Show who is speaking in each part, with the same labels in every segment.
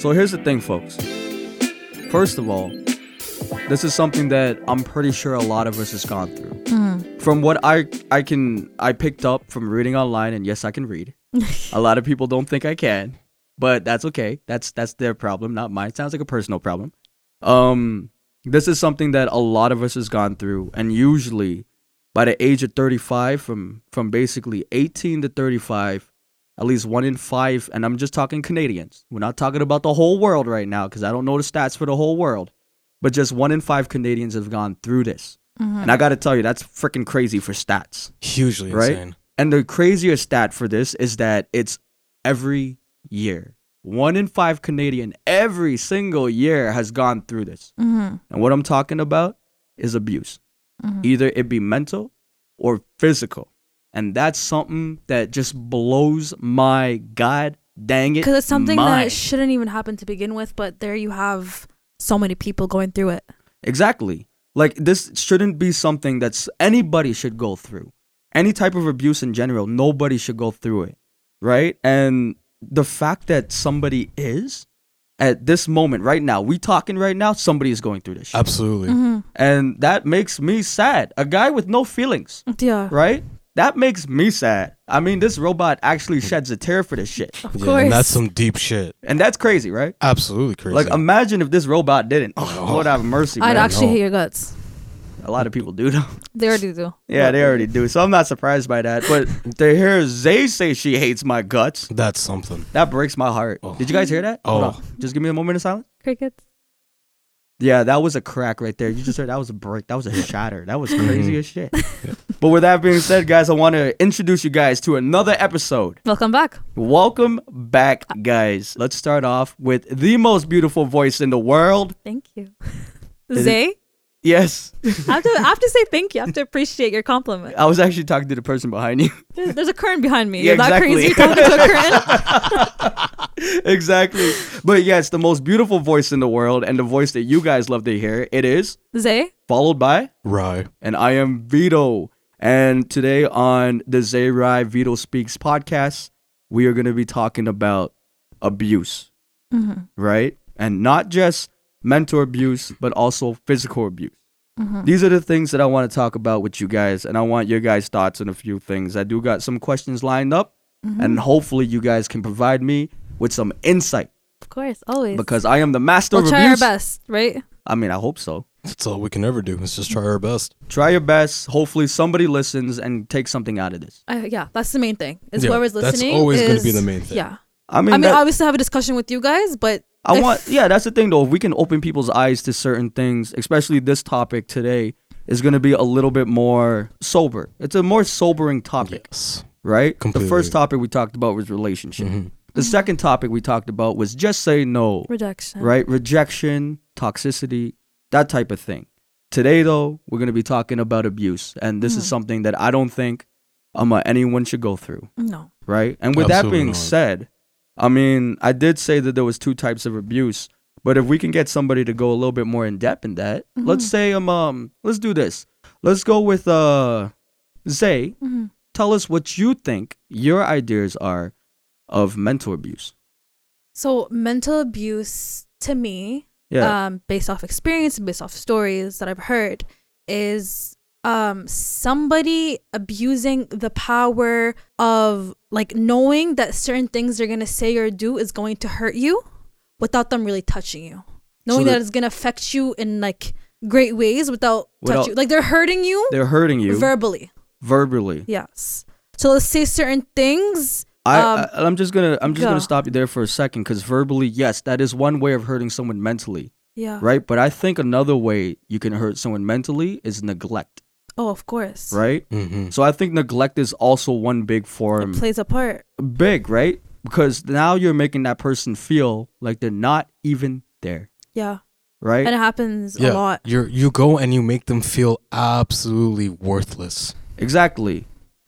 Speaker 1: So here's the thing, folks. First of all, this is something that I'm pretty sure a lot of us has gone through. From what I I can I picked up from reading online, and yes, I can read. a lot of people don't think I can, but that's okay. That's that's their problem, not mine. sounds like a personal problem. Um, this is something that a lot of us has gone through, and usually by the age of 35, from from basically 18 to 35, at least one in five, and I'm just talking Canadians. We're not talking about the whole world right now because I don't know the stats for the whole world, but just one in five Canadians have gone through this. And I got to tell you, that's freaking crazy for stats,
Speaker 2: Hugely
Speaker 1: right?
Speaker 2: insane.
Speaker 1: And the craziest stat for this is that it's every year. One in five Canadian every single year has gone through this.
Speaker 3: Mm-hmm.
Speaker 1: And what I'm talking about is abuse. Either it be mental or physical. And that's something that just blows my god dang it.
Speaker 3: Because it's something
Speaker 1: mind.
Speaker 3: that shouldn't even happen to begin with, but there you have so many people going through it.
Speaker 1: Exactly. Like this shouldn't be something that's anybody should go through. Any type of abuse in general, nobody should go through it, right? And the fact that somebody is at this moment right now, we talking right now, somebody is going through this shit.
Speaker 2: Absolutely.
Speaker 3: Mm-hmm.
Speaker 1: And that makes me sad. A guy with no feelings,
Speaker 3: Yeah.
Speaker 1: right? That makes me sad. I mean, this robot actually sheds a tear for this shit.
Speaker 3: Of
Speaker 2: Yeah,
Speaker 3: course.
Speaker 2: and that's some deep shit.
Speaker 1: And that's crazy, right?
Speaker 2: Absolutely crazy.
Speaker 1: Like imagine if this robot didn't. Oh, Lord have mercy,
Speaker 3: I'd
Speaker 1: man.
Speaker 3: actually
Speaker 2: no.
Speaker 3: hate your guts.
Speaker 1: a lot of people do though.
Speaker 3: They already do.
Speaker 1: Yeah, they already do. So I'm not surprised by that. But to hear Zay say she hates my guts,
Speaker 2: That's something.
Speaker 1: that breaks my heart. Did you guys hear that? Hold
Speaker 2: Oh.
Speaker 1: on. Just give me a moment of silence.
Speaker 3: Crickets.
Speaker 1: Yeah, that was a crack right there. You just heard that was a break. That was a shatter. That was crazy as shit. But with that being said, guys, I want to introduce you guys to another episode.
Speaker 3: Welcome back.
Speaker 1: Welcome back, guys. Let's start off with the most beautiful voice in the world.
Speaker 3: Thank you.
Speaker 1: it-
Speaker 3: Zay,
Speaker 1: Yes,
Speaker 3: I have, to, I have to say thank you. I have to appreciate your compliment.
Speaker 1: I was actually talking to the person behind you.
Speaker 3: There's, there's a current behind me.
Speaker 1: Yeah,
Speaker 3: You're that
Speaker 1: exactly.
Speaker 3: crazy talking to a current.
Speaker 1: exactly. But yeah, it's the most beautiful voice in the world and the voice that you guys love to hear. It is
Speaker 3: Zay,
Speaker 1: followed by,
Speaker 2: Rye.
Speaker 1: and I am Vito. And today on the Zay Rai Vito Speaks podcast, we are going to be talking about abuse, right? And not just mental abuse, but also physical abuse. These are the things that I want to talk about with you guys, and I want your guys' thoughts on a few things. I do got some questions lined up, and hopefully, you guys can provide me with some insight
Speaker 3: of course, always.
Speaker 1: because I am the master
Speaker 3: we'll
Speaker 1: of
Speaker 3: try our
Speaker 1: abuse.
Speaker 3: best, right?
Speaker 1: I mean, I hope so.
Speaker 2: That's all we can ever do. Is just try our best.
Speaker 1: Try your best. Hopefully, somebody listens and takes something out of this.
Speaker 3: Uh, yeah, that's the main thing. Is
Speaker 2: Yeah,
Speaker 3: whoever's
Speaker 2: that's
Speaker 3: listening.
Speaker 2: always gonna
Speaker 3: going to
Speaker 2: be the main thing.
Speaker 3: Yeah.
Speaker 1: I
Speaker 3: I
Speaker 1: mean,
Speaker 3: mean,
Speaker 1: that-
Speaker 3: obviously, have a discussion with you guys, but
Speaker 1: I
Speaker 3: if-
Speaker 1: want. Yeah, that's the thing though. If we can open people's eyes to certain things, especially this topic today, is going to be a little bit more sober. It's a more sobering topic,
Speaker 2: Yes.
Speaker 1: right? The
Speaker 2: Completely.
Speaker 1: first topic we talked about was relationship. The second topic we talked about was just say no.
Speaker 3: rejection.
Speaker 1: right? Rejection, toxicity, that type of thing. Today, though, we're going to be talking about abuse. And this is something that I don't think um, uh, anyone should go through,
Speaker 3: No.
Speaker 1: right? And with
Speaker 2: Absolutely
Speaker 1: that being
Speaker 2: not.
Speaker 1: said, I mean, I did say that there was two types of abuse, but if we can get somebody to go a little bit more in depth in that, let's say um, um let's do this. Let's go with uh Zay. Tell us what you think your ideas are of mental abuse.
Speaker 3: So mental abuse to me,
Speaker 1: Yeah.
Speaker 3: um, based off experience and based off stories that I've heard, is um somebody abusing the power of like knowing that certain things they're gonna say or do is going to hurt you without them really touching you. Knowing
Speaker 1: the-
Speaker 3: that it's gonna affect you in like great ways without
Speaker 1: Without-
Speaker 3: touching like they're hurting you,
Speaker 1: They're hurting you
Speaker 3: verbally.
Speaker 1: verbally.
Speaker 3: Yes. So let's say certain things.
Speaker 1: I,
Speaker 3: um,
Speaker 1: I I'm just gonna I'm just
Speaker 3: go.
Speaker 1: gonna stop you there for a second because verbally, yes, that is one way of hurting someone mentally,
Speaker 3: yeah.
Speaker 1: right? But I think another way you can hurt someone mentally is neglect,
Speaker 3: Oh, of course.
Speaker 1: right?
Speaker 2: Mm-hmm.
Speaker 1: So I think neglect is also one big form,
Speaker 3: Plays a part.
Speaker 1: big, right? Because now you're making that person feel like they're not even there,
Speaker 3: Yeah.
Speaker 1: right?
Speaker 3: and it happens
Speaker 2: Yeah.
Speaker 3: a lot.
Speaker 2: You're you go and you make them feel absolutely worthless.
Speaker 1: exactly.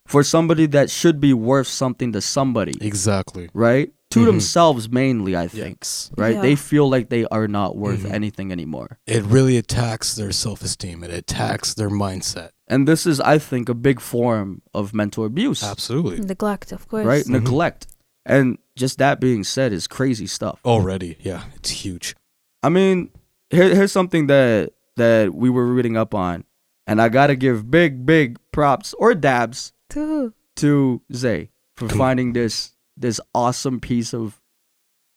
Speaker 1: For somebody that should be worth something to somebody,
Speaker 2: Exactly.
Speaker 1: right? To themselves mainly, I think,
Speaker 2: Yikes.
Speaker 1: right?
Speaker 3: Yeah.
Speaker 1: They feel like they are not worth anything anymore.
Speaker 2: It really attacks their self esteem. It attacks their mindset.
Speaker 1: And this is, I think, a big form of mental abuse,
Speaker 2: Absolutely. Mm-hmm.
Speaker 3: neglect, of course.
Speaker 1: right? Neglect. And just that being said is crazy stuff.
Speaker 2: Already, yeah, it's huge.
Speaker 1: I mean, here, here's something that that we were reading up on, and I gotta give big, big props or dabs
Speaker 3: Too.
Speaker 1: to Zay for
Speaker 2: Come on.
Speaker 1: finding this this awesome piece of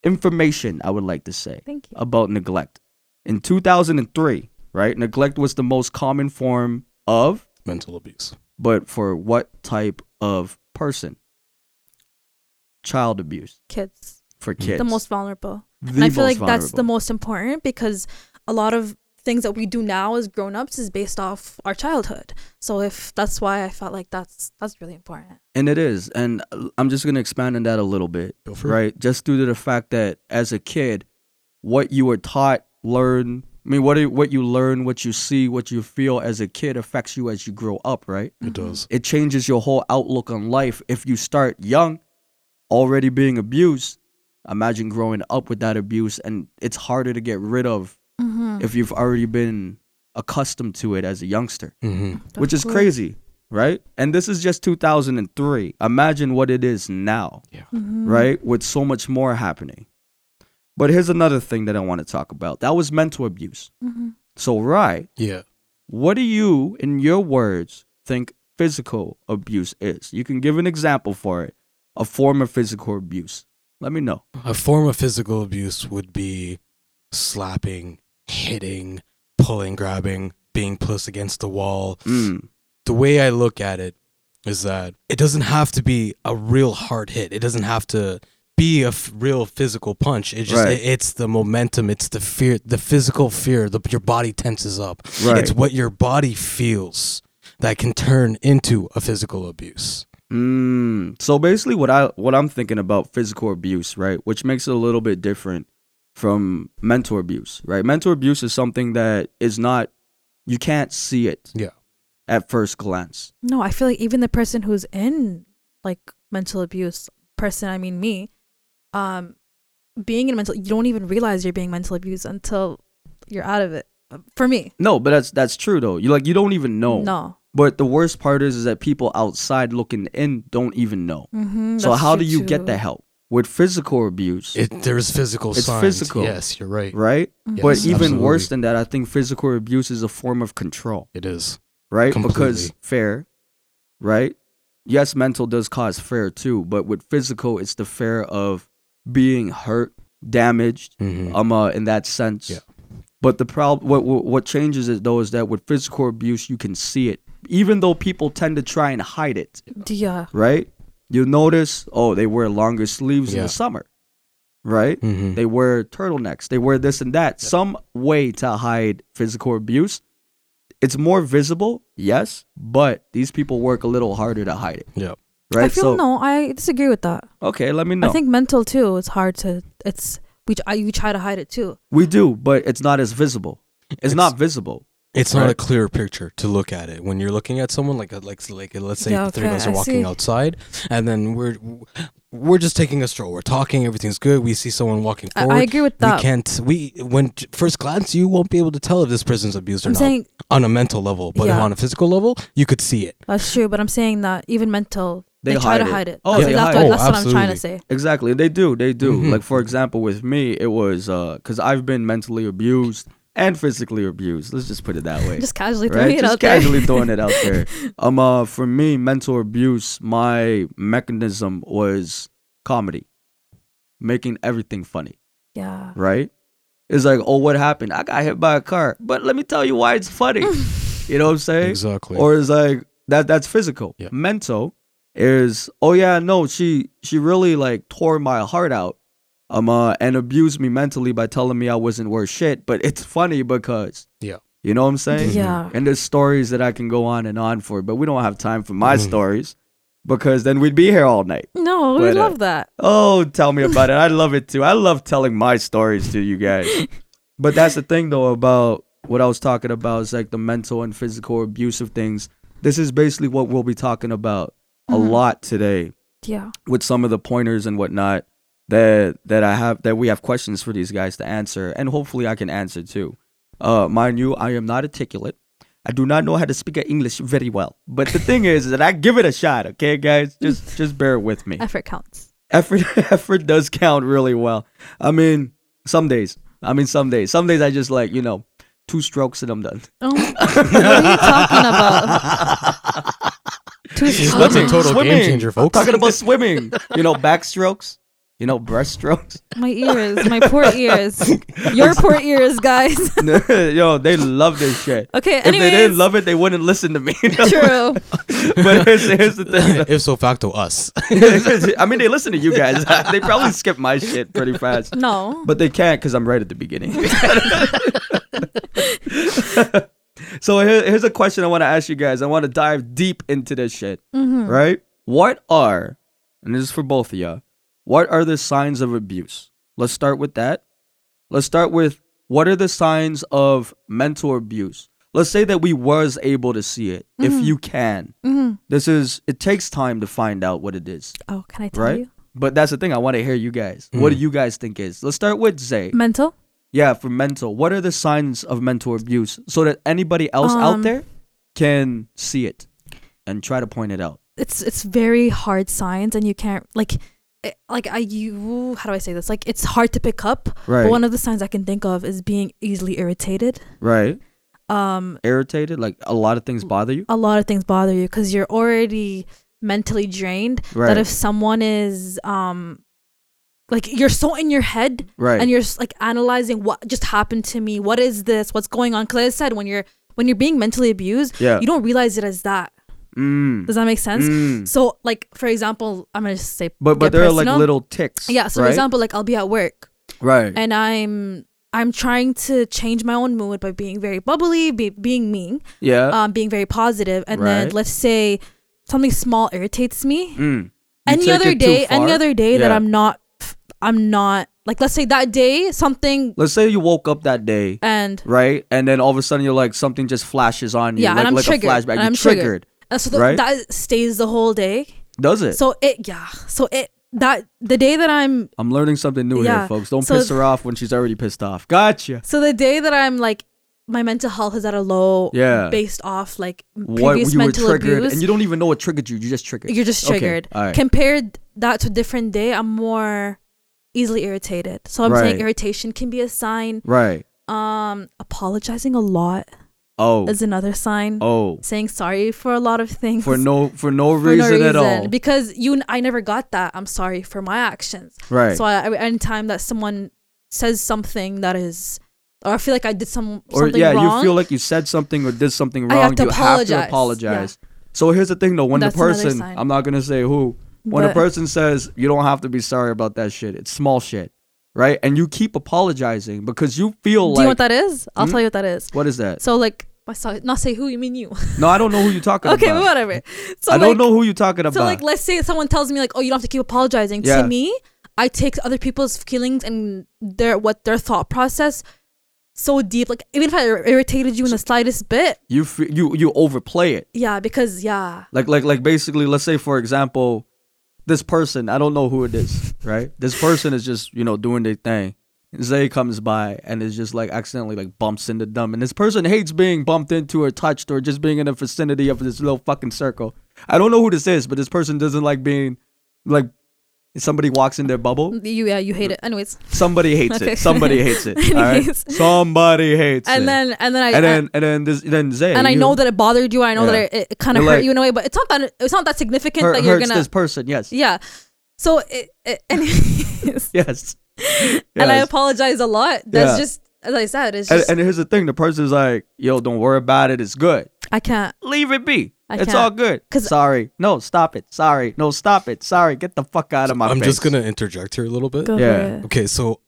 Speaker 1: information. I would like to say
Speaker 3: Thank you.
Speaker 1: about neglect. In 2003, right, neglect was the most common form of,
Speaker 2: Mental abuse.
Speaker 1: but for what type of person? Child abuse
Speaker 3: Kids.
Speaker 1: for kids.
Speaker 3: Mm-hmm. The most vulnerable.
Speaker 1: The
Speaker 3: and I feel
Speaker 1: most
Speaker 3: like that's the
Speaker 1: vulnerable.
Speaker 3: most important because a lot of things that we do now as grown ups is based off our childhood. So if that's why I felt like that's that's really important.
Speaker 1: And it is. And uh, I'm just going to expand on that a little bit.
Speaker 2: Go for it.
Speaker 1: Right? Just due to the fact that as a kid, what you were taught, learn, I mean, what, you- what you learn, what you see, what you feel as a kid affects you as you grow up, right?
Speaker 2: It
Speaker 3: Mm-hmm.
Speaker 2: does.
Speaker 1: It changes your whole outlook on life. If you start young, already being abused, imagine growing up with that abuse. And it's harder to get rid of if you've already been accustomed to it as a youngster
Speaker 2: hmm
Speaker 1: which is crazy, right? And this is just 2003. Imagine what it is now,
Speaker 2: Yeah.
Speaker 1: right? With so much more happening. But here's another thing that I want to talk about that was mental abuse. So, Rye,
Speaker 2: Yeah.
Speaker 1: what do you, in your words, think physical abuse is? You can give an example for it, a form of physical abuse. Let me know.
Speaker 2: A form of physical abuse would be slapping, hitting, pulling, grabbing, being pushed against the wall.
Speaker 1: Mm,
Speaker 2: The way I look at it is that it doesn't have to be a real hard hit. It doesn't have to be a f- real physical punch. It's just
Speaker 1: Right.
Speaker 2: it- it's the momentum, it's the fear, the physical fear. The, your body tenses up.
Speaker 1: Right.
Speaker 2: It's what your body feels that can turn into a physical abuse.
Speaker 1: Mm. So basically, what I what I'm thinking about physical abuse, right, which makes it a little bit different from mental abuse, right? Mental abuse is something that is not you can't see it
Speaker 2: Yeah.
Speaker 1: at first glance.
Speaker 3: No, I feel like even the person who's in like mental abuse person, I mean me, um, being in mental, you don't even realize you're being mental abused until you're out of it. For me,
Speaker 1: No, but that's that's true though. You like you don't even know.
Speaker 3: no.
Speaker 1: But the worst part is is that people outside looking in don't even know.
Speaker 3: Mm-hmm,
Speaker 1: so how do you get the help with physical abuse?
Speaker 2: It there's physical
Speaker 1: It's
Speaker 2: signs.
Speaker 1: physical.
Speaker 2: Yes, you're right.
Speaker 1: Right,
Speaker 2: Yes,
Speaker 1: but even worse
Speaker 2: absolutely.
Speaker 1: than that, I think physical abuse is a form of control.
Speaker 2: it is.
Speaker 1: right? Because
Speaker 2: Completely.
Speaker 1: fair, right? Yes, mental does cause fear too, but with physical, it's the fear of being hurt, damaged,
Speaker 2: Mhm.
Speaker 1: um, uh, in that sense.
Speaker 2: Yeah.
Speaker 1: But the problem, what, what what changes it though, is that with physical abuse, you can see it, even though people tend to try and hide it,
Speaker 3: Yeah.
Speaker 1: right? You notice, oh, they wear longer sleeves in
Speaker 2: Yeah.
Speaker 1: the summer, right?
Speaker 2: Mhm.
Speaker 1: They wear turtlenecks. They wear this and that. Some way to hide physical abuse. It's more visible, yes, but these people work a little harder to hide it,
Speaker 2: Yeah.
Speaker 1: right?
Speaker 3: I feel no. I disagree with that.
Speaker 1: Okay, let me know.
Speaker 3: I think mental too. It's hard to. It's we. I, you try to hide it too.
Speaker 1: we do, but it's not as visible. It's, not visible.
Speaker 2: It's not a
Speaker 1: Right.
Speaker 2: clear picture to look at it when you're looking at someone like uh, like like let's say
Speaker 3: Yeah,
Speaker 2: the three of
Speaker 3: okay,
Speaker 2: us are
Speaker 3: I
Speaker 2: walking
Speaker 3: see.
Speaker 2: outside and then we're we're just taking a stroll we're talking everything's good we see someone walking
Speaker 3: I- I
Speaker 2: forward
Speaker 3: agree with that.
Speaker 2: we can't we when j- first glance you won't be able to tell if this person's abused or
Speaker 3: I'm
Speaker 2: not
Speaker 3: saying
Speaker 2: on a mental level but
Speaker 3: Yeah.
Speaker 2: on a physical level you could see it
Speaker 3: that's true, but I'm saying that even mental,
Speaker 1: They
Speaker 3: they, try to
Speaker 1: hide it.
Speaker 3: hide it.
Speaker 1: Oh,
Speaker 3: that's
Speaker 1: they
Speaker 3: that's,
Speaker 1: hide
Speaker 3: what,
Speaker 1: it.
Speaker 3: that's what I'm trying to say.
Speaker 1: Exactly. They do. They do. Like for example, with me, it was because I've been mentally abused and physically abused. Let's just put it that way.
Speaker 3: Just casually throwing
Speaker 1: right?
Speaker 3: it
Speaker 1: Just
Speaker 3: out there.
Speaker 1: casually throwing it out there. Um, uh, for me, mental abuse, my mechanism was comedy, making everything funny.
Speaker 3: Yeah.
Speaker 1: Right? It's like, oh, what happened? I got hit by a car, but let me tell you why it's funny. you know what I'm saying?
Speaker 2: Exactly.
Speaker 1: Or it's like that. That's physical.
Speaker 2: Yeah.
Speaker 1: Mental is, oh yeah, no, she she really like tore my heart out. Um, uh, and abused me mentally by telling me I wasn't worth shit. But it's funny because
Speaker 2: yeah Mm-hmm.
Speaker 1: you know what I'm saying?
Speaker 3: Yeah.
Speaker 1: And there's stories that I can go on and on for, but we don't have time for my
Speaker 2: Mm-hmm.
Speaker 1: stories because then we'd be here all night.
Speaker 3: No, we
Speaker 1: But, uh,
Speaker 3: love that.
Speaker 1: Oh, tell me about it. I love it too. I love telling my stories to you guys. but that's the thing though about what I was talking about is like the mental and physical abuse of things. This is basically what we'll be talking about a lot today
Speaker 3: Yeah.
Speaker 1: with some of the pointers and whatnot that that I have that we have questions for these guys to answer, and hopefully I can answer too. Uh, mind you, I am not articulate. I do not know how to speak English very well. But the thing is, that I give it a shot, okay, guys? Just just bear with me.
Speaker 3: Effort counts.
Speaker 1: Effort effort does count really well. I mean, some days. I mean, some days. Some days I just like, you know, two strokes and I'm done.
Speaker 3: Oh, what are you talking about? Two
Speaker 2: That's a
Speaker 3: strokes.
Speaker 2: total game changer, folks.
Speaker 1: I'm talking about swimming. You know, backstrokes. You know, breaststrokes.
Speaker 3: my ears, my poor ears, your poor ears, guys.
Speaker 1: Yo, they love this shit.
Speaker 3: Okay,
Speaker 1: If they
Speaker 3: anyways.
Speaker 1: didn't love it, they wouldn't listen to me.
Speaker 3: True.
Speaker 1: but here's, here's the thing. though.
Speaker 2: if so facto us.
Speaker 1: I mean, they listen to you guys. they probably skip my shit pretty fast.
Speaker 3: No.
Speaker 1: But they can't because I'm right at the beginning. so here- here's a question I want to ask you guys. I want to dive deep into this shit. Right? What are, and this is for both of you, what are the signs of abuse? Let's start with that. Let's start with what are the signs of mental abuse? Let's say that we was able to see it, if you can. This is, it takes time to find out what it is
Speaker 3: Oh, can I tell
Speaker 1: right?
Speaker 3: you?
Speaker 1: But that's the thing. I want to hear you guys. What do you guys think is? Let's start with Zay.
Speaker 3: Mental.
Speaker 1: Yeah, for mental. What are the signs of mental abuse so that anybody else out
Speaker 3: Um,
Speaker 1: there can see it and try to point it out?
Speaker 3: it's it's very hard science and you can't like it- like I you how do I say this like it's hard to pick up.
Speaker 1: Right.
Speaker 3: But one of the signs I can think of is being easily irritated.
Speaker 1: Right.
Speaker 3: Um,
Speaker 1: Irritated. Like a lot of things bother you.
Speaker 3: a lot of things bother you because you're already mentally drained.
Speaker 1: Right.
Speaker 3: That if someone is um, like you're so in your head
Speaker 1: Right.
Speaker 3: and you're s- like analyzing what just happened to me. What is this? What's going on? Because I said when you're when you're being mentally abused,
Speaker 1: Yeah.
Speaker 3: you don't realize it as that.
Speaker 1: Mm.
Speaker 3: Does that make sense?
Speaker 1: Mm.
Speaker 3: So like for example, I'm gonna just say
Speaker 1: But
Speaker 3: get
Speaker 1: but there are like
Speaker 3: personal.
Speaker 1: little ticks.
Speaker 3: Yeah. So
Speaker 1: right?
Speaker 3: for example, like I'll be at work
Speaker 1: Right.
Speaker 3: and I'm I'm trying to change my own mood by being very bubbly, be, being mean,
Speaker 1: yeah.
Speaker 3: um, being very positive, and then
Speaker 1: Right.
Speaker 3: let's say something small irritates me.
Speaker 1: mm. You
Speaker 3: Any
Speaker 1: take
Speaker 3: other
Speaker 1: it too
Speaker 3: day, any
Speaker 1: far.
Speaker 3: other day that
Speaker 1: Yeah.
Speaker 3: I'm not, I'm not like let's say that day something
Speaker 1: Let's say you woke up that day,
Speaker 3: and
Speaker 1: right? And then all of a sudden you're like something just flashes on you,
Speaker 3: yeah,
Speaker 1: like
Speaker 3: and I'm
Speaker 1: like
Speaker 3: triggered.
Speaker 1: a flashback.
Speaker 3: and
Speaker 1: You're
Speaker 3: I'm
Speaker 1: triggered.
Speaker 3: And so the,
Speaker 1: right?
Speaker 3: that stays the whole day.
Speaker 1: Does it?
Speaker 3: So it yeah. So it that the day that I'm
Speaker 1: I'm learning something new here,
Speaker 3: Yeah,
Speaker 1: folks. Don't
Speaker 3: so-
Speaker 1: piss her off when she's already pissed off. Gotcha.
Speaker 3: So the day that I'm like, my mental health is at a low,
Speaker 1: Yeah.
Speaker 3: based off like
Speaker 1: What
Speaker 3: previous
Speaker 1: you were
Speaker 3: mental
Speaker 1: triggered,
Speaker 3: abuse,
Speaker 1: and you don't even know what triggered you. You just triggered.
Speaker 3: you, are just
Speaker 1: Okay,
Speaker 3: triggered.
Speaker 1: all right.
Speaker 3: Compared that to a different day, I'm more easily irritated. So I'm
Speaker 1: Right.
Speaker 3: saying irritation can be a sign.
Speaker 1: right.
Speaker 3: Um, apologizing a lot
Speaker 1: Oh.
Speaker 3: is another sign.
Speaker 1: oh.
Speaker 3: Saying sorry for a lot of things
Speaker 1: For no for no
Speaker 3: for no
Speaker 1: reason, at all.
Speaker 3: Because you, I never got that. I'm sorry for my actions.
Speaker 1: Right.
Speaker 3: So I, I- anytime that someone says something that is, or I feel like I did some
Speaker 1: or
Speaker 3: something
Speaker 1: yeah,
Speaker 3: wrong,
Speaker 1: you feel like you said something or did something
Speaker 3: I
Speaker 1: wrong.
Speaker 3: have to
Speaker 1: you have to
Speaker 3: apologize.
Speaker 1: apologize. So here's the thing, though. When
Speaker 3: That's
Speaker 1: the
Speaker 3: another
Speaker 1: person,
Speaker 3: sign.
Speaker 1: I'm not gonna say who. When a
Speaker 3: But-
Speaker 1: person says you don't have to be sorry about that shit, it's small shit, right? And you keep apologizing because you feel
Speaker 3: Do
Speaker 1: like hmm?
Speaker 3: you know what that is? I'll tell you what that is.
Speaker 1: what is that?
Speaker 3: So like, I saw not say who you mean you.
Speaker 1: no, I don't know who you're talking
Speaker 3: okay,
Speaker 1: about.
Speaker 3: but whatever. So
Speaker 1: I
Speaker 3: like,
Speaker 1: don't know who you're talking about.
Speaker 3: so like, let's say someone tells me like, oh, you don't have to keep apologizing
Speaker 1: Yeah.
Speaker 3: to me. I take other people's feelings and their what their thought process so deep. Like even if I ir- irritated you in the slightest bit,
Speaker 1: you f- you you overplay it.
Speaker 3: yeah, because yeah,
Speaker 1: Like like like basically, let's say for example, this person I don't know who it is, right? This person is just you know doing their thing. Zay comes by and is just like accidentally like bumps into them, and this person hates being bumped into or touched or just being in the vicinity of this little fucking circle. I don't know who this is, but this person doesn't like being like somebody walks in their bubble.
Speaker 3: you yeah you hate it. Anyways,
Speaker 1: Somebody hates
Speaker 3: Okay.
Speaker 1: it. Somebody hates it. all right?
Speaker 3: Anyways.
Speaker 1: Somebody hates it.
Speaker 3: and then and then I
Speaker 1: and then and then this then Zay
Speaker 3: and I
Speaker 1: you-
Speaker 3: know that it bothered you. I know
Speaker 1: Yeah.
Speaker 3: that it, it kind of
Speaker 1: You're
Speaker 3: hurt
Speaker 1: like-
Speaker 3: you in a way, but it's not that it's not that significant
Speaker 1: hurt-
Speaker 3: that you're
Speaker 1: hurts
Speaker 3: gonna
Speaker 1: this person. Yes.
Speaker 3: yeah. So it, it anyways.
Speaker 1: Yes.
Speaker 3: and I
Speaker 1: Yes.
Speaker 3: apologize a lot. That's
Speaker 1: Yeah.
Speaker 3: just as I said. It's
Speaker 1: And,
Speaker 3: just
Speaker 1: and here's the thing: the person's like, "Yo, don't worry about it. It's good.
Speaker 3: I can't.
Speaker 1: Leave it be.
Speaker 3: I
Speaker 1: it's
Speaker 3: can't.
Speaker 1: all good.
Speaker 3: 'Cause-
Speaker 1: Sorry. No, stop it. Sorry. No, stop it. Sorry. Get the fuck out of my
Speaker 2: I'm
Speaker 1: face."
Speaker 2: just gonna interject here a little bit.
Speaker 3: Go
Speaker 1: Yeah.
Speaker 3: for it.
Speaker 2: Okay, so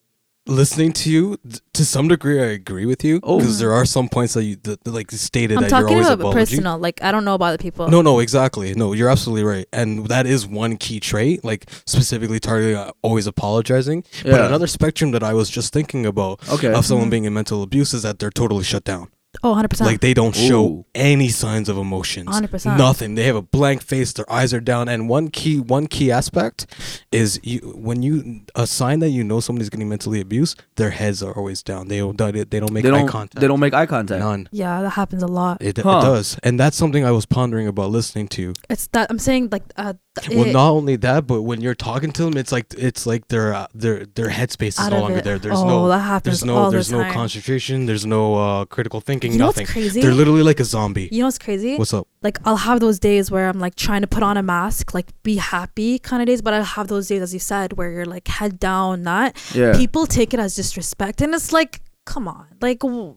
Speaker 2: listening to you, th- to some degree, I agree with you
Speaker 1: Oh.
Speaker 2: because there are some points that you that, that, like stated
Speaker 3: I'm
Speaker 2: that you're
Speaker 3: talking
Speaker 2: always
Speaker 3: about
Speaker 2: apologizing.
Speaker 3: personal. Like I don't know about the people.
Speaker 2: No, no, exactly. No, you're absolutely right, and that is one key trait, like specifically targeting uh, always apologizing. But
Speaker 1: Yeah.
Speaker 2: another spectrum that I was just thinking about
Speaker 1: Okay.
Speaker 3: Mm-hmm.
Speaker 2: of someone being in mental abuse is that they're totally shut down.
Speaker 3: Oh, 100%.
Speaker 2: Like they don't show
Speaker 1: Ooh.
Speaker 2: any signs of emotions.
Speaker 3: 100%.
Speaker 2: Nothing. They have a blank face. Their eyes are down. And one key one key aspect is you when you a sign that you know somebody's getting mentally abused, their heads are always down. They don't they don't make
Speaker 1: they don't
Speaker 2: eye contact.
Speaker 1: they don't make eye contact.
Speaker 2: none.
Speaker 3: yeah, that happens a lot.
Speaker 2: It,
Speaker 1: Huh.
Speaker 2: it does. And that's something I was pondering about listening to.
Speaker 3: It's that I'm saying like uh, th-
Speaker 2: well,
Speaker 3: it-
Speaker 2: not only that, but when you're talking to them, it's like it's like their uh, their their headspace is
Speaker 3: Out
Speaker 2: no
Speaker 3: of
Speaker 2: longer
Speaker 3: it.
Speaker 2: there. There's
Speaker 3: Oh,
Speaker 2: no
Speaker 3: that happens
Speaker 2: there's no
Speaker 3: all the
Speaker 2: there's no
Speaker 3: time.
Speaker 2: concentration. There's no uh, critical thinking.
Speaker 3: You know what's
Speaker 2: nothing.
Speaker 3: crazy?
Speaker 2: They're literally like a zombie.
Speaker 3: you know what's crazy?
Speaker 2: What's up?
Speaker 3: like I'll have those days where I'm like trying to put on a mask, like be happy kind of days, but I'll have those days as you said where you're like head down, not.
Speaker 1: Yeah.
Speaker 3: People take it as disrespect and it's like come on. Like w-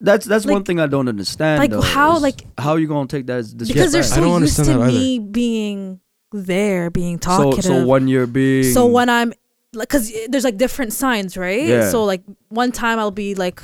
Speaker 1: That's that's one
Speaker 3: Like-
Speaker 1: thing I don't understand.
Speaker 3: like,
Speaker 1: though,
Speaker 3: how,
Speaker 1: is
Speaker 3: like-
Speaker 1: how you gonna take that as
Speaker 3: because they're
Speaker 1: disrespect?
Speaker 2: I
Speaker 3: so
Speaker 2: don't
Speaker 3: used to
Speaker 2: understand that either.
Speaker 3: me being there, being
Speaker 1: so
Speaker 3: talkative.
Speaker 1: so when you're being
Speaker 3: So when I'm like cuz there's like different signs, right?
Speaker 1: Yeah.
Speaker 3: So like one time I'll be like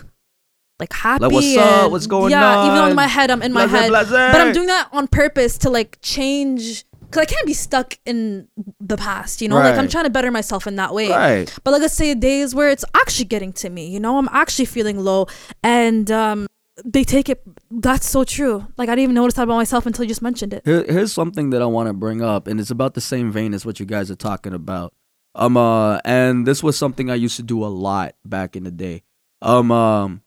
Speaker 3: like happy
Speaker 1: what's up?
Speaker 3: and-
Speaker 1: What's going
Speaker 3: yeah, even
Speaker 1: on?
Speaker 3: on my head, I'm in my
Speaker 1: Blase,
Speaker 3: head.
Speaker 1: blase.
Speaker 3: But I'm doing that on purpose to like change cuz I can't be stuck in the past, you know? Like I'm
Speaker 1: Right.
Speaker 3: trying to better myself in that way.
Speaker 1: right.
Speaker 3: But like let's say days where it's actually getting to me, you know, I'm actually feeling low and um they take it that's so true. Like I didn't even notice that about myself until you just mentioned it.
Speaker 1: Here, here's something that I want to bring up, and it's about the same vein as what you guys are talking about. Um, uh, and this was something I used to do a lot back in the day. Um, um,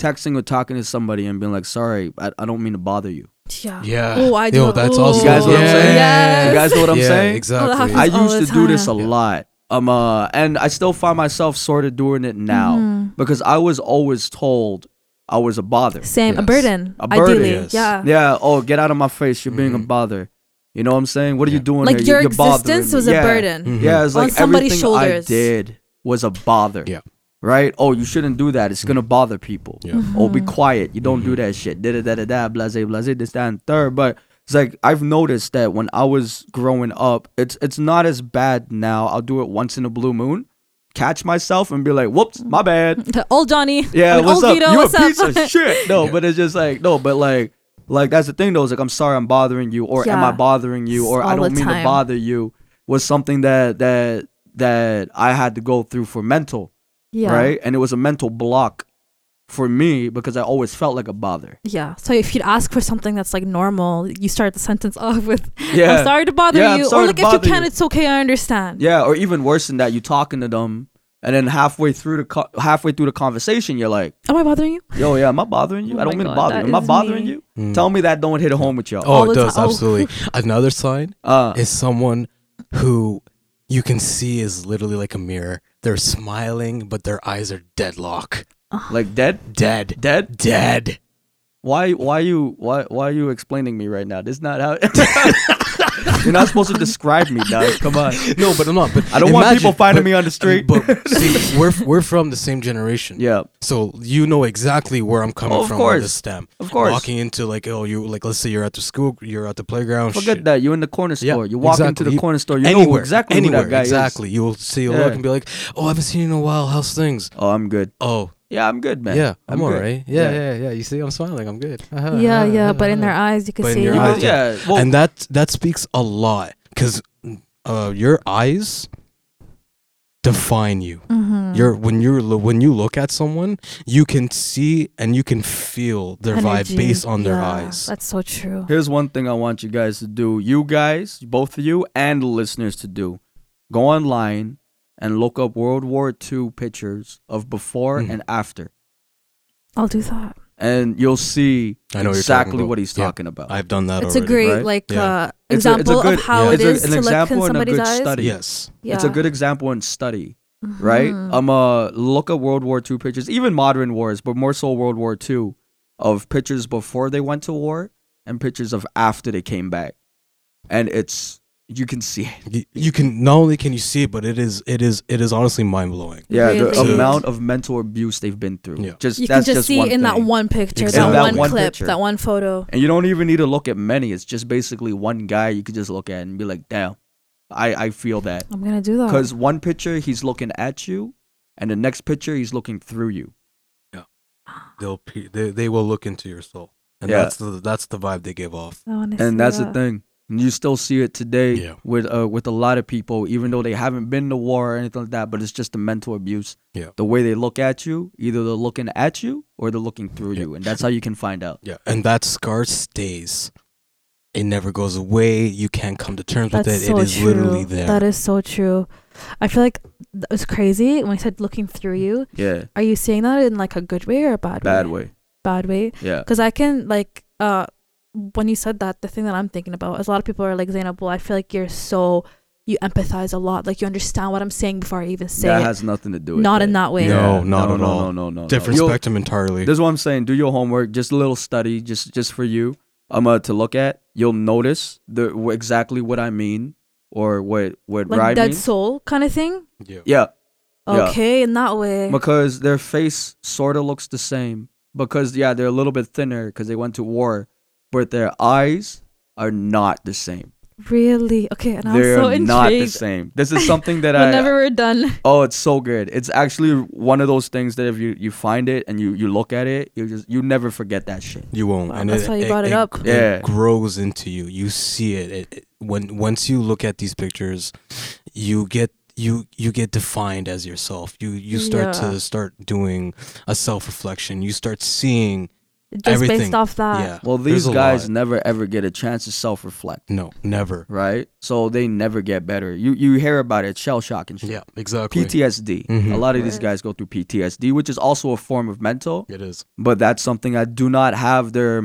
Speaker 1: texting or talking to somebody and being like, "Sorry, I, I don't mean to bother you."
Speaker 3: Yeah.
Speaker 2: Yeah.
Speaker 3: Oh, I do.
Speaker 2: Yo, that's
Speaker 3: Ooh.
Speaker 2: awesome.
Speaker 1: You guys know what I'm saying?
Speaker 3: Yes.
Speaker 1: You guys know what I'm
Speaker 2: yeah,
Speaker 1: saying?
Speaker 2: Exactly.
Speaker 3: happens
Speaker 1: I
Speaker 3: all the
Speaker 1: used to do this a
Speaker 3: time.
Speaker 2: Yeah.
Speaker 1: lot. Um, uh, and I still find myself sort of doing it now
Speaker 3: Mm-hmm.
Speaker 1: because I was always told I was a bother.
Speaker 3: Same, a
Speaker 2: Yes.
Speaker 3: burden.
Speaker 1: A burden.
Speaker 3: Ideally,
Speaker 2: Yes.
Speaker 3: yeah.
Speaker 1: Yeah. Oh, get out of my face! You're
Speaker 2: Mm-hmm.
Speaker 1: being a bother. You know what I'm saying? What are you doing?
Speaker 3: Like
Speaker 1: here?
Speaker 3: your
Speaker 1: You're bothering
Speaker 3: existence
Speaker 1: me.
Speaker 3: was a
Speaker 1: Yeah.
Speaker 3: burden.
Speaker 2: Mm-hmm.
Speaker 3: Mhm.
Speaker 1: Yeah, it's
Speaker 3: On
Speaker 1: like
Speaker 3: somebody's
Speaker 1: everything
Speaker 3: shoulders.
Speaker 1: I did was a bother.
Speaker 2: Yeah. Mm-hmm.
Speaker 1: Right? Oh, you shouldn't do that. It's gonna bother people.
Speaker 2: Yeah.
Speaker 3: Mm-hmm.
Speaker 2: Mm-hmm.
Speaker 1: Oh, be quiet. You don't do that shit. Da da da da da. Blase blase. This that and third. But it's like I've noticed that when I was growing up, it's it's not as bad now. I'll do it once in a blue moon, catch myself and be like, "Whoops, my bad."
Speaker 3: Old Johnny.
Speaker 1: Yeah,
Speaker 3: I mean,
Speaker 1: what's
Speaker 3: old
Speaker 1: up?
Speaker 3: Vito,
Speaker 1: you
Speaker 3: what's
Speaker 1: a
Speaker 3: up?
Speaker 1: piece of shit. No, but it's just like no, but like like that's the thing though. It's like I'm sorry I'm bothering you, or am
Speaker 3: Yeah.
Speaker 1: I bothering you, or
Speaker 3: All
Speaker 1: I don't
Speaker 3: the
Speaker 1: mean to
Speaker 3: time.
Speaker 1: bother you. Was something that that that I had to go through for mental,
Speaker 3: yeah.
Speaker 1: right? And it was a mental block for me because I always felt like a bother.
Speaker 3: Yeah. So if you'd ask for something that's like normal, you start the sentence off with
Speaker 1: Yeah.
Speaker 3: I'm sorry to bother
Speaker 1: Yeah, I'm
Speaker 3: you.
Speaker 1: sorry
Speaker 3: Or
Speaker 1: to
Speaker 3: like if you
Speaker 1: bother
Speaker 3: can,
Speaker 1: you.
Speaker 3: it's okay, I understand.
Speaker 1: Yeah, or even worse than that, you talking to them, and then halfway through the co- halfway through the conversation, you're like,
Speaker 3: Am I bothering you?
Speaker 1: "Yo, yeah, am I bothering you?
Speaker 3: Oh
Speaker 1: I don't
Speaker 3: my
Speaker 1: mean to
Speaker 3: God,
Speaker 1: bother
Speaker 3: that
Speaker 1: you. Am I
Speaker 3: is
Speaker 1: bothering
Speaker 3: me.
Speaker 1: you? Tell me that don't hit it home with y'all."
Speaker 2: Oh,
Speaker 3: the
Speaker 2: it does
Speaker 3: time. Oh.
Speaker 2: absolutely. Another sign
Speaker 1: Uh,
Speaker 2: is someone who you can see is literally like a mirror. They're smiling, but their eyes are deadlock,
Speaker 1: like dead,
Speaker 2: dead,
Speaker 1: dead.
Speaker 2: dead.
Speaker 1: Why why you why why are you explaining me right now? This not how You're not supposed to describe me, dog. Come on.
Speaker 2: No, but I'm not. But
Speaker 1: I don't want people
Speaker 2: imagine-
Speaker 1: finding
Speaker 2: but-
Speaker 1: me on the street.
Speaker 2: But see, we're we're from the same generation.
Speaker 1: Yeah.
Speaker 2: So you know exactly where I'm coming
Speaker 1: Oh, of
Speaker 2: from
Speaker 1: course.
Speaker 2: on this stem.
Speaker 1: Of course.
Speaker 2: Walking into like oh you like let's say you're at the school you're at the playground.
Speaker 1: Forget
Speaker 2: shit.
Speaker 1: that. You're in the corner
Speaker 2: Yeah,
Speaker 1: store. You walk into
Speaker 2: exactly.
Speaker 1: the corner store. You know
Speaker 2: anywhere,
Speaker 1: exactly
Speaker 2: anywhere,
Speaker 1: who that guy
Speaker 2: exactly.
Speaker 1: is.
Speaker 2: You'll see a
Speaker 1: Yeah.
Speaker 2: look and be like, "Oh, I haven't seen you in a while. How's things?"
Speaker 1: Oh, I'm good.
Speaker 2: Oh,
Speaker 1: Yeah, I'm good, man.
Speaker 2: yeah, I'm,
Speaker 1: good.
Speaker 2: alright. Yeah, yeah, yeah, You see, I'm smiling. I'm good.
Speaker 1: Uh,
Speaker 2: Uh-huh,
Speaker 3: Yeah,
Speaker 2: uh-huh,
Speaker 3: yeah. But in
Speaker 2: uh-huh.
Speaker 3: their eyes, you can
Speaker 2: But in
Speaker 3: see.
Speaker 2: your
Speaker 1: You
Speaker 3: it.
Speaker 1: know,
Speaker 2: eyes,
Speaker 1: yeah. Well,
Speaker 2: and that that speaks a lot because uh, your eyes define you.
Speaker 3: Mm-hmm.
Speaker 2: Your when you're lo- when you look at someone, you can see and you can feel their
Speaker 3: Energy.
Speaker 2: vibe based on their
Speaker 3: Yeah,
Speaker 2: eyes.
Speaker 3: That's so true.
Speaker 1: here's one thing I want you guys to do. You guys, both of you and the listeners to do. Go online and look up World War II pictures of before
Speaker 2: Mm.
Speaker 1: and after.
Speaker 3: I'll do that.
Speaker 1: And you'll see
Speaker 2: I know what you're talking
Speaker 1: exactly
Speaker 2: about.
Speaker 1: what he's
Speaker 2: Yeah.
Speaker 1: talking about.
Speaker 2: I've done that.
Speaker 3: It's a
Speaker 2: already.
Speaker 3: great
Speaker 1: right?
Speaker 3: like
Speaker 2: Yeah.
Speaker 3: uh,
Speaker 1: It's a- it's a
Speaker 3: example
Speaker 1: good-
Speaker 3: of how
Speaker 2: yeah.
Speaker 3: it
Speaker 1: It's a-
Speaker 3: is
Speaker 1: an
Speaker 3: to look in
Speaker 1: example and a
Speaker 3: somebody's
Speaker 1: good
Speaker 3: eyes.
Speaker 1: study.
Speaker 2: Yes.
Speaker 3: Yeah. Mm-hmm. Hmm.
Speaker 1: It's a good example in study, right? Um, uh, look up World War II pictures, even modern wars, but more so World War II, of pictures before they went to war and pictures of after they came back, and it's you can see it.
Speaker 2: Y- You can not only can you see it, but it is it is it is honestly mind blowing.
Speaker 1: Yeah, the
Speaker 3: Really?
Speaker 1: amount of mental abuse they've been through.
Speaker 2: Yeah.
Speaker 1: Just
Speaker 3: You can
Speaker 1: that's
Speaker 3: just, see
Speaker 1: one
Speaker 3: in that
Speaker 1: thing.
Speaker 3: one picture,
Speaker 2: Exactly.
Speaker 3: that
Speaker 2: In
Speaker 3: one,
Speaker 2: that one
Speaker 3: clip,
Speaker 1: picture.
Speaker 3: that one photo.
Speaker 1: And you don't even need to look at many. It's just basically one guy you could just look at and be like, damn, I I feel that.
Speaker 3: I'm gonna do that.
Speaker 1: Because one picture he's looking at you, and the next picture he's looking through you.
Speaker 2: They'll pe- they, they will look into your soul, and
Speaker 1: Yeah.
Speaker 2: that's the that's the vibe they give off.
Speaker 3: Oh, I wanna see
Speaker 1: and that's the
Speaker 3: that.
Speaker 1: thing. And you still see it today
Speaker 2: Yeah.
Speaker 1: with uh, with a lot of people, even though they haven't been to war or anything like that. But it's just the mental abuse.
Speaker 2: Yeah.
Speaker 1: The way they look at you, either they're looking at you or they're looking through you, and that's how you can find out.
Speaker 2: Yeah, and that scar stays. It never goes away. You can't come to terms
Speaker 3: That's
Speaker 2: with it.
Speaker 3: so
Speaker 2: it is
Speaker 3: true.
Speaker 2: literally there.
Speaker 3: That is so true. I feel like that was crazy when I said looking through you.
Speaker 1: Yeah.
Speaker 3: Are you saying that in like a good way or a bad,
Speaker 1: Bad
Speaker 3: way?
Speaker 1: way.
Speaker 3: Bad way.
Speaker 1: Yeah.
Speaker 3: Because I can like uh when you said that, the thing that I'm thinking about is a lot of people are like Zainab, well, I feel like you're so you empathize a lot, like you understand what I'm saying before I even say
Speaker 1: that
Speaker 3: it.
Speaker 1: has nothing to do with
Speaker 3: Not
Speaker 1: that.
Speaker 3: in that way.
Speaker 2: No, not
Speaker 1: no,
Speaker 2: at
Speaker 1: no,
Speaker 2: all.
Speaker 1: No, no, no, no.
Speaker 2: Different
Speaker 1: You'll-
Speaker 2: spectrum entirely.
Speaker 1: This is what I'm saying. Do your homework. Just a little study, just just for you. Um, uh, to look at. You'll notice the wh- exactly what I mean or what what
Speaker 3: like
Speaker 1: Rai
Speaker 3: dead
Speaker 1: means.
Speaker 3: soul kind of thing.
Speaker 2: yeah.
Speaker 1: Yeah, Yeah.
Speaker 3: Okay, in that way.
Speaker 1: because their face sort of looks the same. Because yeah, they're a little bit thinner because they went to war, but their eyes are not the same.
Speaker 3: really? Okay, and I'm
Speaker 1: they're
Speaker 3: so
Speaker 1: not the
Speaker 3: intrigued.
Speaker 1: same. This is something that I
Speaker 3: Whenever we're done.
Speaker 1: Oh, it's so good. It's actually one of those things that if you you find it and you you look at it, you just you never forget that shit.
Speaker 2: You won't.
Speaker 3: Wow, that's why you brought it up.
Speaker 2: gr-
Speaker 1: Yeah.
Speaker 2: grows into you. You see it. It, it. When once you look at these pictures, you get you you get defined as yourself. You you start
Speaker 3: Yeah.
Speaker 2: to start doing a self reflection. You start seeing
Speaker 3: Just
Speaker 2: everything.
Speaker 3: based off that.
Speaker 2: Yeah.
Speaker 1: Well,
Speaker 2: There's
Speaker 1: these
Speaker 2: a
Speaker 1: guys
Speaker 2: lot.
Speaker 1: never ever get a chance to self reflect,
Speaker 2: No, never.
Speaker 1: right? So they never get better. You you hear about it, shell shock and shit.
Speaker 2: Yeah, exactly.
Speaker 1: PTSD.
Speaker 2: Mhm.
Speaker 1: A lot of these
Speaker 3: Right.
Speaker 1: guys go through PTSD, which is also a form of mental,
Speaker 2: It is.
Speaker 1: but that's something I do not have their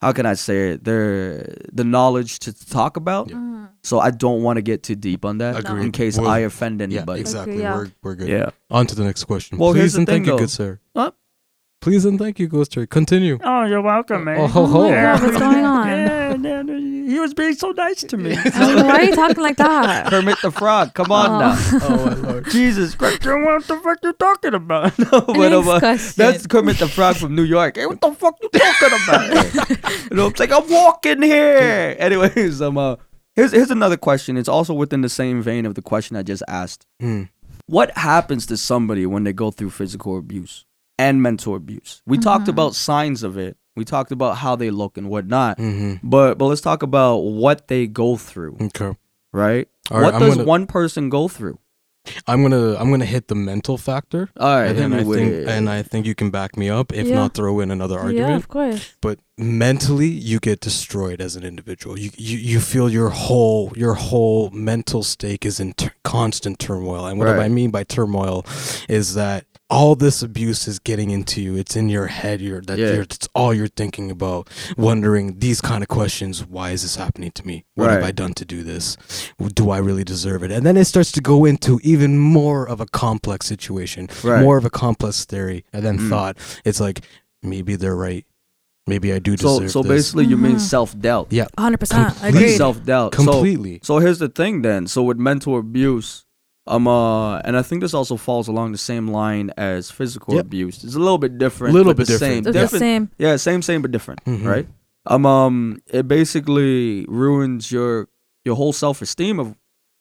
Speaker 1: how can I say it? Their the knowledge to talk about.
Speaker 2: Yeah.
Speaker 3: Mm.
Speaker 1: So I don't want to get too deep on that
Speaker 2: Agreed.
Speaker 1: in case
Speaker 2: Well,
Speaker 1: I offend
Speaker 2: Yeah,
Speaker 1: anybody.
Speaker 2: exactly.
Speaker 3: Agree, yeah.
Speaker 2: We're we're good.
Speaker 1: Yeah.
Speaker 2: On to the next question.
Speaker 1: Well, here's the
Speaker 2: Please and thank
Speaker 1: thing,
Speaker 2: you,
Speaker 1: though.
Speaker 2: good sir.
Speaker 1: Huh?
Speaker 2: Please and thank you, good sir. Continue.
Speaker 1: Oh, you're welcome,
Speaker 2: Oh, ho, ho.
Speaker 3: Oh my God, what's going on?
Speaker 1: he was being so nice to me.
Speaker 3: I mean, why are you talking like that?
Speaker 1: Kermit the Frog, come on
Speaker 3: Oh.
Speaker 1: now.
Speaker 2: oh my lord.
Speaker 1: Jesus Christ, what the fuck you talking about? No, but,
Speaker 3: Next
Speaker 1: uh,
Speaker 3: question.
Speaker 1: that's Kermit the Frog from New York. Hey, what the fuck you talking about? you know, it's like I'm walking here. Anyways, um, uh, here's here's another question. It's also within the same vein of the question I just asked.
Speaker 2: Mm.
Speaker 1: What happens to somebody when they go through physical abuse and mental abuse? We talked about signs of it. We talked about how they look and whatnot.
Speaker 2: Mhm.
Speaker 1: But but let's talk about what they go through,
Speaker 2: Okay.
Speaker 1: right?
Speaker 2: All right,
Speaker 1: what
Speaker 2: I'm
Speaker 1: does
Speaker 2: gonna-
Speaker 1: one person go through?
Speaker 2: I'm gonna I'm gonna hit the mental factor.
Speaker 1: All right, hit
Speaker 2: and, then
Speaker 1: me
Speaker 2: I
Speaker 1: with
Speaker 2: think,
Speaker 1: it.
Speaker 2: and I think you can back me up, if
Speaker 3: Yeah.
Speaker 2: not throw in another
Speaker 3: Yeah,
Speaker 2: argument.
Speaker 3: of course.
Speaker 2: But mentally, you get destroyed as an individual. You you, you feel your whole your whole mental stake is in tur- constant turmoil. And what
Speaker 1: Right.
Speaker 2: I mean by turmoil is that all this abuse is getting into you. It's in your head. You're that
Speaker 1: Yeah.
Speaker 2: you're, it's all you're thinking about, wondering these kind of questions. Why is this happening to me? What have
Speaker 1: Right.
Speaker 2: I done to do this? Do I really deserve it? And then it starts to go into even more of a complex situation,
Speaker 1: Right.
Speaker 2: more of a complex theory, and then
Speaker 1: Mm.
Speaker 2: thought. It's like maybe they're right. Maybe I do
Speaker 1: so
Speaker 2: deserve
Speaker 1: so
Speaker 2: this.
Speaker 1: basically, you mean
Speaker 3: Mhm.
Speaker 1: self doubt.
Speaker 2: yeah,
Speaker 3: 100%.
Speaker 2: Complete-
Speaker 3: Agreed.
Speaker 1: Self doubt.
Speaker 2: completely.
Speaker 1: So here's the thing then. So with mental abuse, um, uh, and I think this also falls along the same line as physical
Speaker 2: Yep.
Speaker 1: abuse. It's a little bit different.
Speaker 2: Little
Speaker 1: but
Speaker 2: bit
Speaker 1: the
Speaker 2: different.
Speaker 1: Same.
Speaker 3: It's the
Speaker 1: Different-
Speaker 3: same.
Speaker 1: Yeah, same, same, but different,
Speaker 2: Mhm.
Speaker 1: right? Um, um, it basically ruins your your whole self esteem of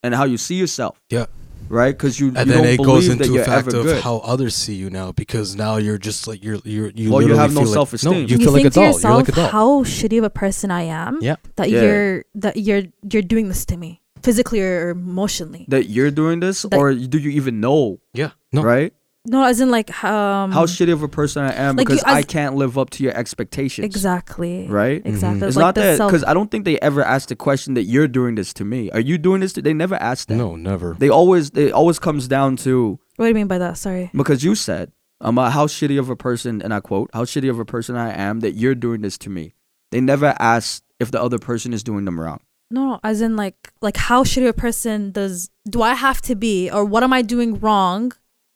Speaker 1: and how you see yourself,
Speaker 2: yeah,
Speaker 1: right? Because you,
Speaker 2: and
Speaker 1: you
Speaker 2: then
Speaker 1: don't
Speaker 2: it
Speaker 1: believe
Speaker 2: goes
Speaker 1: that
Speaker 2: into
Speaker 1: you're
Speaker 2: a fact
Speaker 1: ever
Speaker 2: of
Speaker 1: good.
Speaker 2: how others see you now because now you're just like you're you're you.
Speaker 1: Well, you
Speaker 2: literally
Speaker 1: have no
Speaker 2: feel like-
Speaker 1: self-esteem.
Speaker 2: No, you,
Speaker 1: You
Speaker 2: feel like a
Speaker 3: think to
Speaker 2: doll.
Speaker 3: yourself
Speaker 2: you're like a doll.
Speaker 3: how shitty of a person I am.
Speaker 2: yeah,
Speaker 3: That
Speaker 1: Yeah.
Speaker 3: you're that you're you're doing this to me physically or emotionally.
Speaker 1: that you're doing this,
Speaker 3: That-
Speaker 1: or do you even know,
Speaker 2: yeah. No,
Speaker 1: right?
Speaker 3: No, as in like um
Speaker 1: How shitty of a person I am
Speaker 3: Like you-
Speaker 1: because I
Speaker 3: as-
Speaker 1: can't live up to your expectations.
Speaker 3: exactly
Speaker 1: Right?
Speaker 2: Mm-hmm.
Speaker 3: exactly
Speaker 1: It's
Speaker 3: like
Speaker 1: not
Speaker 3: the
Speaker 1: that
Speaker 3: self-
Speaker 1: because I don't think they ever asked the question that you're doing this to me. Are you doing this? To, they never asked that.
Speaker 2: no, never.
Speaker 1: They always they always comes down to
Speaker 3: what do you mean by that? Sorry.
Speaker 1: because you said um uh, how shitty of a person and I quote how shitty of a person I am that you're doing this to me. They never asked if the other person is doing them wrong.
Speaker 3: No, no, as in like like how shitty a person does do I have to be or what am I doing wrong?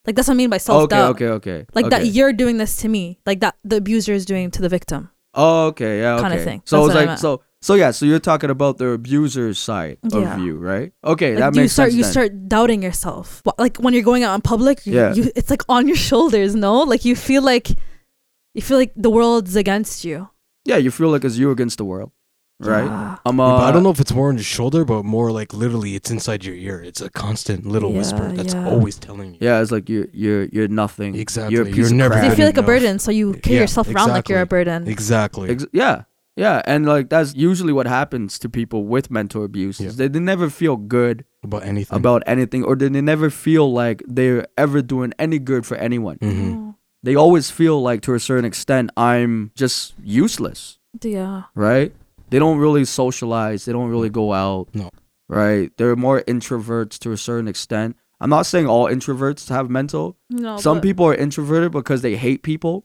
Speaker 3: Like that's what I mean by self
Speaker 1: okay,
Speaker 3: doubt.
Speaker 1: okay, okay.
Speaker 3: Like
Speaker 1: okay.
Speaker 3: that you're doing this to me. Like that the abuser is doing to the victim.
Speaker 1: Oh, okay, yeah, okay.
Speaker 3: kinda thing.
Speaker 1: So
Speaker 3: That's
Speaker 1: it's
Speaker 3: what I
Speaker 1: like
Speaker 3: meant.
Speaker 1: so so yeah. So you're talking about the abuser's side
Speaker 3: Yeah.
Speaker 1: of you, right? Okay,
Speaker 3: Like
Speaker 1: that
Speaker 3: do you
Speaker 1: makes
Speaker 3: start
Speaker 1: sense.
Speaker 3: you
Speaker 1: then.
Speaker 3: start doubting yourself. Wh- Like when you're going out in public, you,
Speaker 1: Yeah.
Speaker 3: you it's like on your shoulders, no? Like you feel like you feel like the world's against you.
Speaker 1: Yeah, you feel like it's you against the world, right?
Speaker 3: Yeah.
Speaker 1: I'm.
Speaker 2: But
Speaker 1: Uh,
Speaker 2: I don't know if it's more on your shoulder, but more like literally, it's inside your ear. It's a constant little
Speaker 3: Yeah,
Speaker 2: whisper that's
Speaker 3: yeah.
Speaker 2: always telling you.
Speaker 1: Yeah, it's like you're you're you're nothing.
Speaker 2: Exactly,
Speaker 1: You're a
Speaker 2: you're
Speaker 1: piece of
Speaker 2: never
Speaker 1: crap.
Speaker 3: Because you
Speaker 2: Bad
Speaker 3: feel like a
Speaker 2: enough.
Speaker 3: burden, so you carry
Speaker 2: Yeah,
Speaker 3: yourself around like you're a
Speaker 2: exactly.
Speaker 3: burden.
Speaker 2: Exactly.
Speaker 1: Ex- yeah. Yeah, and like that's usually what happens to people with mental abuse. is They, they never feel good
Speaker 2: about anything.
Speaker 1: about anything, or they, they never feel like they're ever doing any good for anyone.
Speaker 2: Mhm.
Speaker 1: They always feel like, to a certain extent, I'm just useless,
Speaker 3: Yeah.
Speaker 1: right? They don't really socialize, they don't really go out,
Speaker 2: No.
Speaker 1: right? They're more introverts to a certain extent. I'm not saying all introverts have mental,
Speaker 3: No.
Speaker 1: some
Speaker 3: but-
Speaker 1: people are introverted because they hate people,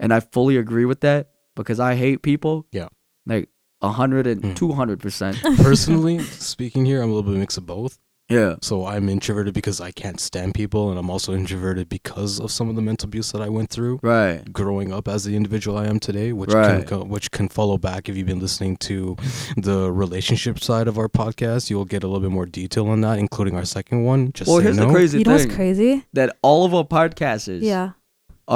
Speaker 1: and I fully agree with that because I hate people.
Speaker 2: Yeah.
Speaker 1: Like 100 and
Speaker 2: Mm.
Speaker 1: 200%.
Speaker 2: Personally speaking, here I'm a little bit mix of both.
Speaker 1: yeah.
Speaker 2: So I'm introverted because I can't stand people, and I'm also introverted because of some of the mental abuse that I went through
Speaker 1: Right.
Speaker 2: growing up as the individual I am today, which can
Speaker 1: Right.
Speaker 2: co- which can follow back if you've been listening to the relationship side of our podcast. You'll get a little bit more detail on that, including our second one. Just
Speaker 1: Well,
Speaker 2: so
Speaker 1: here's
Speaker 2: you know.
Speaker 1: the crazy
Speaker 3: You know what's
Speaker 1: thing
Speaker 3: crazy?
Speaker 1: that all of our podcasters
Speaker 3: Yeah.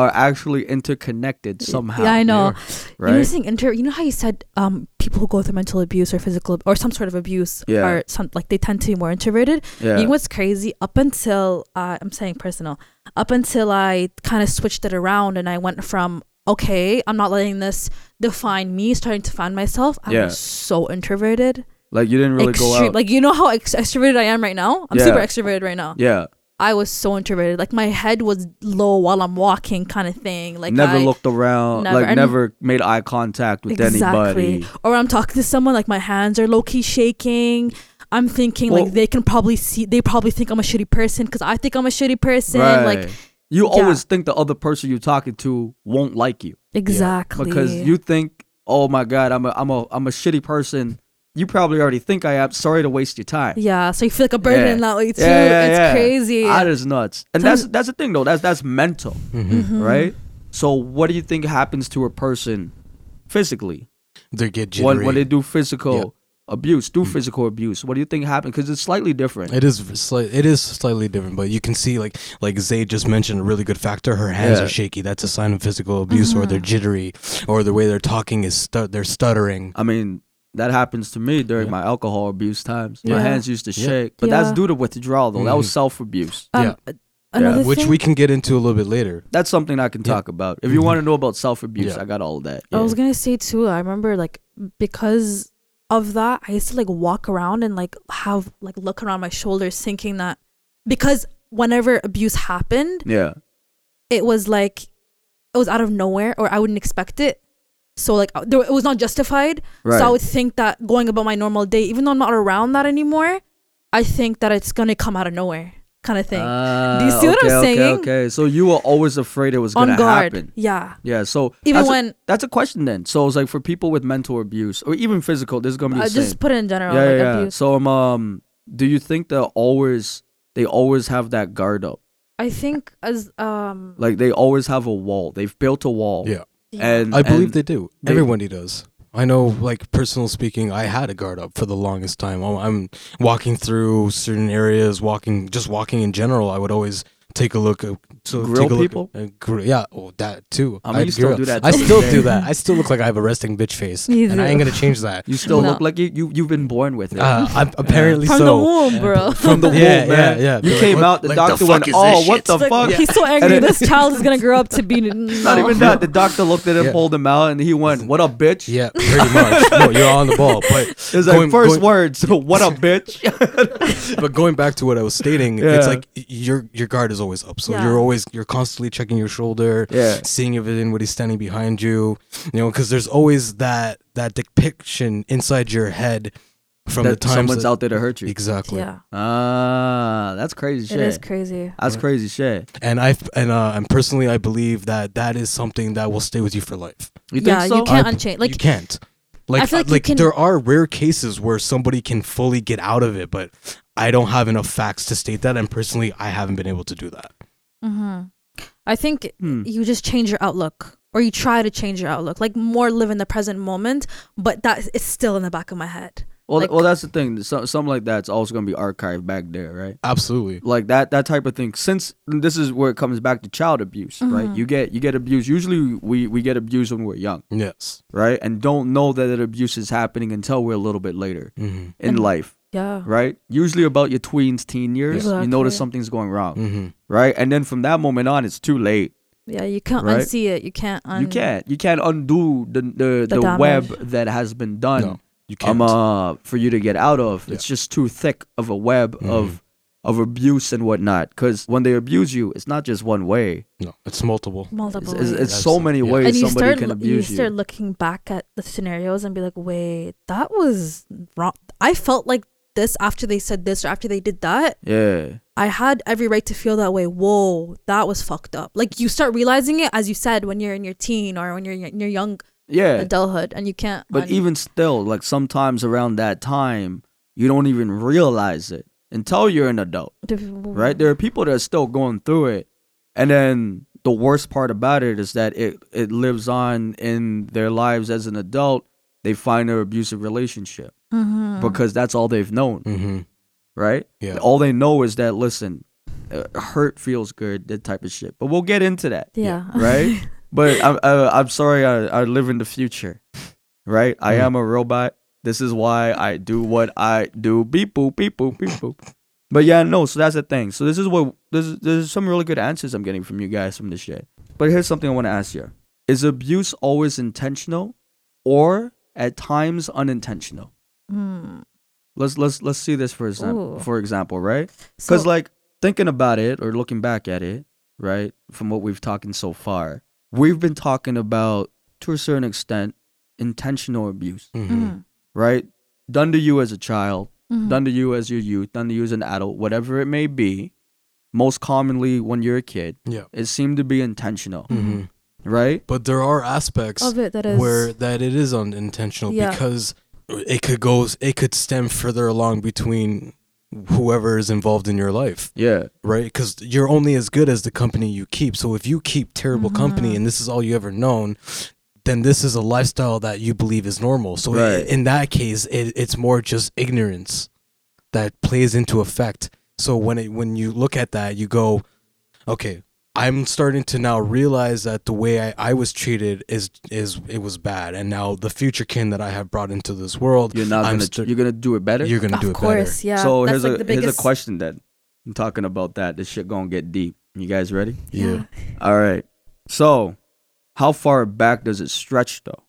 Speaker 1: are actually interconnected somehow.
Speaker 3: Yeah, I know. You know,
Speaker 1: Right?
Speaker 3: saying inter- you know how you said um, people who go through mental abuse or physical ab- or some sort of abuse
Speaker 1: Yeah.
Speaker 3: are some like they tend to be more introverted.
Speaker 1: Yeah.
Speaker 3: You know what's crazy? Up until uh, I'm saying personal, up until I kind of switched it around and I went from okay, I'm not letting this define me, starting to find myself. I'm
Speaker 1: Yeah.
Speaker 3: so introverted,
Speaker 1: like you didn't really go
Speaker 3: extreme.
Speaker 1: out.
Speaker 3: Like you know how ex- extroverted I am right now. I'm
Speaker 1: Yeah.
Speaker 3: super extroverted right now.
Speaker 1: yeah.
Speaker 3: I was so introverted. Like my head was low while I'm walking, kind of thing. Like
Speaker 1: never
Speaker 3: I,
Speaker 1: looked around,
Speaker 3: never-
Speaker 1: like
Speaker 3: and-
Speaker 1: never made eye contact with anybody.
Speaker 3: Or when I'm talking to someone, like my hands are low key shaking. I'm thinking
Speaker 1: Well-
Speaker 3: like they can probably see. They probably think I'm a shitty person because I think I'm a shitty person. Like
Speaker 1: you
Speaker 3: yeah.
Speaker 1: always think the other person you're talking to won't like you.
Speaker 3: exactly.
Speaker 1: because you think, oh my god, I'm a I'm a I'm a shitty person. You probably already think I am. Sorry to waste your time.
Speaker 3: Yeah, so you feel like a burden
Speaker 1: Yeah.
Speaker 3: in that way too.
Speaker 1: Yeah, yeah,
Speaker 3: it's
Speaker 1: yeah.
Speaker 3: crazy.
Speaker 1: That is nuts. And that's that's the thing though. That's that's mental,
Speaker 3: Mm-hmm.
Speaker 1: right? So what do you think happens to a person physically
Speaker 2: They get jittery.
Speaker 1: when when they do physical abuse, do physical abuse? What do you think happens? Because it's slightly different.
Speaker 2: It is sli- it is slightly different, but you can see like like Zay just mentioned a really good factor. Her hands
Speaker 1: Yeah.
Speaker 2: are shaky. That's a sign of physical abuse, or they're jittery, or the way they're talking is stu- they're stuttering.
Speaker 1: I mean, that happens to me during my alcohol abuse times.
Speaker 3: Yeah.
Speaker 1: My hands used to
Speaker 2: Yeah.
Speaker 1: shake, but that's
Speaker 3: Yeah.
Speaker 1: due to withdrawal though. That was
Speaker 2: Mhm.
Speaker 1: self abuse.
Speaker 3: Um,
Speaker 1: Yeah.
Speaker 3: Another
Speaker 2: which
Speaker 3: thing
Speaker 2: we can get into a little bit later.
Speaker 1: That's something I can
Speaker 2: Yeah.
Speaker 1: talk about. If you want to know about self abuse,
Speaker 2: Yeah.
Speaker 1: I got all of that.
Speaker 3: I was
Speaker 1: Yeah.
Speaker 3: gonna say too. I remember like because of that, I used to like walk around and like have like look around my shoulders, thinking that because whenever abuse happened,
Speaker 1: Yeah.
Speaker 3: it was like it was out of nowhere or I wouldn't expect it. So like uh, there, it was not justified. So I
Speaker 1: Right.
Speaker 3: would think that going about my normal day, even though I'm not around that anymore, I think that it's gonna come out of nowhere, kind of thing. Do you
Speaker 1: Ah,
Speaker 3: see what I'm
Speaker 1: okay, okay,
Speaker 3: saying?
Speaker 1: Okay, so you were always afraid it was
Speaker 3: On
Speaker 1: gonna
Speaker 3: guard,
Speaker 1: happen.
Speaker 3: yeah.
Speaker 1: Yeah, so
Speaker 3: Even
Speaker 1: that's a-
Speaker 3: when-
Speaker 1: that's a question then. So it's like for people with mental abuse or even physical, this is gonna be
Speaker 3: I
Speaker 1: the same.
Speaker 3: Uh, just put it in general.
Speaker 1: yeah,
Speaker 3: like
Speaker 1: yeah, yeah.
Speaker 3: abuse.
Speaker 1: So um, um, do you think they always they always have that guard up?
Speaker 3: I think as um
Speaker 1: Like they always have a wall. They've built a wall.
Speaker 2: Yeah,
Speaker 1: and
Speaker 2: I believe
Speaker 1: and-
Speaker 2: they do.
Speaker 1: they-
Speaker 2: Everybody does. I know, like personal speaking, I had a guard up for the longest time. I'm- I'm walking through certain areas, walking, just walking in general. I would always take a look. uh, So
Speaker 1: Grill
Speaker 2: take a look,
Speaker 1: people?
Speaker 2: uh, gr- yeah, oh, that too.
Speaker 1: I mean,
Speaker 2: I'd
Speaker 1: you still
Speaker 2: grill.
Speaker 1: do that
Speaker 2: I
Speaker 1: till this
Speaker 2: still
Speaker 1: day.
Speaker 2: do that. I still look like I have a resting bitch face,
Speaker 3: You
Speaker 2: and I
Speaker 3: do.
Speaker 2: ain't gonna change that.
Speaker 1: You still
Speaker 3: No.
Speaker 1: look like you you you've been born with it.
Speaker 2: Uh, I'm, apparently
Speaker 3: from the
Speaker 2: so.
Speaker 3: womb, bro.
Speaker 1: From the
Speaker 2: yeah,
Speaker 1: womb,
Speaker 2: yeah,
Speaker 1: man.
Speaker 2: yeah.
Speaker 1: You
Speaker 2: They're like,
Speaker 1: came
Speaker 2: what-
Speaker 1: out, the
Speaker 2: like, the
Speaker 1: doctor
Speaker 2: fuck
Speaker 1: went,
Speaker 2: is
Speaker 1: "Oh,
Speaker 2: this
Speaker 1: what
Speaker 2: shit?"
Speaker 1: the
Speaker 3: It's like,
Speaker 1: fuck?"
Speaker 3: He's so angry. this child is gonna grow up to be
Speaker 1: Not
Speaker 3: no.
Speaker 1: even that. The doctor looked at him,
Speaker 2: Yeah.
Speaker 1: pulled him out, and he went, "What up, bitch?"
Speaker 2: Yeah, pretty much. no, you're on the ball. But
Speaker 1: It's like
Speaker 2: going-
Speaker 1: first
Speaker 2: going-
Speaker 1: words, "What up, bitch?"
Speaker 2: but going back to what I was stating,
Speaker 1: Yeah.
Speaker 2: it's like y- your your guard is always up. So
Speaker 3: Yeah.
Speaker 2: you're always you're constantly checking your shoulder,
Speaker 1: Yeah.
Speaker 2: seeing if anybody's standing behind you, you know, because there's always that that depiction inside your head from the
Speaker 1: that
Speaker 2: times
Speaker 1: someone's
Speaker 2: that-
Speaker 1: out there to hurt you.
Speaker 2: Exactly.
Speaker 3: Yeah,
Speaker 1: Ah, that's crazy shit.
Speaker 3: it is crazy.
Speaker 1: That's crazy shit.
Speaker 2: And I and uh, and personally, I believe that that is something that will stay with you for life.
Speaker 1: You
Speaker 3: yeah,
Speaker 1: think so?
Speaker 3: you can't
Speaker 2: I-
Speaker 3: unchain.
Speaker 2: you
Speaker 3: Like
Speaker 2: can't. Like, uh,
Speaker 3: feel like
Speaker 2: like,
Speaker 3: you can-
Speaker 2: there are rare cases where somebody can fully get out of it, but I don't have enough facts to state that. And personally, I haven't been able to do that.
Speaker 3: I think
Speaker 1: Hmm.
Speaker 3: you just change your outlook or you try to change your outlook, like more live in the present moment, but that is still in the back of my head.
Speaker 1: well,
Speaker 3: like-
Speaker 1: well, that's the thing. So, something like that's also gonna be archived back there, right?
Speaker 2: Absolutely.
Speaker 1: Like that, that type of thing. Since this is where it comes back to child abuse,
Speaker 3: Mm-hmm.
Speaker 1: right? You get you get abused. Usually, we we get abused when we're young,
Speaker 2: Yes.
Speaker 1: right? And don't know that that abuse is happening until we're a little bit later
Speaker 2: Mm-hmm.
Speaker 1: in life,
Speaker 3: Yeah.
Speaker 1: right? Usually about your tweens, teen years, you notice
Speaker 3: Exactly.
Speaker 1: something's going wrong,
Speaker 2: Mm-hmm.
Speaker 1: right? And then from that moment on, it's too late.
Speaker 3: Yeah, you can't
Speaker 1: Right?
Speaker 3: unsee it. You can't. Un-
Speaker 1: you can't. You can't undo the the, the,
Speaker 3: damage.
Speaker 1: web that has been done.
Speaker 2: No, you can't.
Speaker 1: um, uh, for you to get out of.
Speaker 2: Yeah. Mm-hmm.
Speaker 1: It's just too thick of a web of of abuse and whatnot. Because when they abuse you, it's not just one way.
Speaker 2: no, it's multiple.
Speaker 1: It's,
Speaker 3: Multiple.
Speaker 1: it's,
Speaker 3: ways.
Speaker 1: it's so
Speaker 2: That's-
Speaker 1: many
Speaker 2: yeah.
Speaker 1: ways
Speaker 3: and you
Speaker 1: somebody
Speaker 3: start
Speaker 1: can
Speaker 3: lo- you
Speaker 1: abuse you.
Speaker 3: start looking back at the scenarios and be like, wait, that was wrong. I felt like this after they said this or after they did that.
Speaker 1: yeah,
Speaker 3: I had every right to feel that way. Whoa, that was fucked up. Like you start realizing it as you said when you're in your teen or when you're in your young
Speaker 1: yeah.
Speaker 3: adulthood, and you can't.
Speaker 1: but
Speaker 3: un-
Speaker 1: even still, like sometimes around that time, you don't even realize it until you're an adult, right? There are people that are still going through it, and then the worst part about it is that it it lives on in their lives as an adult. They find their abusive relationship
Speaker 3: Mhm.
Speaker 1: because that's all they've known.
Speaker 2: Mm-hmm.
Speaker 1: right?
Speaker 2: Yeah.
Speaker 1: All they know is that listen, uh, hurt feels good, that type of shit. But we'll get into that,
Speaker 3: yeah,
Speaker 1: right? but I'm uh, I'm sorry, I, I live in the future, right? I am a robot. This is why I do what I do. Beep boop beep boop beep boop. But yeah, no. So that's the thing. So this is what this is, this is some really good answers I'm getting from you guys from this shit. But here's something I want to ask you: Is abuse always intentional, or at times unintentional?
Speaker 3: Mm.
Speaker 1: Let's let's let's see this for example.
Speaker 3: Ooh.
Speaker 1: For example, right?
Speaker 3: So,
Speaker 1: Because, like, thinking about it or looking back at it, right, from what we've talking so far, we've been talking about, to a certain extent, intentional abuse,
Speaker 2: Mm-hmm.
Speaker 3: Mhm.
Speaker 1: right? Done to you as a child,
Speaker 3: Mhm.
Speaker 1: done to you as your youth, done to you as an adult, whatever it may be, most commonly when you're a kid,
Speaker 2: Yeah.
Speaker 1: it seemed to be intentional,
Speaker 2: Mm-hmm.
Speaker 1: right?
Speaker 2: But there are aspects
Speaker 3: of it that is
Speaker 2: where that it is unintentional
Speaker 3: Yeah.
Speaker 2: because it could go it could stem further along between whoever is involved in your life
Speaker 1: Yeah.
Speaker 2: right because you're only as good as the company you keep so if you keep terrible
Speaker 1: Mm-hmm.
Speaker 2: company and this is all you ever known then this is a lifestyle that you believe is normal so i-
Speaker 1: Right.
Speaker 2: in that case it, it's more just ignorance that plays into effect so when it when you look at that you go okay i'm starting to now realize that the way I, I was treated is is it was bad and now the future kin that i have brought into this world
Speaker 1: You're not
Speaker 2: I'm
Speaker 1: gonna,
Speaker 2: st-
Speaker 1: you're gonna do it better?
Speaker 2: you're gonna
Speaker 3: of
Speaker 2: do it
Speaker 3: course, yeah.
Speaker 1: so here's,
Speaker 3: that's like
Speaker 1: a,
Speaker 3: the
Speaker 1: here's
Speaker 3: biggest
Speaker 1: a question then. I'm talking about that. This shit gonna get deep. You guys ready?
Speaker 2: better yeah
Speaker 1: All right. So, how far back does it stretch though?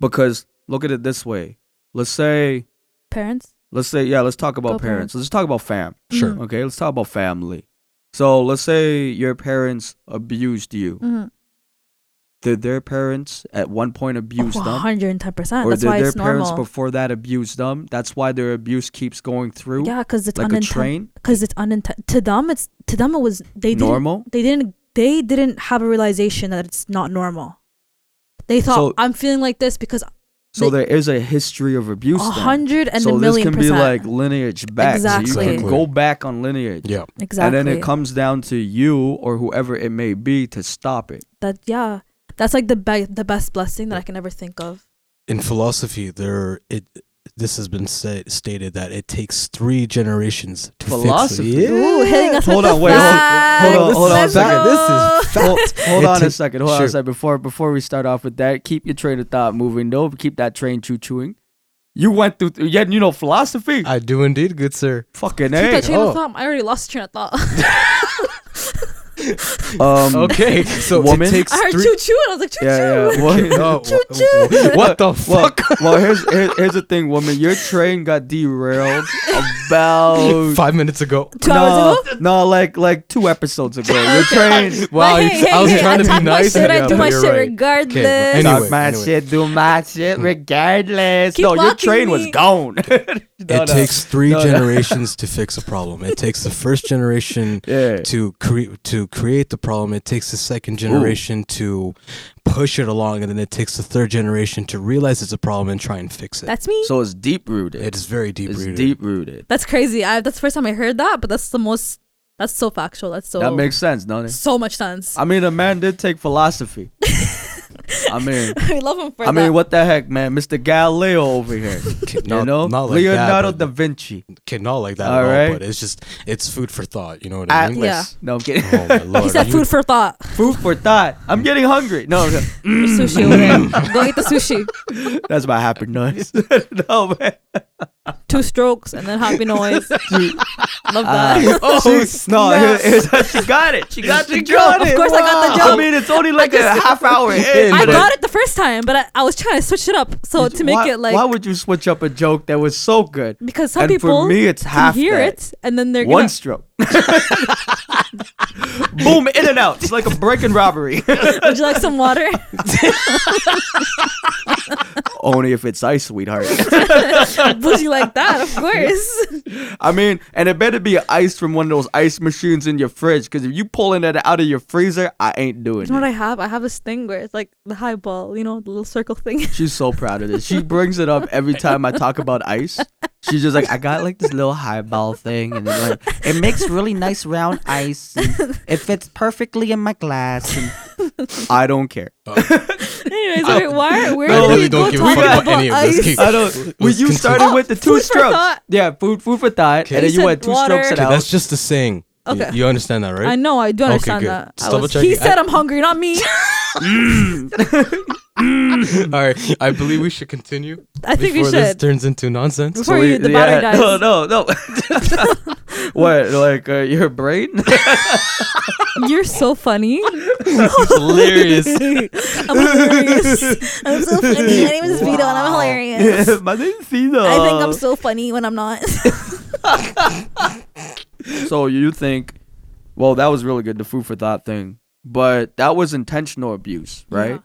Speaker 1: Because look at it this way. Let's say,
Speaker 3: Parents,
Speaker 1: let's say, yeah, let's talk about
Speaker 3: Go
Speaker 1: parents.
Speaker 3: parents. Mm-hmm.
Speaker 1: Let's talk about fam.
Speaker 2: sure
Speaker 1: Okay, let's talk about family. So, let's say your parents abused you.
Speaker 3: Mhm.
Speaker 1: Did their parents at one point abuse them?
Speaker 3: 110%.
Speaker 1: Or
Speaker 3: That's
Speaker 1: did
Speaker 3: why
Speaker 1: their
Speaker 3: it's
Speaker 1: parents
Speaker 3: normal.
Speaker 1: before that abuse them? That's why their abuse keeps going through.
Speaker 3: Yeah, because it's
Speaker 1: like a
Speaker 3: unintentional.
Speaker 1: train.
Speaker 3: Because it's unintentional. To them, it's to them it was they didn't
Speaker 1: Normal?
Speaker 3: They didn't. They didn't have a realization that it's not normal. They thought
Speaker 1: So-
Speaker 3: I'm feeling like this because
Speaker 1: So
Speaker 3: They-
Speaker 1: there is a history of
Speaker 3: a
Speaker 1: abuse. then.
Speaker 3: hundred and
Speaker 1: so
Speaker 3: a
Speaker 1: this
Speaker 3: million
Speaker 1: can be
Speaker 3: percent.
Speaker 1: like lineage back. So you can
Speaker 3: Exactly.
Speaker 1: go back on lineage.
Speaker 2: yeah
Speaker 3: exactly.
Speaker 1: And then it comes down to you or whoever it may be to stop it.
Speaker 3: that yeah, that's like the be- the best blessing that I can ever think of.
Speaker 2: in philosophy there it this has been said, stated that it takes three generations to
Speaker 1: Philosophy?
Speaker 2: fix it.
Speaker 3: Ooh, hitting us
Speaker 1: Hold
Speaker 3: with
Speaker 1: on,
Speaker 3: the
Speaker 1: wait, hold-
Speaker 3: facts.
Speaker 1: hold on, hold on a
Speaker 3: Let's
Speaker 1: second.
Speaker 3: go.
Speaker 2: This is
Speaker 1: Hold, hold
Speaker 2: It
Speaker 1: on a
Speaker 2: takes-
Speaker 1: second. Hold on a
Speaker 2: sure.
Speaker 1: second. Before before we start off with that, keep your train of thought moving. Don't keep that train choo chewing. You went through, yeah, you know philosophy.
Speaker 2: I do indeed, good sir.
Speaker 1: Fucking
Speaker 3: Keep
Speaker 1: a.
Speaker 3: that train of
Speaker 2: oh.
Speaker 3: thought. I already lost train of thought.
Speaker 1: Um,
Speaker 2: Okay, so
Speaker 1: Woman?
Speaker 2: it takes
Speaker 3: I heard
Speaker 2: three. Oh,
Speaker 3: choo choo, and I was like choo choo.
Speaker 1: Yeah, yeah.
Speaker 2: Okay,
Speaker 1: Well,
Speaker 2: no, wha- what the
Speaker 1: well,
Speaker 2: fuck?
Speaker 1: well, here's here- here's the thing, woman. Your train got derailed about
Speaker 2: Five minutes ago.
Speaker 3: Two hours ago.
Speaker 1: no, no, like like two episodes ago. Your train.
Speaker 2: Wow,
Speaker 3: But
Speaker 2: you-
Speaker 3: hey, hey,
Speaker 2: I was
Speaker 3: hey,
Speaker 2: trying to
Speaker 3: talk
Speaker 2: be
Speaker 3: my
Speaker 2: nice.
Speaker 3: Shit, I
Speaker 2: yeah,
Speaker 3: do
Speaker 2: but
Speaker 3: my
Speaker 2: you're
Speaker 3: shit
Speaker 2: right.
Speaker 3: regardless.
Speaker 2: Okay, well,
Speaker 1: Talk my
Speaker 2: anyway. Mm.
Speaker 1: shit, do my shit, regardless.
Speaker 3: Keep
Speaker 1: no, your
Speaker 3: blocking
Speaker 1: train was
Speaker 3: me.
Speaker 1: gone. No, no.
Speaker 2: it takes three
Speaker 1: No, no.
Speaker 2: generations to fix a problem. It takes the first generation
Speaker 1: Yeah.
Speaker 2: to create to create the problem. It takes the second generation to push it along, and then it takes the third generation to realize it's a problem and try and fix it.
Speaker 3: That's me.
Speaker 1: So it's deep rooted.
Speaker 2: it is very deep
Speaker 1: It's
Speaker 2: rooted.
Speaker 1: deep rooted.
Speaker 3: That's crazy. I, that's the first time I heard that, but that's the most. That's so factual. That's so
Speaker 1: That makes sense, don't it?
Speaker 3: so much sense.
Speaker 1: I mean, a man did take philosophy. I mean,
Speaker 3: I love him for
Speaker 1: I
Speaker 3: that.
Speaker 1: mean, what the heck, man? Mr. Galileo over here, you
Speaker 2: Not-
Speaker 1: know,
Speaker 2: not like that,
Speaker 1: Leonardo
Speaker 2: but-
Speaker 1: da Vinci.
Speaker 2: Okay, not like that
Speaker 1: All
Speaker 2: at all,
Speaker 1: right.
Speaker 2: but it's just it's food for thought. You know what I
Speaker 1: Atlas.
Speaker 2: mean?
Speaker 3: Uh, Yeah.
Speaker 1: No, I'm kidding.
Speaker 2: Oh my lord!
Speaker 3: he said
Speaker 2: you-
Speaker 3: food for thought.
Speaker 1: Food for thought. I'm getting hungry. No, no.
Speaker 3: There's sushi over there. Go eat the sushi.
Speaker 1: that's my happy noise. no man.
Speaker 3: two strokes and then happy noise. Love
Speaker 1: Ah.
Speaker 3: that.
Speaker 2: Oh,
Speaker 1: no,
Speaker 2: snap.
Speaker 1: it- it- she got it. She got the joke.
Speaker 3: Of course I got the
Speaker 1: I
Speaker 3: joke.
Speaker 1: mean, it's only like a
Speaker 3: just-
Speaker 1: half hour. in,
Speaker 3: I
Speaker 1: but-
Speaker 3: got it the first time, but I, I was trying to switch it up so to make
Speaker 1: why,
Speaker 3: it like
Speaker 1: why would you switch up a joke that was so good?
Speaker 3: because some
Speaker 1: and for
Speaker 3: people
Speaker 1: me, it's
Speaker 3: can
Speaker 1: half
Speaker 3: hear
Speaker 1: that.
Speaker 3: it and then they're
Speaker 1: One
Speaker 3: gonna
Speaker 1: stroke. Boom, in and out. It's like a break and robbery.
Speaker 3: would you like some water?
Speaker 1: Only if it's ice, sweetheart.
Speaker 3: would you like that? Of course.
Speaker 1: I mean, and it better be ice from one of those ice machines in your fridge. Because if you pulling it out of your freezer, I ain't doing
Speaker 3: You know
Speaker 1: it.
Speaker 3: what I have? I have this thing where it's like the high ball, you know, the little circle thing.
Speaker 1: She's so proud of this. She brings it up every time I talk about ice. She's just like, I got like this little highball thing, and then, like it makes really nice round ice. And it fits perfectly in my glass. And I don't care.
Speaker 3: Anyways, wait, why? Where
Speaker 2: Oh. I
Speaker 3: do
Speaker 2: really
Speaker 3: we
Speaker 2: don't
Speaker 3: go
Speaker 2: give a
Speaker 3: talking
Speaker 2: fuck about
Speaker 3: about
Speaker 2: any of this.
Speaker 3: ice?
Speaker 2: Keep-
Speaker 1: I don't. Well,
Speaker 2: Let's
Speaker 1: you
Speaker 2: continue.
Speaker 1: started
Speaker 3: Oh,
Speaker 1: with the two
Speaker 3: food for
Speaker 1: strokes.
Speaker 3: thought.
Speaker 1: Yeah, food, food for thought,
Speaker 2: Okay.
Speaker 1: and then
Speaker 3: You
Speaker 1: you went
Speaker 3: said
Speaker 1: two strokes
Speaker 3: water.
Speaker 1: it
Speaker 3: Okay,
Speaker 1: out.
Speaker 2: That's just the saying. You-
Speaker 3: Okay.
Speaker 2: You, understand that, right?
Speaker 3: I know, I do
Speaker 2: Okay,
Speaker 3: understand
Speaker 2: good.
Speaker 3: that.
Speaker 2: Just
Speaker 3: I
Speaker 2: double
Speaker 3: was,
Speaker 2: checking.
Speaker 3: he said
Speaker 2: I-
Speaker 3: I'm hungry, not me.
Speaker 2: All right. I believe we should continue.
Speaker 3: I think we
Speaker 2: before this
Speaker 3: should.
Speaker 2: turns into nonsense.
Speaker 3: Before you, the battery dies.
Speaker 1: No, no, no. what? Like uh, your brain?
Speaker 3: You're so funny.
Speaker 2: hilarious.
Speaker 3: I'm hilarious. I'm so funny. My name is Vito, and I'm hilarious.
Speaker 1: My name's Cena.
Speaker 3: I think I'm so funny when I'm not.
Speaker 1: So you think, well, that was really good, the food for thought thing, but that was intentional abuse, right?
Speaker 3: Yeah.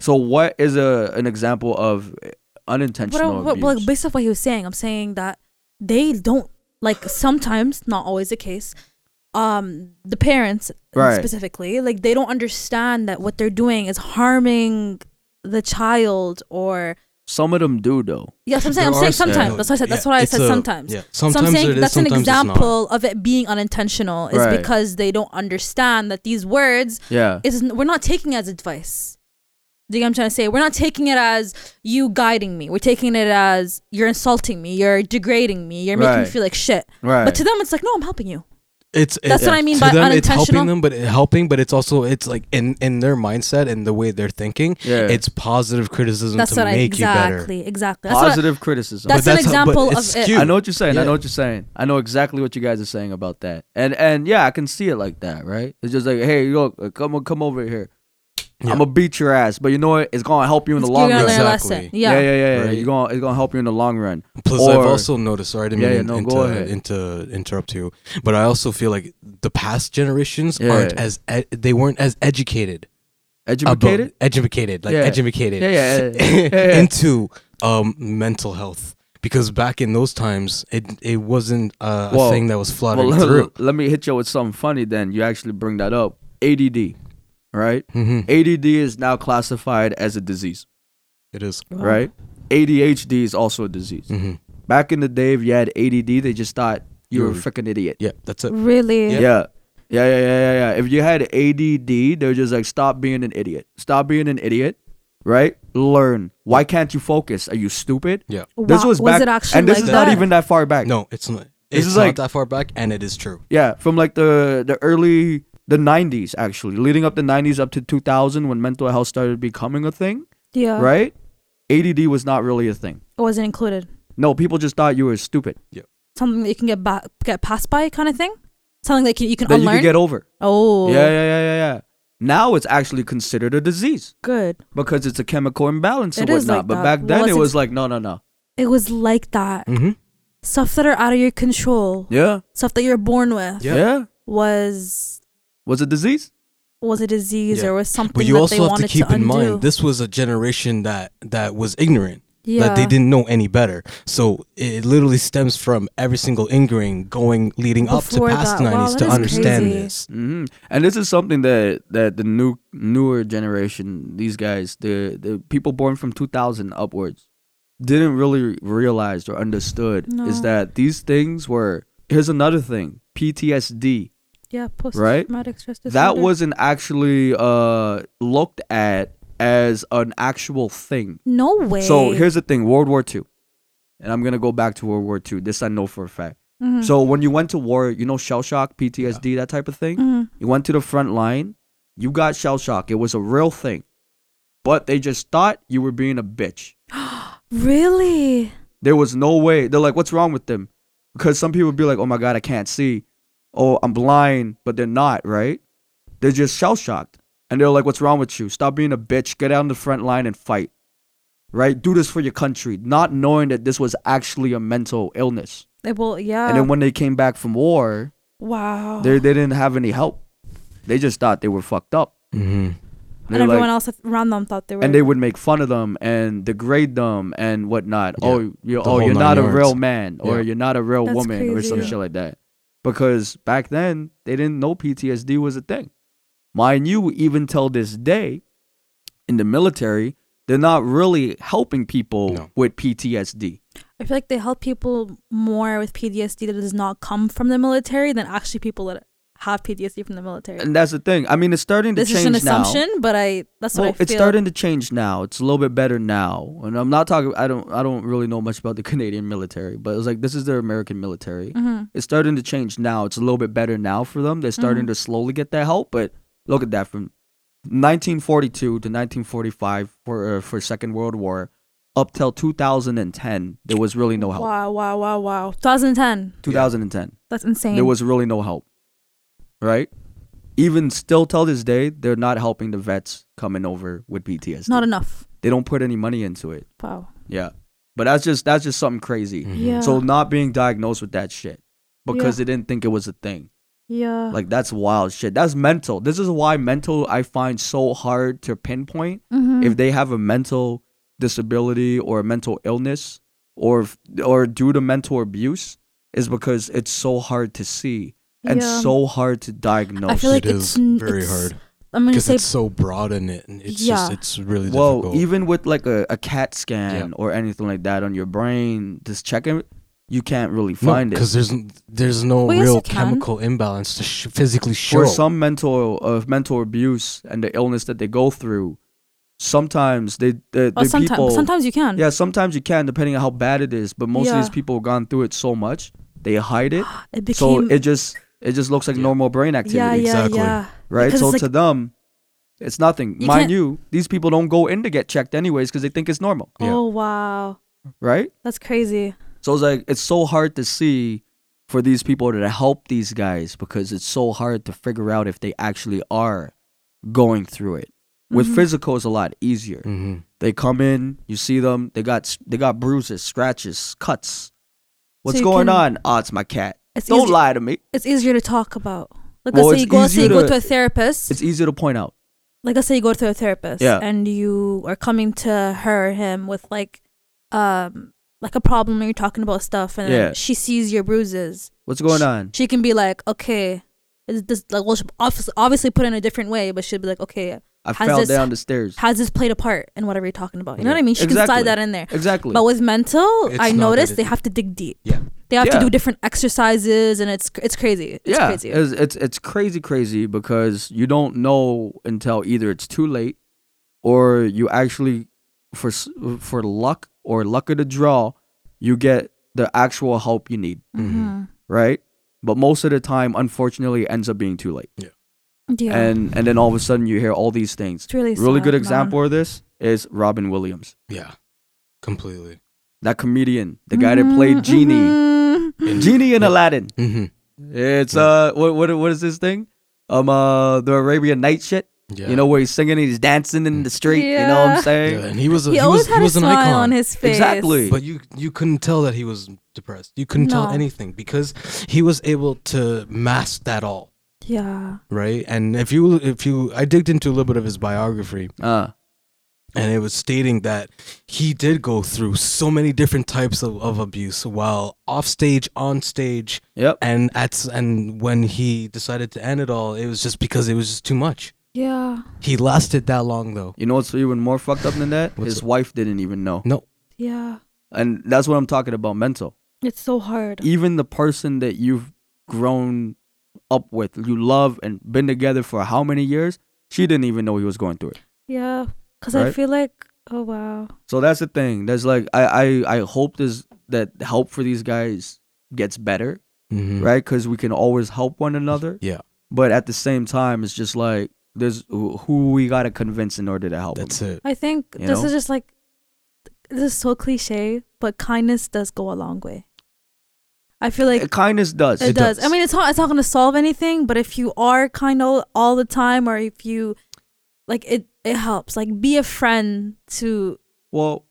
Speaker 1: So what is a an example of
Speaker 3: But, I-
Speaker 1: unintentional
Speaker 3: but, but, like
Speaker 1: abuse?
Speaker 3: based off what he was saying, I'm saying that they don't like sometimes, not always the case. Um, the parents
Speaker 1: Right.
Speaker 3: specifically, like they don't understand that what they're doing is harming the child or
Speaker 1: Some of them do though.
Speaker 3: yeah. So I'm
Speaker 2: There
Speaker 3: saying, I'm
Speaker 2: are
Speaker 3: saying
Speaker 2: some-
Speaker 3: sometimes. That's what I said.
Speaker 2: yeah,
Speaker 3: that's what I
Speaker 2: it's
Speaker 3: said.
Speaker 2: a-
Speaker 3: sometimes.
Speaker 2: yeah.
Speaker 3: so I'm
Speaker 2: Sometimes
Speaker 3: saying
Speaker 2: it is,
Speaker 3: that's an
Speaker 2: sometimes it's not.
Speaker 3: example of it being unintentional. Is
Speaker 1: Right.
Speaker 3: because they don't understand that these words
Speaker 1: Yeah.
Speaker 3: is we're not taking it as advice. Do you know what I'm trying to say? We're not taking it as you guiding me. We're taking it as you're insulting me, you're degrading me, you're making me
Speaker 1: Right.
Speaker 3: feel like shit.
Speaker 1: right.
Speaker 3: But to them, it's like, no, I'm helping you.
Speaker 2: It's it-
Speaker 3: That's what I mean
Speaker 2: to
Speaker 3: by
Speaker 2: them, It's
Speaker 3: unintentional.
Speaker 2: helping them, but it, helping, but it's also it's like in in their mindset and the way they're thinking.
Speaker 1: Yeah.
Speaker 2: It's positive criticism
Speaker 3: That's
Speaker 2: to
Speaker 3: what I
Speaker 2: make you better.
Speaker 3: exactly, exactly. That's what I,
Speaker 1: Positive criticism.
Speaker 3: that's, an
Speaker 2: that's how- but
Speaker 3: example of
Speaker 2: it's
Speaker 3: it.
Speaker 2: skewed.
Speaker 1: I know what you're saying. I
Speaker 2: Yeah.
Speaker 1: know what you're saying. I know exactly what you guys are saying about that. And and yeah, I can see it like that, right? It's just like, hey, look, uh, come on, come over here.
Speaker 2: Yeah.
Speaker 1: I'm gonna beat your ass, but you know what? It's gonna help you in the
Speaker 3: You're
Speaker 1: long
Speaker 3: gonna
Speaker 1: run.
Speaker 3: learn a
Speaker 2: Exactly.
Speaker 3: lesson. Yeah.
Speaker 1: yeah, yeah, yeah. yeah.
Speaker 2: Right.
Speaker 1: You're gonna it's gonna help you in the long run.
Speaker 2: Plus,
Speaker 1: Or-
Speaker 2: I've also noticed. Sorry, I didn't
Speaker 1: Yeah,
Speaker 2: mean
Speaker 1: yeah,
Speaker 2: in-
Speaker 1: no,
Speaker 2: into,
Speaker 1: go ahead.
Speaker 2: into interrupt you, but I also feel like the past generations
Speaker 1: Yeah.
Speaker 2: aren't as ed- they weren't as educated.
Speaker 1: Educated.
Speaker 2: about- educated, like
Speaker 1: Yeah.
Speaker 2: educated
Speaker 1: Yeah, yeah, yeah, yeah, yeah.
Speaker 2: into um, mental health. Because back in those times, it it wasn't uh, a
Speaker 1: Well,
Speaker 2: thing that was
Speaker 1: Well,
Speaker 2: fluttering
Speaker 1: let,
Speaker 2: through.
Speaker 1: let me hit you with something funny then. You actually bring that up. ADD, right?
Speaker 2: Mhm.
Speaker 1: ADD is now classified as a disease,
Speaker 2: It is.
Speaker 1: right? ADHD is also a disease.
Speaker 2: Mhm.
Speaker 1: Back in the day, if you had ADD, they just thought Mm-hmm. you were a
Speaker 2: You're-
Speaker 1: freaking idiot.
Speaker 2: Yeah, that's it.
Speaker 3: Really?
Speaker 1: Yeah. yeah. Yeah, yeah, yeah, yeah, If you had ADD, they're just like, stop being an idiot. Stop being an idiot, right? Learn. Why can't you focus? Are you stupid?
Speaker 2: Yeah.
Speaker 3: Wow, was it actually
Speaker 1: and this
Speaker 3: like
Speaker 1: is
Speaker 3: that?
Speaker 1: not even that far back.
Speaker 2: No, it's not.
Speaker 1: This
Speaker 2: It's
Speaker 1: is
Speaker 2: not
Speaker 1: like-
Speaker 2: that far back, and it is true.
Speaker 1: Yeah, from like the the early the 90s actually, leading up the 90s up to 2000 when mental health started becoming a thing,
Speaker 3: Yeah.
Speaker 1: right? ADD was not really a thing.
Speaker 3: It wasn't included.
Speaker 1: No, people just thought you were stupid.
Speaker 3: Something that you can get ba- get passed by, kind of thing. Something that you, you can
Speaker 1: That you
Speaker 3: unlearn.
Speaker 1: could get over.
Speaker 3: oh,
Speaker 1: Yeah, yeah, yeah, yeah, yeah. Now it's actually considered a disease
Speaker 3: good.
Speaker 1: because it's a chemical imbalance and
Speaker 3: It is
Speaker 1: whatnot.
Speaker 3: like
Speaker 1: but
Speaker 3: that.
Speaker 1: back
Speaker 3: Well,
Speaker 1: then
Speaker 3: it's
Speaker 1: it
Speaker 3: ex-
Speaker 1: was like no, no, no.
Speaker 3: It was like that.
Speaker 2: Mm-hmm.
Speaker 3: Stuff that are out of your control.
Speaker 1: Mm. Yeah,
Speaker 3: Stuff that you're born with.
Speaker 1: yeah.
Speaker 2: Yeah.
Speaker 3: was
Speaker 1: Was it disease?
Speaker 3: was a disease
Speaker 2: Yeah.
Speaker 3: or was something
Speaker 2: But you
Speaker 3: that they
Speaker 2: also have to
Speaker 3: wanted
Speaker 2: keep
Speaker 3: to
Speaker 2: in
Speaker 3: undo.
Speaker 2: mind this was a generation that that was ignorant. That
Speaker 3: Yeah.
Speaker 2: they didn't know any better. So it literally stems from every single ingrain going leading
Speaker 3: Before
Speaker 2: up to past
Speaker 3: that. Wow,
Speaker 2: 90s
Speaker 3: that
Speaker 2: to
Speaker 3: is
Speaker 2: understand
Speaker 3: crazy.
Speaker 2: this.
Speaker 1: hmm And this is something that that the new newer generation, these guys, the the people born from 2000 upwards, didn't really realize or understood is
Speaker 3: No.
Speaker 1: that these things were. Here's another thing: PTSD.
Speaker 3: yeah, post
Speaker 1: Right?
Speaker 3: traumatic stress
Speaker 1: That wasn't actually uh, looked at as an actual thing.
Speaker 3: no way.
Speaker 1: So here's the thing: World War II, and I'm gonna go back to World War II. This I know for a fact. So when you went to war, you know shell shock, PTSD, that type of thing.
Speaker 3: Mm.
Speaker 1: You went to the front line, you got shell shock. It was a real thing, but they just thought you were being a bitch.
Speaker 3: really
Speaker 1: There was no way. They're like, what's wrong with them? Because some people be like, oh my God, I can't see. Oh, I'm blind, but they're not, right? They're just shell shocked. And they're like, what's wrong with you? Stop being a bitch. Get out on the front line and fight, right? Do this for your country, not knowing that this was actually a mental illness.
Speaker 3: Like, Eh, Well, yeah.
Speaker 1: And then when they came back from war,
Speaker 3: wow.
Speaker 1: they, they didn't have any help. They just thought they were fucked up.
Speaker 2: Mm-hmm.
Speaker 3: and
Speaker 1: They're like-
Speaker 3: everyone else around them thought they were.
Speaker 1: and they would make fun of them and degrade them and whatnot.
Speaker 2: Yeah.
Speaker 1: Oh, you're
Speaker 2: The
Speaker 1: oh
Speaker 2: whole
Speaker 1: you're
Speaker 2: nine
Speaker 1: not a
Speaker 2: yards.
Speaker 1: real man or
Speaker 2: Yeah.
Speaker 1: you're not a real
Speaker 3: That's
Speaker 1: woman or some
Speaker 3: crazy.
Speaker 1: shit like that. Because back then they didn't know PTSD was a thing. Mind you, even till this day, in the military, they're not really helping people
Speaker 2: No.
Speaker 1: with PTSD.
Speaker 3: I feel like they help people more with PTSD that does not come from the military than actually people that have PTSD from the military.
Speaker 1: And that's the thing. I mean, it's starting to
Speaker 3: this is
Speaker 1: change
Speaker 3: an
Speaker 1: now.
Speaker 3: assumption, but I that's what I
Speaker 1: well,
Speaker 3: feel.
Speaker 1: it's starting to change now. It's a little bit better now, and I'm not talking. I don't. I don't really know much about the Canadian military, but it's like this is their American military.
Speaker 3: Mm-hmm.
Speaker 1: It's starting to change now. It's a little bit better now for them. They're
Speaker 3: Mm-hmm.
Speaker 1: starting to slowly get that help. But look at that from 1942 to 1945 for uh, for Second World War, up till 2010, there was really no help.
Speaker 3: Wow, wow, wow, wow. 2010.
Speaker 1: 2010,
Speaker 3: That's insane.
Speaker 1: there was really no help. Right. Even still, till this day, they're not helping the vets coming over with PTSD
Speaker 3: It's not enough.
Speaker 1: they don't put any money into it.
Speaker 3: Wow.
Speaker 1: Yeah. But that's just that's just something crazy.
Speaker 2: Mm-hmm.
Speaker 3: Yeah.
Speaker 1: So not being diagnosed with that shit because
Speaker 3: Yeah.
Speaker 1: they didn't think it was a thing.
Speaker 3: yeah.
Speaker 1: Like that's wild shit. That's mental. This is why mental I find so hard to pinpoint
Speaker 3: Mm-hmm.
Speaker 1: if they have a mental disability or a mental illness or if- or due to mental abuse is because it's so hard to see and
Speaker 3: Yeah.
Speaker 1: so hard to diagnose.
Speaker 3: I feel like
Speaker 2: it is
Speaker 3: it's n-
Speaker 2: very
Speaker 3: it's-
Speaker 2: hard
Speaker 3: I'm gonna
Speaker 2: because
Speaker 3: say
Speaker 2: it's so broad in it, and it's just
Speaker 3: Yeah.
Speaker 2: it's really
Speaker 1: well
Speaker 2: difficult.
Speaker 1: even with like a, a cat scan
Speaker 2: Yeah.
Speaker 1: or anything like that on your brain just checking you can't really
Speaker 2: no,
Speaker 1: find it
Speaker 2: because there's n- there's no
Speaker 3: Well, yes,
Speaker 2: real
Speaker 3: you can.
Speaker 2: chemical imbalance to sh- physically show.
Speaker 1: for some mental of mental abuse and the illness that they go through sometimes they the,
Speaker 3: oh,
Speaker 1: the
Speaker 3: sometimes
Speaker 1: people
Speaker 3: sometimes you can.
Speaker 1: yeah sometimes you can depending on how bad it is but most of these
Speaker 3: Yeah.
Speaker 1: people have gone through it so much they hide it,
Speaker 3: It
Speaker 1: so
Speaker 3: became
Speaker 1: it just it just looks like normal brain activity
Speaker 3: yeah, yeah,
Speaker 2: Exactly.
Speaker 3: yeah.
Speaker 1: right?
Speaker 3: Because
Speaker 1: so
Speaker 3: it's
Speaker 1: to
Speaker 3: like,
Speaker 1: them, it's nothing.
Speaker 3: You
Speaker 1: Mind
Speaker 3: can't-
Speaker 1: you, these people don't go in to get checked anyways because they think it's normal,
Speaker 2: Yeah.
Speaker 3: oh wow,
Speaker 1: right?
Speaker 3: that's crazy.
Speaker 1: So it's like it's so hard to see for these people to help these guys because it's so hard to figure out if they actually are going through it.
Speaker 3: Mm-hmm.
Speaker 1: With physical, it's a lot easier.
Speaker 2: Mhm.
Speaker 1: They come in, you see them. They got they got bruises, scratches, cuts. What's
Speaker 3: you
Speaker 1: going
Speaker 3: can-
Speaker 1: on? Oh, it's my cat.
Speaker 3: It's
Speaker 1: Don't
Speaker 3: easy-
Speaker 1: lie to me.
Speaker 3: It's easier to talk about. Like
Speaker 1: Well, it's
Speaker 3: let's say you go, let's say
Speaker 1: easier
Speaker 3: you go
Speaker 1: to-
Speaker 3: to a therapist.
Speaker 1: It's easier to point out.
Speaker 3: like let's say you go to a therapist
Speaker 1: Yeah.
Speaker 3: and you are coming to her or him with like um like a problem and you're talking about stuff and
Speaker 1: Yeah.
Speaker 3: she sees your bruises
Speaker 1: What's going on?
Speaker 3: she can be like okay is this like well she obviously, obviously put it in a different way but she'll be like okay
Speaker 1: I
Speaker 3: has
Speaker 1: fell
Speaker 3: this-
Speaker 1: down the stairs.
Speaker 3: has this played a part in whatever you're talking about you know
Speaker 2: Yeah.
Speaker 3: what i mean she can
Speaker 1: Exactly.
Speaker 3: slide that in there
Speaker 1: Exactly.
Speaker 3: but with mental
Speaker 2: It's
Speaker 3: i
Speaker 2: not that
Speaker 3: noticed
Speaker 2: it-
Speaker 3: they have to dig deep
Speaker 2: yeah,
Speaker 3: they have
Speaker 1: Yeah.
Speaker 3: to do different exercises and it's it's crazy it's
Speaker 1: yeah,
Speaker 3: crazy
Speaker 1: It's, it's it's crazy, crazy because you don't know until either it's too late, or you actually, for s- for luck or luck of the draw, you get the actual help you need,
Speaker 2: Mm-hmm.
Speaker 3: Mm-hmm.
Speaker 1: right? But most of the time, unfortunately, it ends up being too late,
Speaker 3: yeah
Speaker 1: and and then all of a sudden you hear all these things.
Speaker 3: It's really sad,
Speaker 1: good
Speaker 3: man.
Speaker 1: example of this is Robin Williams,
Speaker 2: yeah, completely.
Speaker 1: that comedian, the guy that
Speaker 3: Mm-hmm,
Speaker 1: played Genie,
Speaker 3: Mm,
Speaker 1: Genie in Aladdin.
Speaker 2: hmm
Speaker 1: It's uh, what what what is this thing? Um, uh, the Arabian Night shit.
Speaker 2: Yeah.
Speaker 1: You know where he's singing and he's dancing in the street. You know what
Speaker 3: Yeah.
Speaker 1: I'm saying?
Speaker 2: Yeah, and he was a,
Speaker 3: he,
Speaker 2: he,
Speaker 3: always
Speaker 2: was,
Speaker 3: had
Speaker 2: he was
Speaker 3: a
Speaker 2: an
Speaker 3: smile
Speaker 2: icon.
Speaker 3: on his face
Speaker 1: Exactly.
Speaker 2: But you you couldn't tell that he was depressed. You couldn't tell
Speaker 3: No.
Speaker 2: anything because he was able to mask that all,
Speaker 3: yeah
Speaker 2: right? And if you if you I digged into a little bit of his biography
Speaker 1: Uh,
Speaker 2: and it was stating that he did go through so many different types of, of abuse while off stage, on stage,
Speaker 1: yep.
Speaker 2: and at s- and when he decided to end it all, it was just because it was just too much.
Speaker 3: yeah
Speaker 2: He lasted that long though.
Speaker 1: You know what's even more fucked up than that?
Speaker 2: What's
Speaker 1: His
Speaker 2: up?
Speaker 1: wife didn't even know,
Speaker 2: No.
Speaker 3: Yeah.
Speaker 1: and that's what I'm talking about. Mental.
Speaker 3: It's so hard.
Speaker 1: Even the person that you've grown up with, you love and been together for how many years? She didn't even know he was going through it.
Speaker 3: Yeah. Because I
Speaker 1: Right?
Speaker 3: feel like, oh, wow.
Speaker 1: So that's the thing. That's like I I I hope this that help for these guys gets better,
Speaker 2: Mhm.
Speaker 1: right? Because we can always help one another.
Speaker 2: Yeah.
Speaker 1: but at the same time it's just like there's who who we gotta convince in order to help
Speaker 2: That's
Speaker 1: them.
Speaker 2: it.
Speaker 3: I think
Speaker 1: You
Speaker 3: this
Speaker 1: know?
Speaker 3: is just like, this is so cliche, but kindness does go a long way. I feel like
Speaker 1: Uh, kindness does.
Speaker 3: it,
Speaker 2: It
Speaker 3: does.
Speaker 2: does.
Speaker 3: I mean, it's not it's not gonna solve anything, but if you are kind all all the time, or if you like it, it helps. Like be a friend to
Speaker 1: well,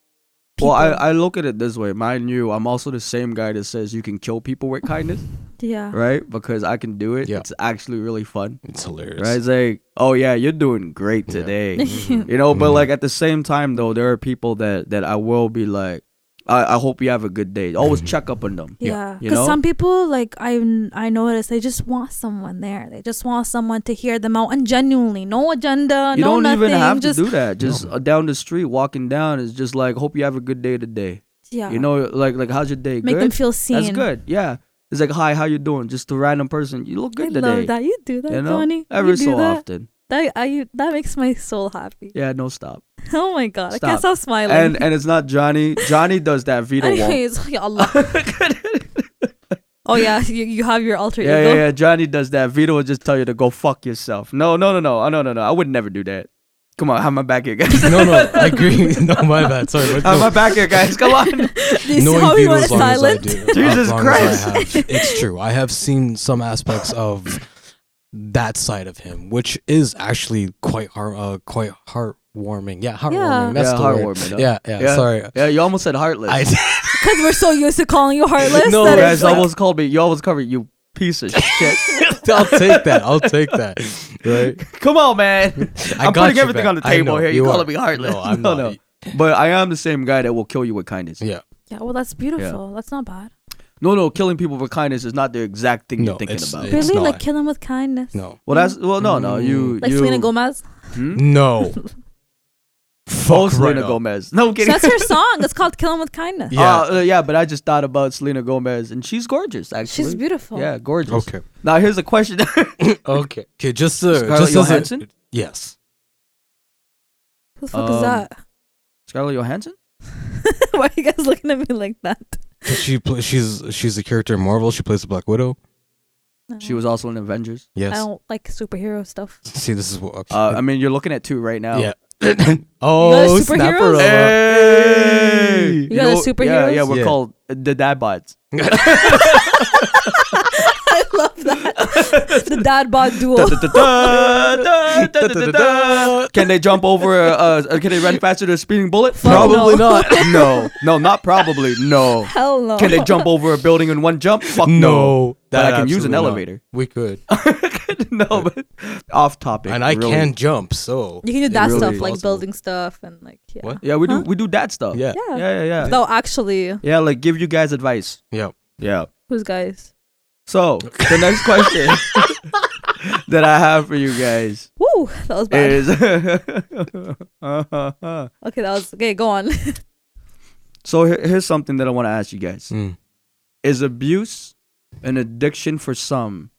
Speaker 3: people.
Speaker 1: well, I, I look at it this way. Mind you, I'm also the same guy that says you can kill people with kindness,
Speaker 3: Uh-huh. yeah.
Speaker 1: right? Because I can do it.
Speaker 2: Yeah.
Speaker 1: It's actually really fun,
Speaker 2: It's hilarious.
Speaker 1: right? It's like, oh yeah, you're doing great
Speaker 2: Yeah. Mm-hmm.
Speaker 1: today. you know but like at the same time though there are people that that i will be like i, I hope you have a good day
Speaker 2: Mm-hmm.
Speaker 1: always check up on them
Speaker 3: Yeah,
Speaker 1: You
Speaker 3: because
Speaker 1: know?
Speaker 3: some people like I I notice they just want someone there. They just want someone to hear them out and genuinely, no agenda,
Speaker 1: you
Speaker 3: no
Speaker 1: don't
Speaker 3: nothing.
Speaker 1: even have
Speaker 3: just
Speaker 1: to do that just uh down the street walking down is just like hope you have a good day today
Speaker 3: yeah,
Speaker 1: you know like like how's your day
Speaker 3: make
Speaker 1: good
Speaker 3: them feel seen.
Speaker 1: that's good yeah it's like hi how you doing just a random person you look
Speaker 3: I
Speaker 1: good today
Speaker 3: love that you do that,
Speaker 1: you know
Speaker 3: Tony.
Speaker 1: every
Speaker 3: you do
Speaker 1: so
Speaker 3: that.
Speaker 1: often
Speaker 3: That I that makes my soul happy.
Speaker 1: yeah no stop
Speaker 3: Oh my god, I
Speaker 1: Stop.
Speaker 3: can't stop smiling.
Speaker 1: and and it's not johnny johnny does that vito walk
Speaker 3: Anyways, ya Allah. oh yeah, you, you have your alter
Speaker 1: yeah,
Speaker 3: ego.
Speaker 1: yeah, yeah. Johnny does that. Vito will just tell you to go fuck yourself. No, no, no, no, oh, no, no, no. I would never do that. Come on, have my back here, guys.
Speaker 2: no, no, I agree. no, my bad. Sorry, but
Speaker 1: have
Speaker 2: no,
Speaker 1: my back here, guys. Come on.
Speaker 3: Do you see
Speaker 2: knowing
Speaker 3: how we
Speaker 2: Vito
Speaker 3: went
Speaker 2: as long
Speaker 3: silent?
Speaker 2: as I do,
Speaker 1: Jesus
Speaker 2: as long
Speaker 1: Christ.
Speaker 2: as I have, it's true. I have seen some aspects of that side of him, which is actually quite heart, uh, quite heartwarming. Yeah, heartwarming. That's
Speaker 1: Yeah,
Speaker 2: the word.
Speaker 1: heartwarming, huh?
Speaker 2: Yeah, yeah,
Speaker 1: Yeah.
Speaker 2: Sorry,
Speaker 1: yeah, you almost said heartless.
Speaker 2: I.
Speaker 3: Because we're so used to calling you heartless.
Speaker 2: No,
Speaker 1: you
Speaker 3: that
Speaker 2: it's
Speaker 1: guys
Speaker 3: it's like,
Speaker 1: almost called me. You almost covered you piece of shit.
Speaker 2: I'll take that. I'll take that. Right.
Speaker 1: Come on, man.
Speaker 2: I
Speaker 1: am
Speaker 2: got
Speaker 1: putting
Speaker 2: you
Speaker 1: everything
Speaker 2: back.
Speaker 1: on the
Speaker 2: I
Speaker 1: table
Speaker 2: know,
Speaker 1: here. You,
Speaker 2: you
Speaker 1: calling
Speaker 2: are.
Speaker 1: me heartless?
Speaker 2: No, I'm not.
Speaker 1: But I am the same guy that will kill you with kindness.
Speaker 2: Yeah.
Speaker 3: yeah, well that's beautiful. That's not bad.
Speaker 1: No, no, killing people with kindness is not the exact thing you're
Speaker 2: No,
Speaker 1: thinking
Speaker 2: it's-
Speaker 1: about.
Speaker 2: it's-
Speaker 3: Really,
Speaker 2: not.
Speaker 3: like kill him with kindness.
Speaker 2: No.
Speaker 1: well, that's well, no, no. You,
Speaker 3: Like
Speaker 1: you.
Speaker 3: Selena Gomez.
Speaker 1: Hmm?
Speaker 2: No.
Speaker 1: Oh,
Speaker 2: Fuck right
Speaker 1: Selena
Speaker 2: up.
Speaker 1: Gomez. No I'm kidding.
Speaker 3: That's her song. It's called "Kill Him with Kindness."
Speaker 2: Yeah.
Speaker 1: Uh, uh, yeah, but I just thought about Selena Gomez, and she's gorgeous. Actually,
Speaker 3: She's beautiful.
Speaker 1: Yeah, gorgeous.
Speaker 2: Okay.
Speaker 1: Now here's a question.
Speaker 2: Okay. Okay. Just uh,
Speaker 1: Scarlett
Speaker 2: just as a-
Speaker 1: Johansson?
Speaker 2: yes.
Speaker 3: Who the fuck
Speaker 1: Um,
Speaker 3: is that?
Speaker 1: Scarlett Johansson.
Speaker 3: Why are you guys looking at me like that?
Speaker 2: 'Cause She pla she's she's a character in Marvel. She plays the Black Widow.
Speaker 1: She was also in Avengers.
Speaker 3: I
Speaker 2: Yes.
Speaker 3: don't like superhero stuff.
Speaker 2: See, this is what.
Speaker 1: Uh, I mean, you're looking at two right now.
Speaker 2: yeah. oh,
Speaker 3: You guys are
Speaker 2: snapper!
Speaker 3: superheroes?
Speaker 1: Hey!
Speaker 3: You guys are
Speaker 1: Yeah,
Speaker 3: superheroes?
Speaker 1: yeah, we're
Speaker 2: Yeah.
Speaker 1: called the dad bots.
Speaker 3: I love that. the dad bod duo.
Speaker 1: Da, da, da, da, da, da. Can they jump over? a- Uh, uh, can they run faster than a speeding bullet?
Speaker 3: Fuck
Speaker 1: Probably
Speaker 3: no.
Speaker 1: not. No, no, not probably. No.
Speaker 3: Hell no.
Speaker 1: Can they jump over a building in one jump? Fuck no.
Speaker 2: No,
Speaker 1: But I
Speaker 2: that
Speaker 1: can use an
Speaker 2: absolutely not.
Speaker 1: elevator.
Speaker 2: We could,
Speaker 1: no, but off topic.
Speaker 2: and I
Speaker 1: really.
Speaker 2: can jump. So
Speaker 3: You can do
Speaker 2: it
Speaker 3: that
Speaker 1: really
Speaker 3: stuff,
Speaker 1: is
Speaker 3: like
Speaker 2: possible.
Speaker 3: building stuff and like yeah.
Speaker 2: What?
Speaker 1: Yeah, we do. We do that stuff.
Speaker 2: Yeah.
Speaker 3: Yeah.
Speaker 1: Yeah, yeah, yeah.
Speaker 3: No, actually,
Speaker 1: Yeah, like give you guys advice.
Speaker 2: Yeah.
Speaker 1: Yeah.
Speaker 3: who's guys?
Speaker 1: So the next question that I have for you guys
Speaker 3: Woo, that was bad.
Speaker 1: is
Speaker 3: okay, that was okay. Go on.
Speaker 1: so here- here's something that I want to ask you guys:
Speaker 2: Mm.
Speaker 1: Is abuse an addiction for some,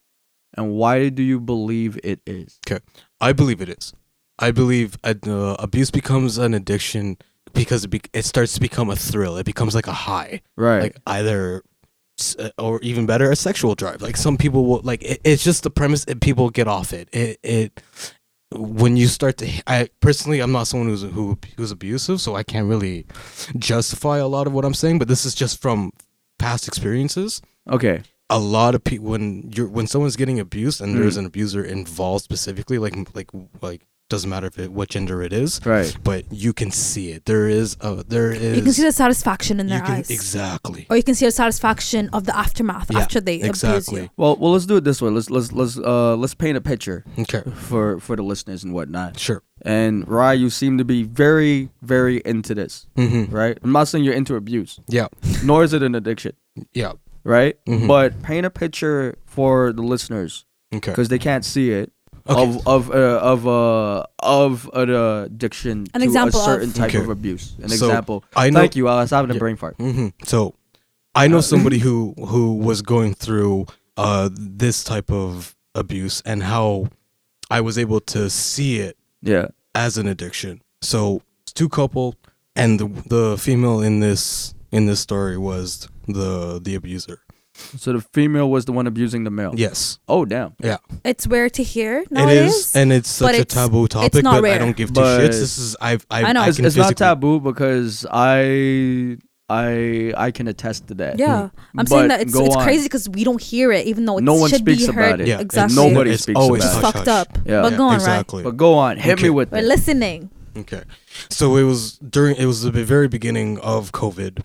Speaker 1: and why do you believe it is?
Speaker 2: Okay. I believe it is. I believe ad- uh, abuse becomes an addiction because it, be- it starts to become a thrill. It becomes like a high.
Speaker 1: Right.
Speaker 2: Like either s- uh, or even better a sexual drive. Like some people will like it, it's just the premise that people get off it. It it when you start to I personally I'm not someone who's who who's abusive, so I can't really justify a lot of what I'm saying, but this is just from past experiences
Speaker 1: okay.
Speaker 2: a lot of people when you're when someone's getting abused and there's an abuser involved specifically like like like doesn't matter if it what gender it is
Speaker 1: Right.
Speaker 2: but you can see it there is a there is
Speaker 3: you can see the satisfaction in
Speaker 2: you
Speaker 3: their
Speaker 2: can-
Speaker 3: eyes, Oh.
Speaker 2: exactly
Speaker 3: or you can see the satisfaction of the aftermath
Speaker 2: Yeah,
Speaker 3: after they
Speaker 2: exactly
Speaker 3: abuse
Speaker 1: Well, well, let's do it this way. Let's let's let's uh let's paint a picture
Speaker 2: okay
Speaker 1: for for the listeners and whatnot.
Speaker 2: sure
Speaker 1: And Rye, you seem to be very very into this,
Speaker 2: mm-hmm.
Speaker 1: right? I'm not saying you're into abuse,
Speaker 2: yeah
Speaker 1: nor is it an addiction.
Speaker 2: yeah
Speaker 1: right?
Speaker 2: Mhm.
Speaker 1: But paint a picture for the listeners
Speaker 2: okay
Speaker 1: because they can't see it
Speaker 2: Okay.
Speaker 1: of of uh, of uh, of an addiction
Speaker 3: An
Speaker 1: to
Speaker 3: example
Speaker 1: a
Speaker 3: of-
Speaker 1: certain type
Speaker 2: Okay.
Speaker 1: of abuse. An
Speaker 2: So,
Speaker 1: example.
Speaker 2: I know-
Speaker 1: Thank you. I was having a
Speaker 2: Yeah.
Speaker 1: brain fart.
Speaker 2: hmm So, I know somebody who who was going through uh this type of abuse and how I was able to see it
Speaker 1: Yeah.
Speaker 2: as an addiction. So, it's two couple and the the female in this in this story was the the abuser.
Speaker 1: So the female was the one abusing the male.
Speaker 2: Yes.
Speaker 1: Oh damn.
Speaker 2: Yeah.
Speaker 3: you. It's rare to hear
Speaker 2: it
Speaker 3: nowadays.
Speaker 2: is and it's
Speaker 3: but
Speaker 2: such a
Speaker 3: it's-
Speaker 2: taboo
Speaker 3: it's
Speaker 2: topic
Speaker 3: not
Speaker 2: but
Speaker 3: rare.
Speaker 2: I don't give two
Speaker 1: But-
Speaker 2: shits. This is I've I
Speaker 3: I know.
Speaker 2: I
Speaker 1: It's,
Speaker 2: can
Speaker 1: it's not
Speaker 2: physically-
Speaker 1: taboo because I I I can attest to that.
Speaker 3: Yeah,
Speaker 2: Mm.
Speaker 3: I'm
Speaker 1: But
Speaker 3: saying that it's
Speaker 1: go
Speaker 3: it's
Speaker 1: on.
Speaker 3: crazy because we don't hear it, even though it
Speaker 1: No one
Speaker 3: should
Speaker 1: speaks
Speaker 3: be
Speaker 1: about
Speaker 3: heard.
Speaker 1: it.
Speaker 2: Yeah, Oh,
Speaker 3: exactly.
Speaker 1: nobody
Speaker 2: it's
Speaker 1: speaks
Speaker 2: always
Speaker 1: about
Speaker 3: it's
Speaker 1: it.
Speaker 2: hush,
Speaker 3: fucked
Speaker 2: hush.
Speaker 3: up.
Speaker 1: Yeah.
Speaker 3: But
Speaker 1: Yeah,
Speaker 3: go on, right?
Speaker 2: exactly.
Speaker 1: But go on, hit
Speaker 2: Okay.
Speaker 1: me with
Speaker 3: We're
Speaker 1: it.
Speaker 3: listening.
Speaker 2: Okay. So it was during it was the very beginning of COVID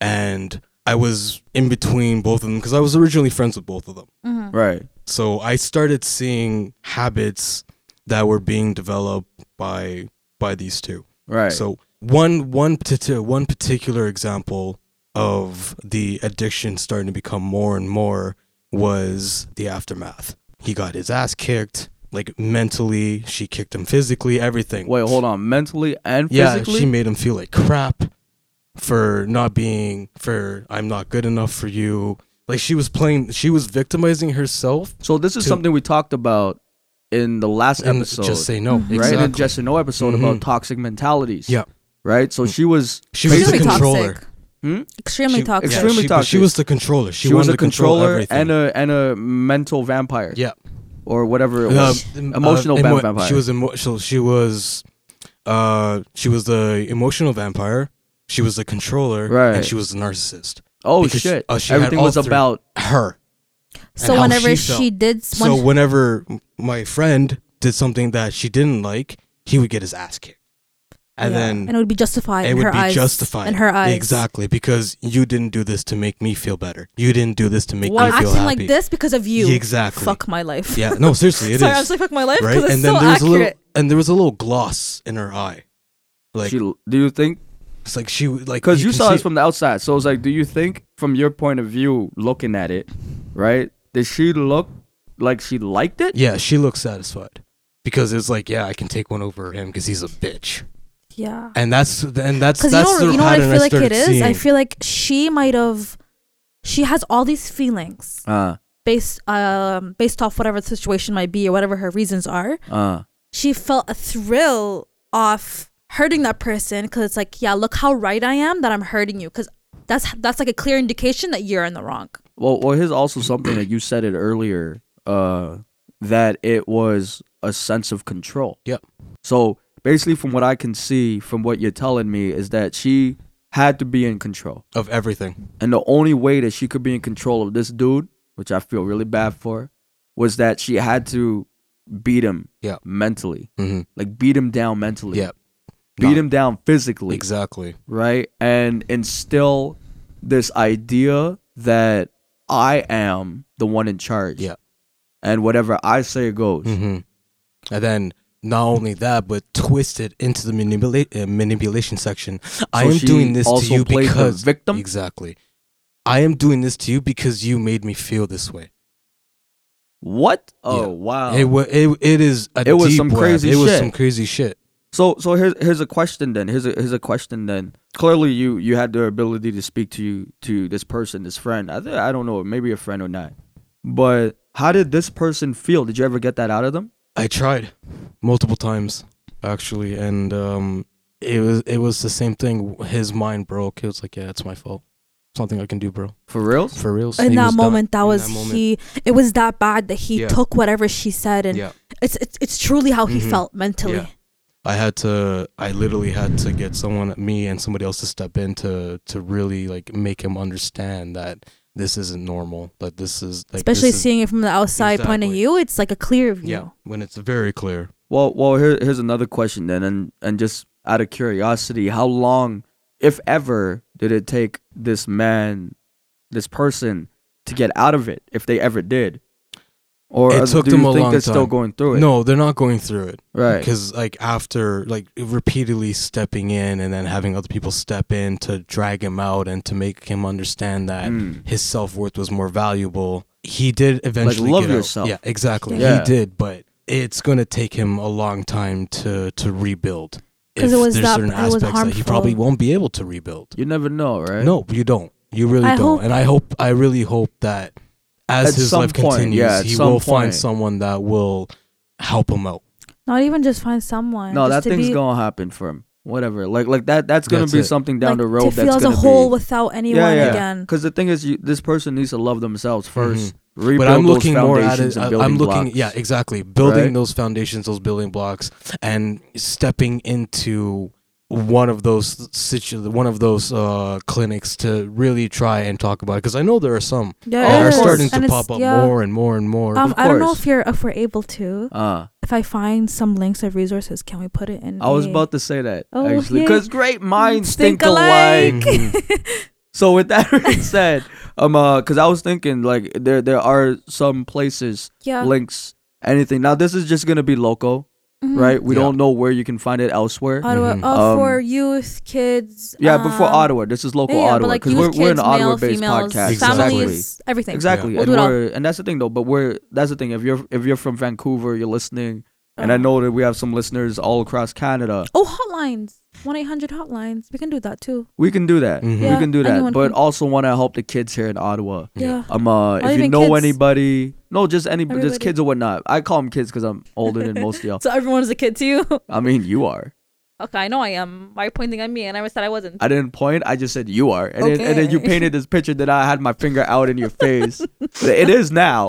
Speaker 2: and I was in between both of them because I was originally friends with both of them.
Speaker 1: Right.
Speaker 2: So I started seeing habits that were being developed by by these two.
Speaker 1: Right.
Speaker 2: So one one particular one particular example of the addiction starting to become more and more was the aftermath. He got his ass kicked, like mentally. She kicked him physically. Everything.
Speaker 1: Wait, hold on. Mentally and
Speaker 2: yeah,
Speaker 1: physically.
Speaker 2: she made him feel like crap for not being for I'm not good enough for you. Like she was playing. She was victimizing herself.
Speaker 1: so this is
Speaker 2: to-
Speaker 1: something we talked about in the last
Speaker 2: And
Speaker 1: episode.
Speaker 2: just say no.
Speaker 1: right
Speaker 2: Exactly. Mm-hmm.
Speaker 1: in the Jess and No episode about toxic mentalities.
Speaker 2: Yeah. Mm.
Speaker 1: Right. So she was.
Speaker 2: She was the
Speaker 3: Extremely
Speaker 2: controller.
Speaker 3: toxic.
Speaker 1: Hmm?
Speaker 3: Extremely
Speaker 2: She-
Speaker 3: toxic.
Speaker 1: Extremely
Speaker 2: she, but She
Speaker 1: toxic.
Speaker 2: was the controller. She,
Speaker 1: She, was
Speaker 2: wanted
Speaker 1: a
Speaker 2: to control
Speaker 1: controller
Speaker 2: everything.
Speaker 1: and a and a mental vampire.
Speaker 2: yeah.
Speaker 1: Or whatever it was.
Speaker 2: Um,
Speaker 1: emotional
Speaker 2: uh, emo-
Speaker 1: vampire.
Speaker 2: She was emotional. She was, uh, she was the emotional vampire. She was the controller,
Speaker 1: Right.
Speaker 2: And she was the narcissist.
Speaker 1: oh
Speaker 2: Because
Speaker 1: shit.
Speaker 2: uh, she had
Speaker 1: Everything
Speaker 2: all
Speaker 1: was
Speaker 2: three-
Speaker 1: about.
Speaker 2: her.
Speaker 3: So
Speaker 2: and how
Speaker 3: whenever
Speaker 2: she
Speaker 3: she,
Speaker 2: felt.
Speaker 3: did,
Speaker 2: So
Speaker 3: when-
Speaker 2: whenever m- my friend did something that she didn't like, he would get his ass kicked, and
Speaker 3: Yeah.
Speaker 2: then
Speaker 3: and it would be justified.
Speaker 2: it
Speaker 3: in
Speaker 2: would
Speaker 3: her
Speaker 2: be
Speaker 3: eyes,
Speaker 2: justified
Speaker 3: in her eyes.
Speaker 2: exactly because you didn't do this to make me feel better. You didn't do this to make
Speaker 3: I'm
Speaker 2: me feel
Speaker 3: acting
Speaker 2: happy.
Speaker 3: like this because of you.
Speaker 2: Yeah, exactly.
Speaker 3: Fuck my life.
Speaker 2: Yeah, no, seriously, it is.
Speaker 3: Sorry, I was like, fuck my life because it's
Speaker 2: and then
Speaker 3: so
Speaker 2: there was
Speaker 3: accurate.
Speaker 2: a little, and there was a little gloss in her eye, like
Speaker 1: she, do you think?
Speaker 2: it's like she like
Speaker 1: Because you,
Speaker 2: can
Speaker 1: saw
Speaker 2: see
Speaker 1: this from the outside, so it's like, do you think, from your point of view, looking at it, right? Did she look like she liked it?
Speaker 2: Yeah, she looked satisfied because it's like yeah, I can take one over him because he's a bitch,
Speaker 3: yeah.
Speaker 2: and that's and that's
Speaker 3: Because
Speaker 2: that's
Speaker 3: you
Speaker 2: sort
Speaker 3: know,
Speaker 2: of
Speaker 3: you know what I
Speaker 2: pattern
Speaker 3: feel like
Speaker 2: started
Speaker 3: it is.
Speaker 2: seeing.
Speaker 3: I feel like she might have. She has all these feelings
Speaker 1: Uh,
Speaker 3: based um based off whatever the situation might be or whatever her reasons are.
Speaker 1: uh,
Speaker 3: She felt a thrill off hurting that person because it's like, yeah, look how right I am that I'm hurting you because that's that's like a clear indication that you're in the wrong.
Speaker 1: Well, well, here's also something that you said it earlier. Uh, that it was a sense of control.
Speaker 2: Yep.
Speaker 1: So basically, from what I can see, from what you're telling me, is that she had to be in control,
Speaker 2: of everything.
Speaker 1: and the only way that she could be in control of this dude, which I feel really bad for, was that she had to beat him
Speaker 2: Yeah.
Speaker 1: mentally,
Speaker 2: Mm-hmm.
Speaker 1: like beat him down mentally,
Speaker 2: Yeah,
Speaker 1: beat
Speaker 2: Nah.
Speaker 1: him down physically,
Speaker 2: exactly.
Speaker 1: right? And instill this idea that I am the one in charge.
Speaker 2: Yeah.
Speaker 1: And whatever I say goes.
Speaker 2: hmm And then not only that, but twist it into the manipula- uh, manipulation section. I
Speaker 1: So
Speaker 2: am
Speaker 1: she
Speaker 2: doing this
Speaker 1: also
Speaker 2: to you
Speaker 1: played the
Speaker 2: because
Speaker 1: victim?
Speaker 2: Exactly. I am doing this to you because you made me feel this way.
Speaker 1: What? Oh
Speaker 2: Yeah.
Speaker 1: wow.
Speaker 2: It was. It, it is. A
Speaker 1: It was
Speaker 2: deep
Speaker 1: some
Speaker 2: web.
Speaker 1: crazy
Speaker 2: It was
Speaker 1: shit.
Speaker 2: some crazy shit.
Speaker 1: so so here's here's a question then. Here's a here's a question then. Clearly you you had the ability to speak to you to this person, this friend. I th- I don't know, maybe a friend or not. But how did this person feel? Did you ever get that out of them?
Speaker 2: I tried multiple times actually, and um, it was it was the same thing. His mind broke. He was like, "Yeah, it's my fault. It's nothing I can do, bro.
Speaker 1: For real?
Speaker 2: For real."
Speaker 3: in that moment that was he it was that bad that he
Speaker 2: Yeah.
Speaker 3: took whatever she said and
Speaker 2: Yeah.
Speaker 3: it's, it's it's truly how he
Speaker 2: Mhm.
Speaker 3: felt mentally
Speaker 2: Yeah. I had to. I literally had to get someone, me and somebody else, to step in to to really like make him understand that this isn't normal. That this is like, this
Speaker 3: especially
Speaker 2: is-
Speaker 3: seeing it from the outside point of
Speaker 2: Exactly.
Speaker 3: view it's like a clear view
Speaker 2: Yeah, when it's very clear.
Speaker 1: Well, well, here, here's another question then, and and just out of curiosity, how long, if ever, did it take this man, this person, to get out of it, if they ever did? Or
Speaker 2: It
Speaker 1: uh,
Speaker 2: took
Speaker 1: do
Speaker 2: them
Speaker 1: you
Speaker 2: a
Speaker 1: think
Speaker 2: long
Speaker 1: they're still
Speaker 2: time.
Speaker 1: going through it?
Speaker 2: No, they're not going through it.
Speaker 1: Right.
Speaker 2: Because like after like repeatedly stepping in and then having other people step in to drag him out and to make him understand that
Speaker 1: Mm.
Speaker 2: his self worth was more valuable, he did eventually
Speaker 1: love
Speaker 2: get out.
Speaker 1: yourself.
Speaker 2: Yeah, exactly.
Speaker 1: Yeah.
Speaker 2: He did, but it's gonna take him a long time to to rebuild. If
Speaker 3: 'Cause it was
Speaker 2: there's
Speaker 3: that-
Speaker 2: certain
Speaker 3: it was
Speaker 2: aspects that he
Speaker 3: harmful.
Speaker 2: probably won't be able to rebuild.
Speaker 1: You never know, right?
Speaker 2: No, you don't. You really
Speaker 3: I
Speaker 2: don't.
Speaker 3: hope-
Speaker 2: and I hope, I really hope that as
Speaker 1: At
Speaker 2: his
Speaker 1: some
Speaker 2: life
Speaker 1: point,
Speaker 2: continues,
Speaker 1: yeah, at
Speaker 2: he
Speaker 1: some
Speaker 2: will
Speaker 1: point.
Speaker 2: find someone that will help him out.
Speaker 3: not even just find someone
Speaker 1: no, that
Speaker 3: Uh, just to
Speaker 1: thing's
Speaker 3: be,
Speaker 1: gonna happen for him. Whatever, like like that. That's gonna
Speaker 2: That's
Speaker 1: be
Speaker 2: it.
Speaker 1: something down
Speaker 3: like,
Speaker 1: the road.
Speaker 3: to feel
Speaker 1: that's
Speaker 3: as a
Speaker 1: gonna
Speaker 3: whole
Speaker 1: be,
Speaker 3: without anyone again
Speaker 1: Because the thing is, you, this person needs to love themselves 1st Rebuild
Speaker 2: Mm-hmm. But I'm looking
Speaker 1: those
Speaker 2: more at
Speaker 1: foundations
Speaker 2: it.
Speaker 1: and
Speaker 2: I-
Speaker 1: building
Speaker 2: I'm looking,
Speaker 1: blocks.
Speaker 2: yeah, exactly. Building
Speaker 1: Right?
Speaker 2: those foundations, those building blocks, and stepping into one of those situ- one of those uh, clinics to really try and talk about it because I know there are some
Speaker 3: Yeah,
Speaker 2: are
Speaker 1: of course.
Speaker 2: starting
Speaker 3: And
Speaker 2: to
Speaker 3: it's-
Speaker 2: pop up
Speaker 3: yeah.
Speaker 2: more and more and more.
Speaker 3: Um, I don't know
Speaker 1: course.
Speaker 3: if you're if we're able to.
Speaker 1: Uh,
Speaker 3: If I find some links of resources, can we put it in?
Speaker 1: I was
Speaker 3: a-
Speaker 1: about to say that
Speaker 3: Oh,
Speaker 1: actually,
Speaker 3: yay.
Speaker 1: because great minds
Speaker 3: Think
Speaker 1: think alike.
Speaker 3: alike.
Speaker 2: Mhm.
Speaker 1: So with that being said, um, uh, cause I was thinking like there there are some places
Speaker 3: yeah.
Speaker 1: links anything. Now this is just gonna be local,
Speaker 3: Mhm.
Speaker 1: right? We
Speaker 2: Yeah.
Speaker 1: don't know where you can find it elsewhere.
Speaker 3: Ottawa
Speaker 2: Mhm.
Speaker 3: uh,
Speaker 1: Um,
Speaker 3: for youth, kids.
Speaker 1: yeah, but for
Speaker 3: um,
Speaker 1: Ottawa, this is local
Speaker 3: yeah, yeah, but,
Speaker 1: Ottawa
Speaker 3: like,
Speaker 1: because
Speaker 3: youth,
Speaker 1: we're we're an
Speaker 3: kids,
Speaker 1: Ottawa
Speaker 3: male,
Speaker 1: based
Speaker 3: females,
Speaker 1: podcast.
Speaker 2: Exactly.
Speaker 3: families, everything.
Speaker 1: Exactly.
Speaker 3: We'll
Speaker 1: And
Speaker 3: do it all.
Speaker 1: we're and that's the thing though, but we're that's the thing. If you're if you're from Vancouver, you're listening and I
Speaker 3: Uh-huh.
Speaker 1: know that we have some listeners all across Canada.
Speaker 3: Oh, hotlines. 1 800 hotlines. We can do that too.
Speaker 1: We can do that.
Speaker 2: Mhm.
Speaker 1: We
Speaker 3: Yeah,
Speaker 1: can do that.
Speaker 3: anyone
Speaker 1: But
Speaker 3: can-
Speaker 1: also want to help the kids here in Ottawa.
Speaker 2: Yeah.
Speaker 3: Yeah.
Speaker 1: Um, uh, if you
Speaker 3: even
Speaker 1: know
Speaker 3: kids.
Speaker 1: anybody, no, just any, just
Speaker 3: Everybody.
Speaker 1: kids or whatnot. I call them kids because I'm older than most of y'all.
Speaker 3: So everyone is a kid to you?
Speaker 1: I mean, you are.
Speaker 3: okay, I know I am. Why are you pointing at me? I never said I wasn't.
Speaker 1: I didn't point. I just said you are, and then and then you
Speaker 3: Okay.
Speaker 1: painted this picture that I had my finger out in your face. it is now,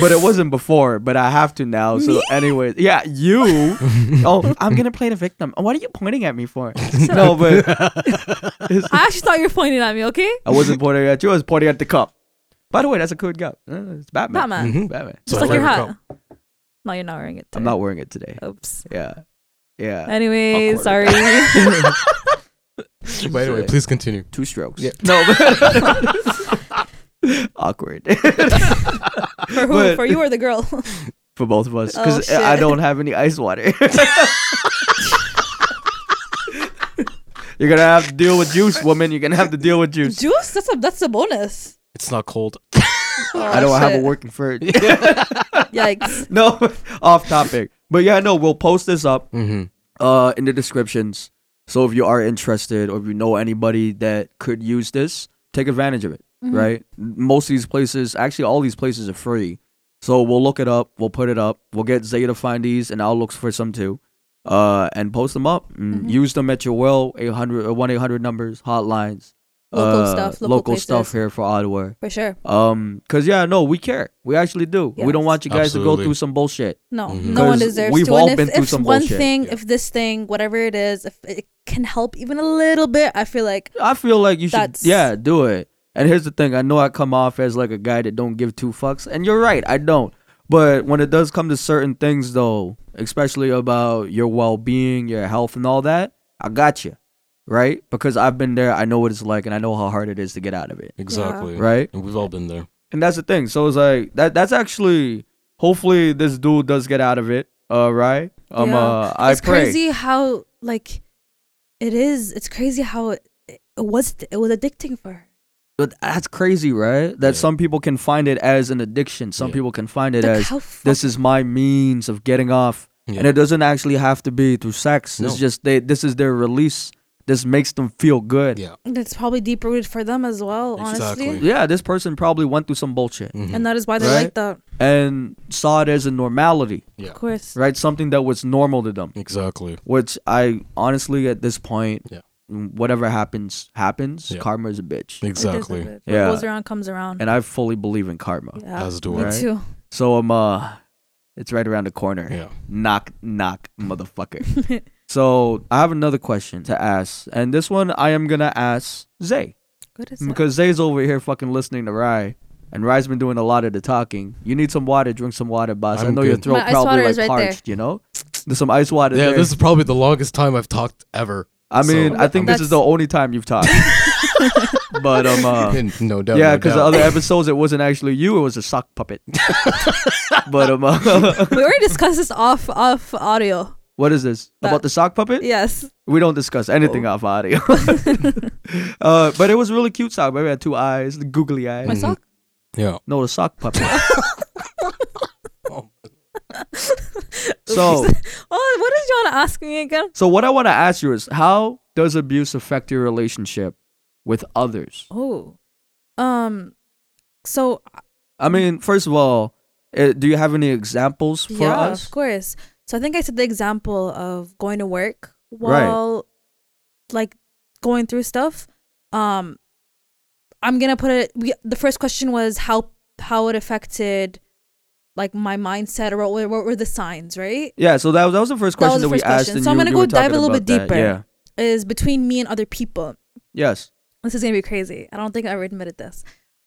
Speaker 1: but it wasn't before. But I have to now. So,
Speaker 3: Me?
Speaker 1: anyways, yeah, you. oh, I'm gonna play the victim. What are you pointing at me for? no, but it's-
Speaker 3: I actually thought you were pointing at me, okay?
Speaker 1: I wasn't pointing at you. I was pointing at the cup. By the way, that's a cool cup. Uh, It's Batman.
Speaker 3: Batman.
Speaker 2: Mhm.
Speaker 1: Batman.
Speaker 2: So
Speaker 3: Just like your
Speaker 2: there we
Speaker 3: hat. No, you're not wearing it.
Speaker 1: I'm
Speaker 3: today.
Speaker 1: not wearing it today.
Speaker 3: Oops.
Speaker 1: Yeah, yeah.
Speaker 3: Anyway,
Speaker 1: Awkward.
Speaker 3: sorry.
Speaker 2: go. By the way,
Speaker 1: Shit.
Speaker 2: please continue.
Speaker 1: two strokes.
Speaker 2: Yeah.
Speaker 1: No. Awkward
Speaker 3: for who?
Speaker 1: But-
Speaker 3: for you or the girl?
Speaker 1: for both of us
Speaker 3: Oh,
Speaker 1: because
Speaker 3: shit.
Speaker 1: I don't have any ice water. You're gonna have to deal with juice, woman. You're gonna have to deal with juice.
Speaker 3: Juice? That's a that's a bonus. Oh,
Speaker 2: It's not cold.
Speaker 1: I don't have a
Speaker 3: shit.
Speaker 1: working fridge.
Speaker 3: Yikes.
Speaker 1: no, off topic. But yeah, no, we'll post this up
Speaker 2: Mm-hmm.
Speaker 1: uh, in the descriptions. So if you are interested or if you know anybody that could use this, take advantage of it.
Speaker 3: Mm-hmm.
Speaker 1: Right? Most of these places, actually, all these places are free. So we'll look it up. We'll put it up. We'll get Zay to find these, and I'll look for some too. Uh, and post them up. And
Speaker 3: Mm-hmm.
Speaker 1: Use them at your will. 800 or 1 800 numbers, hotlines.
Speaker 3: Local
Speaker 1: uh,
Speaker 3: stuff, local
Speaker 1: Local, stuff
Speaker 3: places.
Speaker 1: here for Ottawa.
Speaker 3: For sure.
Speaker 1: Um, cause yeah, no, we care. We actually do. We don't
Speaker 3: Yes.
Speaker 1: want you guys to go
Speaker 2: Absolutely.
Speaker 1: through some bullshit.
Speaker 3: No,
Speaker 2: Mhm.
Speaker 3: no one
Speaker 1: 'Cause
Speaker 3: deserves
Speaker 1: we've
Speaker 3: to.
Speaker 1: all
Speaker 3: and if,
Speaker 1: been through
Speaker 3: if
Speaker 1: some
Speaker 3: one
Speaker 1: bullshit.
Speaker 3: thing,
Speaker 2: Yeah.
Speaker 3: if this thing, whatever it is, if it can help even a little bit, I feel like
Speaker 1: I feel like you should,
Speaker 3: That's-
Speaker 1: yeah, do it. And here's the thing: I know I come off as like a guy that don't give two fucks, and you're right, I don't. But when it does come to certain things, though, especially about your well-being, your health, and all that, I got you, right? Because I've been there. I know what it's like, and I know how hard it is to get out of it,
Speaker 2: Exactly.
Speaker 1: right?
Speaker 2: And we've all been there.
Speaker 1: And that's the thing. So it's like that. That's actually. Hopefully, this dude does get out of it. Uh, right? Um,
Speaker 3: Yeah.
Speaker 1: uh, I
Speaker 3: it's
Speaker 1: pray.
Speaker 3: crazy how like it is. It's crazy how it, it was. It was addicting for her.
Speaker 1: But that's crazy, right? That
Speaker 2: Yeah.
Speaker 1: some people can find it as an addiction. Some
Speaker 2: Yeah.
Speaker 1: people can find it
Speaker 3: Like,
Speaker 1: as
Speaker 3: how fuck-
Speaker 1: this is my means of getting off, and
Speaker 2: Yeah.
Speaker 1: it doesn't actually have to be through sex. It's
Speaker 2: No.
Speaker 1: just they. This is their release. This makes them feel good.
Speaker 2: Yeah.
Speaker 3: And It's probably deep rooted for them as well. Honestly,
Speaker 2: Exactly.
Speaker 1: Yeah, this person probably went through some bullshit
Speaker 2: Mm-hmm.
Speaker 3: and that is why they
Speaker 1: Right?
Speaker 3: like that.
Speaker 1: and saw it as a normality,
Speaker 2: Yeah.
Speaker 3: Of course.
Speaker 1: right? Something that was normal to them.
Speaker 2: Exactly.
Speaker 1: Which I honestly, at this point,
Speaker 2: Yeah.
Speaker 1: whatever happens, happens.
Speaker 2: Yeah.
Speaker 1: Karma is a bitch,
Speaker 3: It is a
Speaker 2: Exactly.
Speaker 3: bit. What
Speaker 1: Yeah.
Speaker 3: goes around comes around.
Speaker 1: and I fully believe in karma.
Speaker 3: yeah.
Speaker 2: As do
Speaker 3: me
Speaker 1: I.
Speaker 3: too.
Speaker 1: So I'm uh it's right around the corner.
Speaker 2: Yeah.
Speaker 1: Knock knock motherfucker. so I have another question to ask. And this one I am gonna ask Zay.
Speaker 3: Good as
Speaker 1: Because Zay's over here fucking listening to Rye. And Rye's been doing a lot of the talking. You need some water, drink some water, boss. i
Speaker 2: I'm
Speaker 1: know your
Speaker 2: good.
Speaker 1: throat
Speaker 3: My ice
Speaker 1: probably
Speaker 3: water
Speaker 1: like
Speaker 3: is right there.
Speaker 1: parched, you know? There's some ice water
Speaker 2: Yeah,
Speaker 1: there.
Speaker 2: this is probably the longest time I've talked ever.
Speaker 1: I mean,
Speaker 2: so-
Speaker 1: I think this is the only time you've talked. but um uh,
Speaker 2: no doubt.
Speaker 1: yeah,
Speaker 2: no
Speaker 1: because the
Speaker 2: doubt.
Speaker 1: other episodes it wasn't actually you, it was a sock puppet. but um uh,
Speaker 3: we already discussed this off off audio.
Speaker 1: what is this?
Speaker 3: That-
Speaker 1: About the sock puppet?
Speaker 3: Yes.
Speaker 1: We don't discuss anything off audio. uh, but it was really cute sock. Baby had two eyes, the googly
Speaker 3: My
Speaker 2: Mm-hmm.
Speaker 1: eyes.
Speaker 3: sock.
Speaker 2: yeah.
Speaker 1: No, the sock puppet. Oh. so,
Speaker 3: Oh, what did you want to ask me again?
Speaker 1: so what I want to ask you is, how does abuse affect your relationship with others?
Speaker 3: Oh. Um. So
Speaker 1: I mean, first of all, uh do you have any examples for
Speaker 3: yeah,
Speaker 1: us?
Speaker 3: of course. So I think I said the example of going to work
Speaker 1: Right.
Speaker 3: while like going through stuff. Um I'm going to put it we, the first question was how how it affected like my mindset or what, what were the signs, right?
Speaker 1: Yeah. So that, that was the first
Speaker 3: That
Speaker 1: question
Speaker 3: was
Speaker 1: that,
Speaker 3: the
Speaker 1: we
Speaker 3: first
Speaker 1: asked.
Speaker 3: question.
Speaker 1: And
Speaker 3: So I'm
Speaker 1: you-
Speaker 3: gonna
Speaker 1: you
Speaker 3: go
Speaker 1: were talking
Speaker 3: dive a little
Speaker 1: about
Speaker 3: bit
Speaker 1: that.
Speaker 3: deeper.
Speaker 1: Yeah.
Speaker 3: is between me and other people.
Speaker 1: Yes.
Speaker 3: This is gonna be crazy. I don't think I ever admitted this,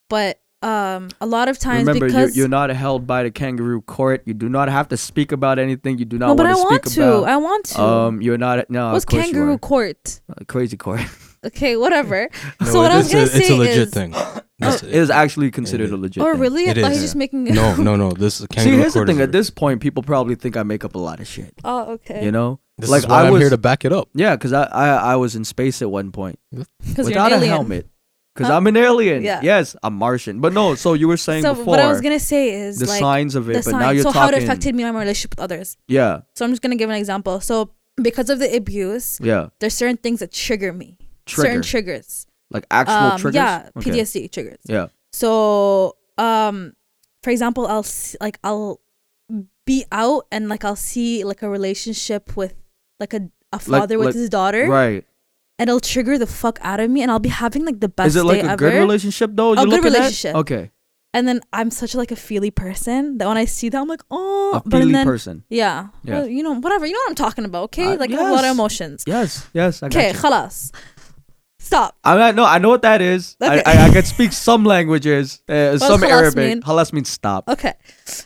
Speaker 3: but um, a lot of times
Speaker 1: Remember, you,
Speaker 3: because
Speaker 1: you're not held by the kangaroo court. You do not have to speak about anything. You do not
Speaker 3: no, but
Speaker 1: want
Speaker 3: I
Speaker 1: to
Speaker 3: want
Speaker 1: speak
Speaker 3: to.
Speaker 1: about.
Speaker 3: I want to.
Speaker 1: Um, you're not. No,
Speaker 3: What's
Speaker 1: of course you
Speaker 3: kangaroo
Speaker 1: are.
Speaker 3: court?
Speaker 1: Uh, crazy court.
Speaker 3: Okay, whatever.
Speaker 2: No,
Speaker 3: so what I was
Speaker 2: it's
Speaker 3: gonna
Speaker 2: a,
Speaker 3: say
Speaker 2: it's a legit
Speaker 3: is,
Speaker 2: thing.
Speaker 1: it is actually considered a legit.
Speaker 3: oh
Speaker 1: thing.
Speaker 3: really? I
Speaker 2: It
Speaker 3: thought
Speaker 2: is.
Speaker 3: he was just making it.
Speaker 2: No, no, no. This is
Speaker 1: See,
Speaker 2: kangaroo
Speaker 1: here's the
Speaker 2: court is
Speaker 1: thing. At
Speaker 2: real.
Speaker 1: this point, people probably think I make up a lot of shit.
Speaker 3: Oh, okay.
Speaker 1: You know,
Speaker 2: This is why
Speaker 1: I
Speaker 2: I'm
Speaker 1: was.
Speaker 2: here to back it up.
Speaker 1: yeah, because I, I I was in space at one point
Speaker 3: because you're
Speaker 1: without
Speaker 3: an
Speaker 1: a
Speaker 3: alien.
Speaker 1: helmet. Because I'm an alien.
Speaker 3: Yeah.
Speaker 1: Yes, I'm Martian. But no, so you were saying
Speaker 3: So
Speaker 1: before
Speaker 3: what I was gonna say is
Speaker 1: the
Speaker 3: like
Speaker 1: signs of
Speaker 3: the
Speaker 1: it, but
Speaker 3: sign.
Speaker 1: now you're
Speaker 3: so how
Speaker 1: talking.
Speaker 3: it affected me in my relationship with others.
Speaker 1: yeah,
Speaker 3: So I'm just gonna give an example. So because of the abuse,
Speaker 1: yeah,
Speaker 3: there's certain things that trigger me.
Speaker 1: Trigger.
Speaker 3: Certain triggers.
Speaker 1: like actual
Speaker 3: um,
Speaker 1: triggers.
Speaker 3: Yeah,
Speaker 1: Okay.
Speaker 3: PTSD triggers.
Speaker 1: Yeah,
Speaker 3: So, um, for example, I'll s- like I'll be out and like I'll see like a relationship with like a a father with
Speaker 1: like-
Speaker 3: his daughter,
Speaker 1: right.
Speaker 3: and it'll trigger the fuck out of me, and I'll be having like the best
Speaker 1: Is it like
Speaker 3: day
Speaker 1: a
Speaker 3: ever. Oh,
Speaker 1: good relationship though? you're
Speaker 3: good
Speaker 1: looking at?
Speaker 3: relationship.
Speaker 1: Okay,
Speaker 3: and then I'm such like a feely person that when I see that I'm like, oh,
Speaker 1: a
Speaker 3: but and
Speaker 1: feely
Speaker 3: then
Speaker 1: person.
Speaker 3: yeah,
Speaker 1: Yeah.
Speaker 3: Well, you know, whatever, you know what I'm talking about, okay?
Speaker 1: Uh,
Speaker 3: like I have a lot of
Speaker 1: yes.
Speaker 3: emotions.
Speaker 1: Yes, yes. I got
Speaker 3: Okay,
Speaker 1: you.
Speaker 3: khalas, stop.
Speaker 1: I'm not, no, I know what that is.
Speaker 3: Okay.
Speaker 1: I, I, I can speak some languages, uh,
Speaker 3: does
Speaker 1: some
Speaker 3: halas
Speaker 1: Arabic.
Speaker 3: mean?
Speaker 1: Halas means stop.
Speaker 3: Okay,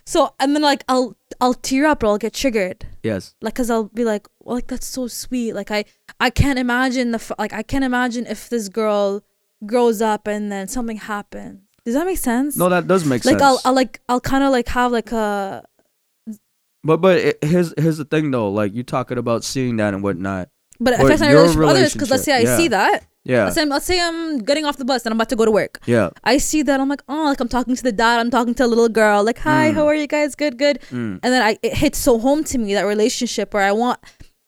Speaker 3: so and then like I'll I'll tear up or I'll get triggered.
Speaker 1: Yes.
Speaker 3: like because i'll be like well, like that's so sweet like i i can't imagine the f- like i can't imagine if this girl grows up and then something happens does that make sense
Speaker 1: No, that does make
Speaker 3: like
Speaker 1: sense.
Speaker 3: I'll, I'll like i'll kind of like have like a
Speaker 1: but but it, here's here's the thing though. Like you talking about seeing that and whatnot.
Speaker 3: but it
Speaker 1: Or
Speaker 3: affects my
Speaker 1: your
Speaker 3: relationship with others because let's say i
Speaker 1: relationship, yeah.
Speaker 3: see that
Speaker 1: Yeah.
Speaker 3: let's, say I'm, let's say i'm getting off the bus and i'm about to go to work
Speaker 1: Yeah.
Speaker 3: i see that i'm like oh like i'm talking to the dad i'm talking to a little girl like hi how are you guys good good
Speaker 1: Mm.
Speaker 3: and then i it hits so home to me that relationship where i want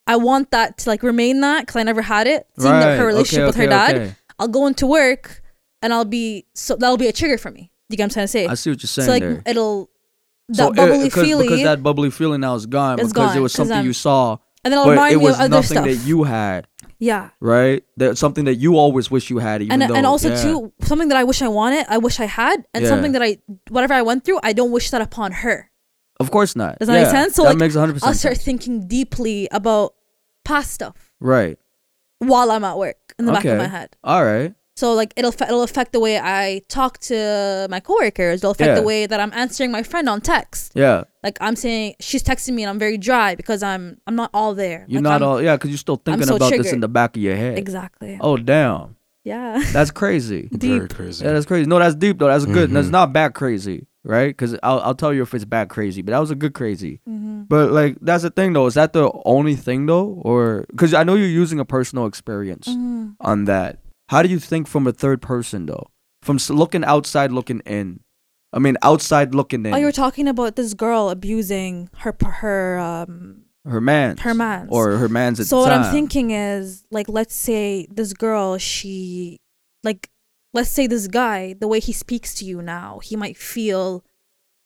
Speaker 3: i want that to like remain that because i never had it seeing that
Speaker 1: Right,
Speaker 3: her relationship
Speaker 1: okay,
Speaker 3: with her
Speaker 1: okay,
Speaker 3: dad
Speaker 1: okay.
Speaker 3: I'll go into work and I'll be so that'll be a trigger for me. You get what I'm trying to say?
Speaker 1: I see what you're saying
Speaker 3: so like
Speaker 1: there.
Speaker 3: it'll that
Speaker 1: So, uh,
Speaker 3: bubbly
Speaker 1: because,
Speaker 3: feely,
Speaker 1: because that bubbly feeling now is gone
Speaker 3: It's
Speaker 1: because
Speaker 3: gone,
Speaker 1: it was
Speaker 3: 'cause
Speaker 1: something
Speaker 3: I'm-
Speaker 1: you saw,
Speaker 3: and then it'll
Speaker 1: but
Speaker 3: remind
Speaker 1: it
Speaker 3: me of
Speaker 1: was
Speaker 3: other
Speaker 1: nothing
Speaker 3: stuff.
Speaker 1: that you had,
Speaker 3: yeah,
Speaker 1: right? That something that you always wish you had, even
Speaker 3: and
Speaker 1: though,
Speaker 3: and also
Speaker 1: yeah.
Speaker 3: too something that I wish I wanted, I wish I had, and
Speaker 1: Yeah.
Speaker 3: something that I whatever I went through, I don't wish that upon her.
Speaker 1: Of course not.
Speaker 3: Does that make
Speaker 1: Yeah,
Speaker 3: sense? So,
Speaker 1: that
Speaker 3: like,
Speaker 1: makes 100
Speaker 3: I'll
Speaker 1: percent
Speaker 3: start thinking deeply about past stuff
Speaker 1: Right.
Speaker 3: while I'm at work in the back
Speaker 1: Okay.
Speaker 3: of my head.
Speaker 1: All right.
Speaker 3: So like it'll fa- it'll affect the way I talk to my coworkers. It'll affect
Speaker 1: Yeah.
Speaker 3: the way that I'm answering my friend on text.
Speaker 1: Yeah.
Speaker 3: like I'm saying she's texting me and I'm very dry because I'm I'm not all there.
Speaker 1: You're
Speaker 3: Like,
Speaker 1: not
Speaker 3: I'm-
Speaker 1: all yeah, because you're still thinking
Speaker 3: so
Speaker 1: about this in
Speaker 3: triggered.
Speaker 1: the back of your head.
Speaker 3: exactly.
Speaker 1: Oh damn,
Speaker 3: Yeah.
Speaker 1: that's crazy.
Speaker 2: Very
Speaker 3: Deep.
Speaker 2: crazy.
Speaker 1: yeah, that's crazy. No, that's deep though. That's good. That's not bad crazy, right? Because I'll I'll tell you if it's bad crazy, but that was a good crazy.
Speaker 3: Mm-hmm.
Speaker 1: But like that's the thing though. Is that the only thing though, or because I know you're using a personal experience
Speaker 3: Oh, Mm-hmm.
Speaker 1: on that. How do you think from a third person though? From s- looking outside, looking in. I mean, outside looking in.
Speaker 3: Oh, you were talking about this girl abusing her her um.
Speaker 1: her man's.
Speaker 3: her mans.
Speaker 1: Or her man's at
Speaker 3: So
Speaker 1: the
Speaker 3: what
Speaker 1: time.
Speaker 3: I'm thinking is like let's say this girl she like let's say this guy the way he speaks to you now he might feel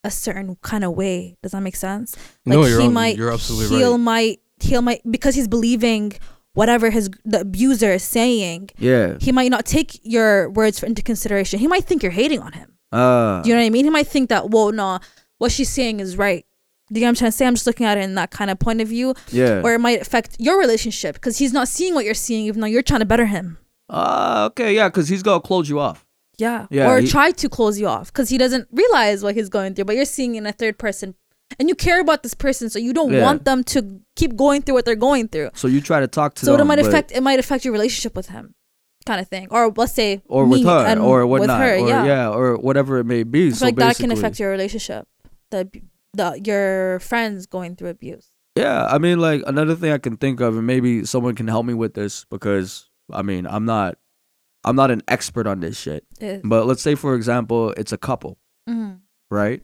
Speaker 3: a certain kind of way. Does that make sense? Like
Speaker 2: No, you're
Speaker 3: he
Speaker 2: on-
Speaker 3: might
Speaker 2: you're absolutely
Speaker 3: he'll
Speaker 2: right.
Speaker 3: might he'll might because he's believing whatever his the abuser is saying.
Speaker 1: Yeah.
Speaker 3: he might not take your words for, into consideration. He might think you're hating on him.
Speaker 1: Uh,
Speaker 3: Do you know what I mean? He might think that, whoa, no, what she's saying is right. Do you know what I'm trying to say? I'm just looking at it in that kind of point of view.
Speaker 1: yeah.
Speaker 3: Or it might affect your relationship because he's not seeing what you're seeing, even though you're trying to better him.
Speaker 1: Ah, okay, yeah, because he's gonna close you off.
Speaker 3: Yeah.
Speaker 1: Yeah,
Speaker 3: or
Speaker 1: he-
Speaker 3: try to close you off because he doesn't realize what he's going through, but you're seeing it in a third person. And you care about this person, so you don't
Speaker 1: Yeah.
Speaker 3: want them to keep going through what they're going through.
Speaker 1: So you try to talk to
Speaker 3: So it
Speaker 1: them,
Speaker 3: might
Speaker 1: but-
Speaker 3: affect it might affect your relationship with him, kind of thing. Or let's say
Speaker 1: or with
Speaker 3: me
Speaker 1: her,
Speaker 3: and
Speaker 1: or
Speaker 3: with
Speaker 1: whatnot,
Speaker 3: her,
Speaker 1: or
Speaker 3: yeah.
Speaker 1: or whatever it may be.
Speaker 3: I feel
Speaker 1: so
Speaker 3: like that
Speaker 1: basically,
Speaker 3: can affect your relationship. The the your friends going through abuse.
Speaker 1: yeah. I mean, like another thing I can think of, and maybe someone can help me with this because I mean, I'm not, I'm not an expert on this shit.
Speaker 3: It,
Speaker 1: But let's say, for example, it's a couple,
Speaker 3: mm,
Speaker 1: right,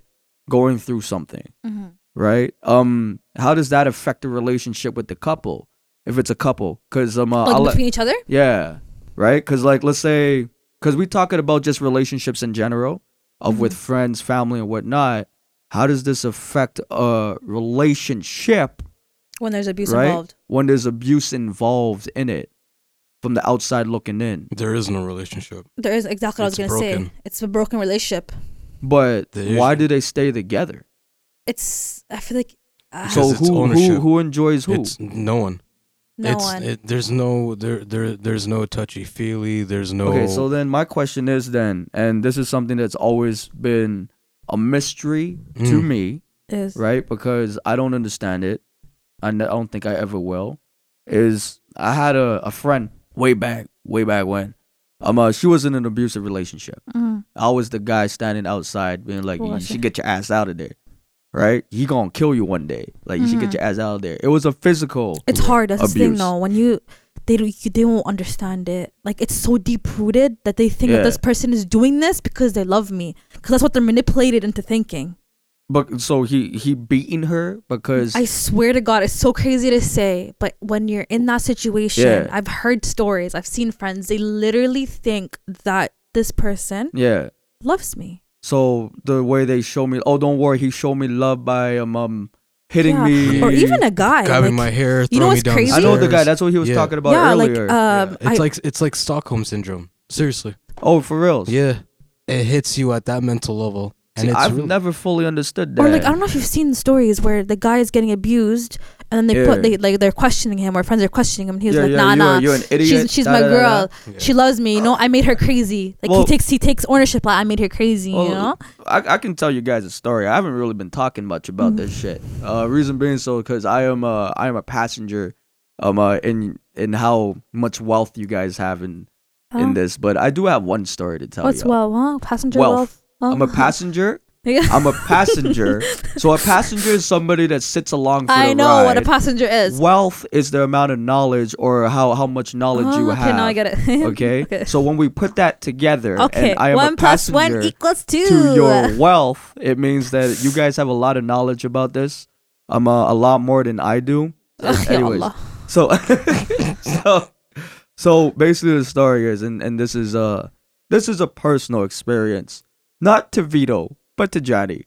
Speaker 1: going through something,
Speaker 3: mm,
Speaker 1: right? Um, how does that affect the relationship with the couple if it's a couple? Because um, uh,
Speaker 3: like
Speaker 1: I'll let-
Speaker 3: between each other.
Speaker 1: Yeah. Right? Because, like, let's say, because we talking about just relationships in general, of
Speaker 3: Mm-hmm.
Speaker 1: with friends, family, and whatnot. How does this affect a relationship,
Speaker 3: When there's abuse
Speaker 1: right?
Speaker 3: involved,
Speaker 1: When there's abuse involved in it, from the outside looking in.
Speaker 2: There is no relationship.
Speaker 3: there is exactly what
Speaker 2: It's
Speaker 3: I was gonna say.
Speaker 2: broken.
Speaker 3: It's a broken relationship.
Speaker 1: But
Speaker 2: The
Speaker 1: why
Speaker 2: issue-
Speaker 1: do they stay together?
Speaker 3: It's I feel like uh,
Speaker 1: So
Speaker 2: Because it's
Speaker 1: who, who
Speaker 2: ownership.
Speaker 1: who enjoys who?
Speaker 2: It's no one.
Speaker 3: No
Speaker 2: it's
Speaker 3: one.
Speaker 2: It, there's no there there there's no touchy feely. There's no
Speaker 1: Okay, so then my question is then, and this is something that's always been a mystery to
Speaker 2: Mm.
Speaker 1: me,
Speaker 3: is
Speaker 1: right? Because I don't understand it. I n- I don't think I ever will. Is I had a, a friend way back, way back when. Um, uh, she was in an abusive relationship.
Speaker 3: Mhm.
Speaker 1: I was the guy standing outside being like, you
Speaker 3: Bless
Speaker 1: should
Speaker 3: you.
Speaker 1: get your ass out of there, right? He gonna kill you one day. Like, you should get your ass out of there. It was a physical.
Speaker 3: Mm-hmm. It's hard. That's the thing,
Speaker 1: Abuse.
Speaker 3: though. When you they don't you, they won't understand it. Like it's so deep rooted that they think
Speaker 1: Yeah.
Speaker 3: that this person is doing this because they love me. Because that's what they're manipulated into thinking.
Speaker 1: But so he he beating her because
Speaker 3: I swear to God, it's so crazy to say, but when you're in that situation,
Speaker 1: Yeah.
Speaker 3: I've heard stories, I've seen friends, they literally think that this person
Speaker 1: yeah.
Speaker 3: loves me.
Speaker 1: So the way they show me, oh, don't worry, he showed me love by um, um hitting
Speaker 3: Yeah.
Speaker 1: me.
Speaker 3: Or even a guy.
Speaker 2: grabbing
Speaker 3: like-
Speaker 2: my hair,
Speaker 3: you
Speaker 2: throw
Speaker 3: know
Speaker 2: me
Speaker 3: what's
Speaker 2: down.
Speaker 3: crazy?
Speaker 1: I know the guy.
Speaker 2: stairs.
Speaker 1: That's what he was
Speaker 2: Yeah.
Speaker 1: talking about
Speaker 3: yeah, like
Speaker 1: earlier.
Speaker 3: um,
Speaker 2: yeah. It's
Speaker 3: I-
Speaker 2: like it's like Stockholm syndrome. Seriously.
Speaker 1: oh, for real.
Speaker 2: Yeah. It hits you at that mental level. And
Speaker 1: See,
Speaker 2: it's
Speaker 1: I've
Speaker 2: really,
Speaker 1: never fully understood that.
Speaker 3: or like I don't know if you've seen stories where the guy is getting abused and then they
Speaker 1: Yeah.
Speaker 3: put they like they're questioning him or friends are questioning him and he's
Speaker 1: yeah,
Speaker 3: like
Speaker 1: yeah,
Speaker 3: nah
Speaker 1: you
Speaker 3: nah
Speaker 1: Are, you're an idiot.
Speaker 3: she's she's
Speaker 1: da,
Speaker 3: my
Speaker 1: da, da, da."
Speaker 3: girl
Speaker 2: Yeah.
Speaker 3: she loves me you know I made her crazy like
Speaker 1: Well-
Speaker 3: he takes he takes ownership like I made her crazy you know
Speaker 1: I, I can tell you guys a story. I haven't really been talking much about this
Speaker 3: Mm-hmm.
Speaker 1: shit. Uh, reason being so because I am uh, I am a passenger, um, uh, in in how much wealth you guys have in
Speaker 3: Huh?
Speaker 1: in this, but I do have one story to tell
Speaker 3: Oh. what's
Speaker 1: you.
Speaker 3: well huh? passenger
Speaker 1: Wealth.
Speaker 3: wealth, Oh. Huh?
Speaker 1: I'm a passenger.
Speaker 3: Yeah.
Speaker 1: I'm a passenger. so a passenger is somebody that sits along for
Speaker 3: I
Speaker 1: the
Speaker 3: know
Speaker 1: ride.
Speaker 3: what a passenger is.
Speaker 1: Wealth is the amount of knowledge or how, how much knowledge you
Speaker 3: Oh,
Speaker 1: have.
Speaker 3: Okay, now I get it.
Speaker 1: okay?
Speaker 3: okay.
Speaker 1: So when we put that together,
Speaker 3: Okay,
Speaker 1: and I am
Speaker 3: one
Speaker 1: a
Speaker 3: plus
Speaker 1: passenger
Speaker 3: one equals two.
Speaker 1: to your wealth, it means that you guys have a lot of knowledge about this. I'm uh, a lot more than I do.
Speaker 3: Ugh, ya
Speaker 1: Anyways,
Speaker 3: Allah.
Speaker 1: so so so basically the story is and, and this is uh this is a personal experience. Not to Vito, but to Johnny.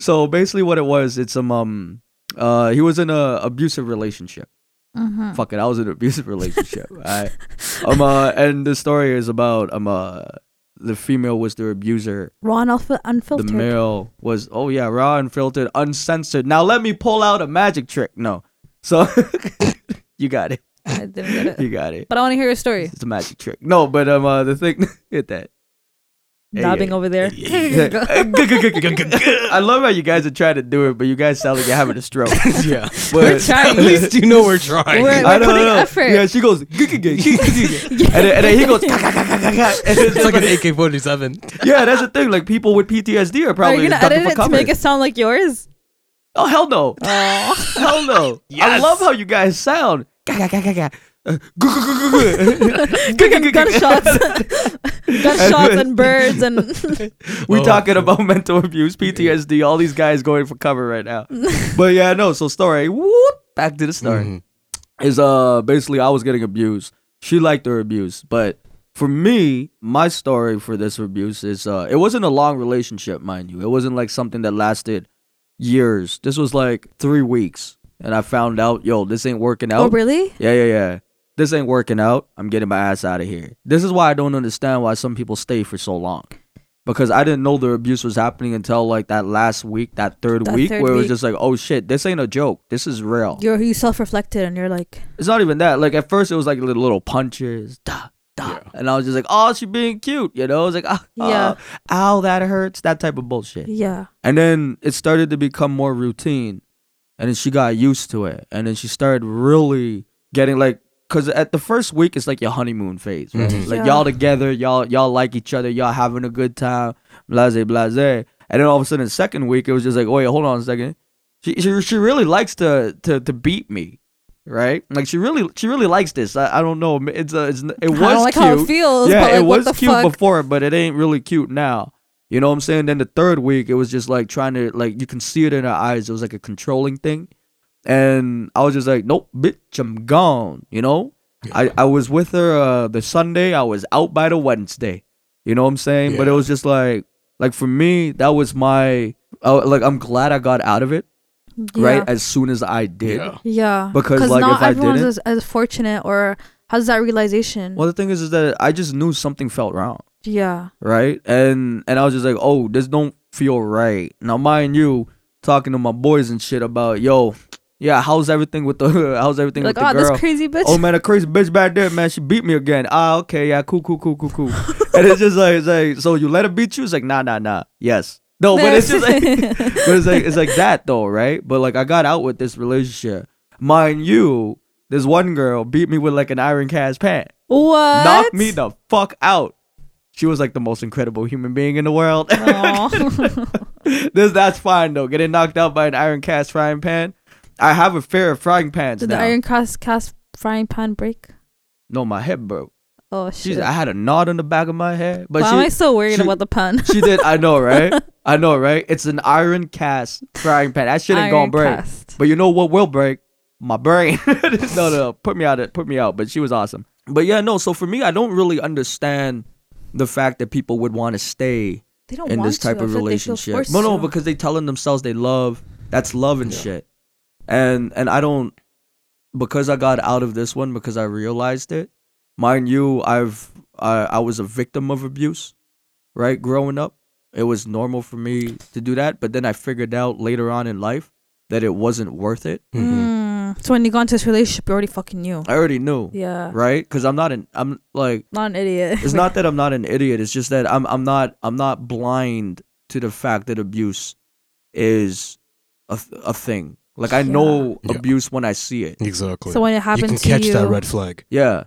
Speaker 1: So basically what it was, it's um, um uh he was in a abusive relationship.
Speaker 3: Mm-hmm.
Speaker 1: Fuck it, I was in an abusive relationship. alright? Um uh, and the story is about um uh the female was their abuser
Speaker 3: Ron Alpha unfiltered.
Speaker 1: the mail was oh yeah raw unfiltered uncensored now let me pull out a magic trick no so you got it
Speaker 3: I didn't get it.
Speaker 1: you got it
Speaker 3: But I want to hear your story.
Speaker 1: it's a magic trick no but um uh, the thing hit that Hey,
Speaker 3: Dabbing
Speaker 1: hey.
Speaker 3: over there.
Speaker 1: i love how you guys are trying to do it but you guys sound like you're having a stroke
Speaker 2: yeah.
Speaker 1: But-
Speaker 2: At least you know we're trying.
Speaker 3: We're-
Speaker 1: I don't
Speaker 3: putting
Speaker 1: know.
Speaker 3: effort.
Speaker 1: yeah she goes and then, and then he goes and
Speaker 2: it's
Speaker 1: it's
Speaker 2: like
Speaker 1: like
Speaker 2: an AK forty seven.
Speaker 1: yeah that's the thing like people with ptsd are
Speaker 3: Are
Speaker 1: probably
Speaker 3: you gonna
Speaker 1: ducking
Speaker 3: edit
Speaker 1: for
Speaker 3: it to
Speaker 1: cover.
Speaker 3: make it sound like yours?
Speaker 1: oh hell no
Speaker 3: Oh,
Speaker 1: Hell no. I
Speaker 2: Yes.
Speaker 1: love how you guys sound. Ga, ga, ga, ga, ga. Uh, gu, gu, gu, gu, gu. Gu, gu, gu, gu.
Speaker 3: gunshots, gunshots, and birds, and
Speaker 1: We
Speaker 2: Oh.
Speaker 1: talking about mental abuse, PTSD, all these guys going for cover right now. but yeah, no, so story. Whoop, back to the story.
Speaker 2: Mm-hmm.
Speaker 1: Is uh basically I was getting abused. She liked her abuse, but for me, my story for this abuse is uh it wasn't a long relationship, mind you. It wasn't like something that lasted years. This was like 3 weeks and I found out, yo, this ain't working out.
Speaker 3: oh, really?
Speaker 1: Yeah, yeah, yeah. This ain't working out. I'm getting my ass out of here. This is why I don't understand why some people stay for so long. Because I didn't know the abuse was happening until like that last week, that third
Speaker 3: That
Speaker 1: week,
Speaker 3: third
Speaker 1: where it was
Speaker 3: week.
Speaker 1: just like, oh shit, this ain't a joke. This is real.
Speaker 3: You're you self-reflected, and you're like,
Speaker 1: it's not even that. Like at first, it was like little, little punches, da da, and I was just like, oh, she being cute, you know? I was like, ah,
Speaker 3: Yeah.
Speaker 1: yeah, ow, that hurts, that type of bullshit.
Speaker 3: yeah,
Speaker 1: And then it started to become more routine. And then she got used to it. And then she started really getting like cuz at the first week it's like your honeymoon phase, right?
Speaker 2: Mhm.
Speaker 1: Like
Speaker 3: Yeah.
Speaker 1: y'all together, y'all y'all like each other, y'all having a good time, blase blase. And then all of a sudden the second week it was just like, "Wait, hold on a second. She she, she really likes to to to beat me." Right? Like she really she really likes this. I, I don't know. It's a, it's n- it was
Speaker 3: I don't like how it
Speaker 1: cute.
Speaker 3: feels.
Speaker 1: Yeah,
Speaker 3: but like,
Speaker 1: it
Speaker 3: what
Speaker 1: was
Speaker 3: the
Speaker 1: cute
Speaker 3: fuck?
Speaker 1: before, but it ain't really cute now. You know what I'm saying? Then the third week, it was just like trying to like you can see it in her eyes. It was like a controlling thing, and I was just like, nope, bitch, I'm gone. You know, I I was with her uh, the Sunday. I was out by the Wednesday. You know what I'm saying? But it
Speaker 2: Yeah.
Speaker 1: was just like like for me, that was my uh, like I'm glad I got out of it right as soon as I did.
Speaker 2: Yeah.
Speaker 3: Yeah.
Speaker 1: Because, like,
Speaker 3: not
Speaker 1: if I
Speaker 3: everyone's
Speaker 1: didn't-
Speaker 3: as, as fortunate or has that realization.
Speaker 1: Well, the thing is, is that I just knew something felt wrong.
Speaker 3: yeah.
Speaker 1: right? And and I was just like, oh, this don't feel right. Now, mind you, talking to my boys and shit about, yo, yeah, how's everything with the how's everything
Speaker 3: like,
Speaker 1: with
Speaker 3: oh,
Speaker 1: the girl?
Speaker 3: this crazy bitch.
Speaker 1: Oh man, a crazy bitch back there, man. She beat me again. Ah, okay, yeah, cool, cool, cool, cool, cool. and it's just like, it's like, so you let her beat you? It's like, nah, nah, nah. Yes. No, but it's just like, but it's like, it's like that though, right? But like, I got out with this relationship, mind you. This one girl beat me with like an iron cast pan,
Speaker 3: what?
Speaker 1: knocked me the fuck out. She was like the most incredible human being in the world.
Speaker 3: Aw.
Speaker 1: this that's fine though. Getting knocked out by an iron cast frying pan. I have a fear of frying pans
Speaker 3: Did
Speaker 1: now.
Speaker 3: the iron cast cast frying pan break?
Speaker 1: no, my head broke.
Speaker 3: Oh
Speaker 1: She's,
Speaker 3: shit!
Speaker 1: I had a knot on the back of my head, but
Speaker 3: Why
Speaker 1: she,
Speaker 3: am I so worried
Speaker 1: she-
Speaker 3: about the pan?
Speaker 1: she did. I know, right? I know, right? It's an iron cast frying pan. That shit ain't gonna
Speaker 3: Iron
Speaker 1: break.
Speaker 3: cast.
Speaker 1: But you know what will break? My brain. no, no, put me out. of- Put me out. But she was awesome. But yeah, no. So for me, I don't really understand the fact that people would want to stay
Speaker 3: They don't
Speaker 1: in
Speaker 3: want
Speaker 1: this type
Speaker 3: to, I
Speaker 1: of
Speaker 3: feel like they feel
Speaker 1: relationship.
Speaker 3: forced
Speaker 1: No, no,
Speaker 3: to.
Speaker 1: because they telling themselves they love. That's love and shit. And and I don't because I got out of this one because I realized it. Mind you, I've I, I was a victim of abuse, right? Growing up, it was normal for me to do that. But then I figured out later on in life that it wasn't worth it.
Speaker 2: Mm-hmm.
Speaker 3: Mm. So when you got into this relationship, you already fucking knew.
Speaker 1: I already knew,
Speaker 3: Yeah.
Speaker 1: right? Because I'm not an I'm like
Speaker 3: Not an idiot.
Speaker 1: it's not that I'm not an idiot. It's just that I'm I'm not I'm not blind to the fact that abuse is a th- a thing. Like I know
Speaker 2: Yeah.
Speaker 1: abuse when I see it.
Speaker 2: Exactly.
Speaker 3: So when it
Speaker 2: you
Speaker 3: happened
Speaker 2: can
Speaker 3: to
Speaker 2: catch
Speaker 3: you,
Speaker 2: that red flag.
Speaker 1: Yeah.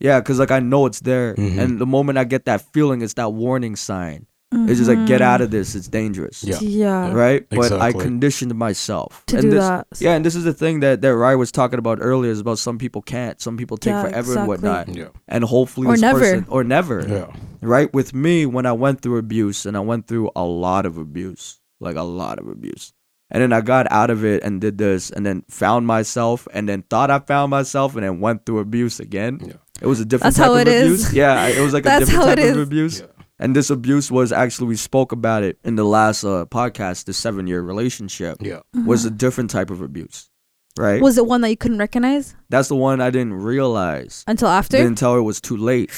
Speaker 1: Yeah, cuz like I know it's there
Speaker 2: Mhm.
Speaker 1: and the moment I get that feeling it's that warning sign. It's just like get out of this. It's dangerous.
Speaker 2: Yeah.
Speaker 3: Mm-hmm. Yeah.
Speaker 1: Right? But I
Speaker 2: Exactly.
Speaker 1: conditioned myself
Speaker 3: To
Speaker 1: and
Speaker 3: do
Speaker 1: this,
Speaker 3: that.
Speaker 1: Yeah, and this is the thing that that Ryan was talking about earlier is about some people can't, some people take
Speaker 3: Yeah,
Speaker 1: forever and
Speaker 3: exactly.
Speaker 1: whatnot.
Speaker 2: Yeah.
Speaker 1: And hopefully
Speaker 3: Or
Speaker 1: this
Speaker 3: never.
Speaker 1: person or never.
Speaker 2: Yeah.
Speaker 1: right with me when i went through abuse and i went through a lot of abuse like a lot of abuse and then i got out of it and did this and then found myself and then thought i found myself and then went through abuse again
Speaker 2: Yeah.
Speaker 1: it was a different
Speaker 3: That's
Speaker 1: type of
Speaker 3: how it is.
Speaker 1: abuse yeah I- it was like a
Speaker 3: That's
Speaker 1: different
Speaker 3: how it
Speaker 1: type of
Speaker 3: is.
Speaker 1: abuse
Speaker 2: Yeah.
Speaker 1: and this abuse was actually we spoke about it in the last uh, podcast the seven year relationship
Speaker 2: Yeah.
Speaker 1: was a
Speaker 3: Mm-hmm.
Speaker 1: different type of abuse right
Speaker 3: Was it one that you couldn't recognize
Speaker 1: that's the one i didn't realize
Speaker 3: until after?
Speaker 1: didn't tell her it was too late,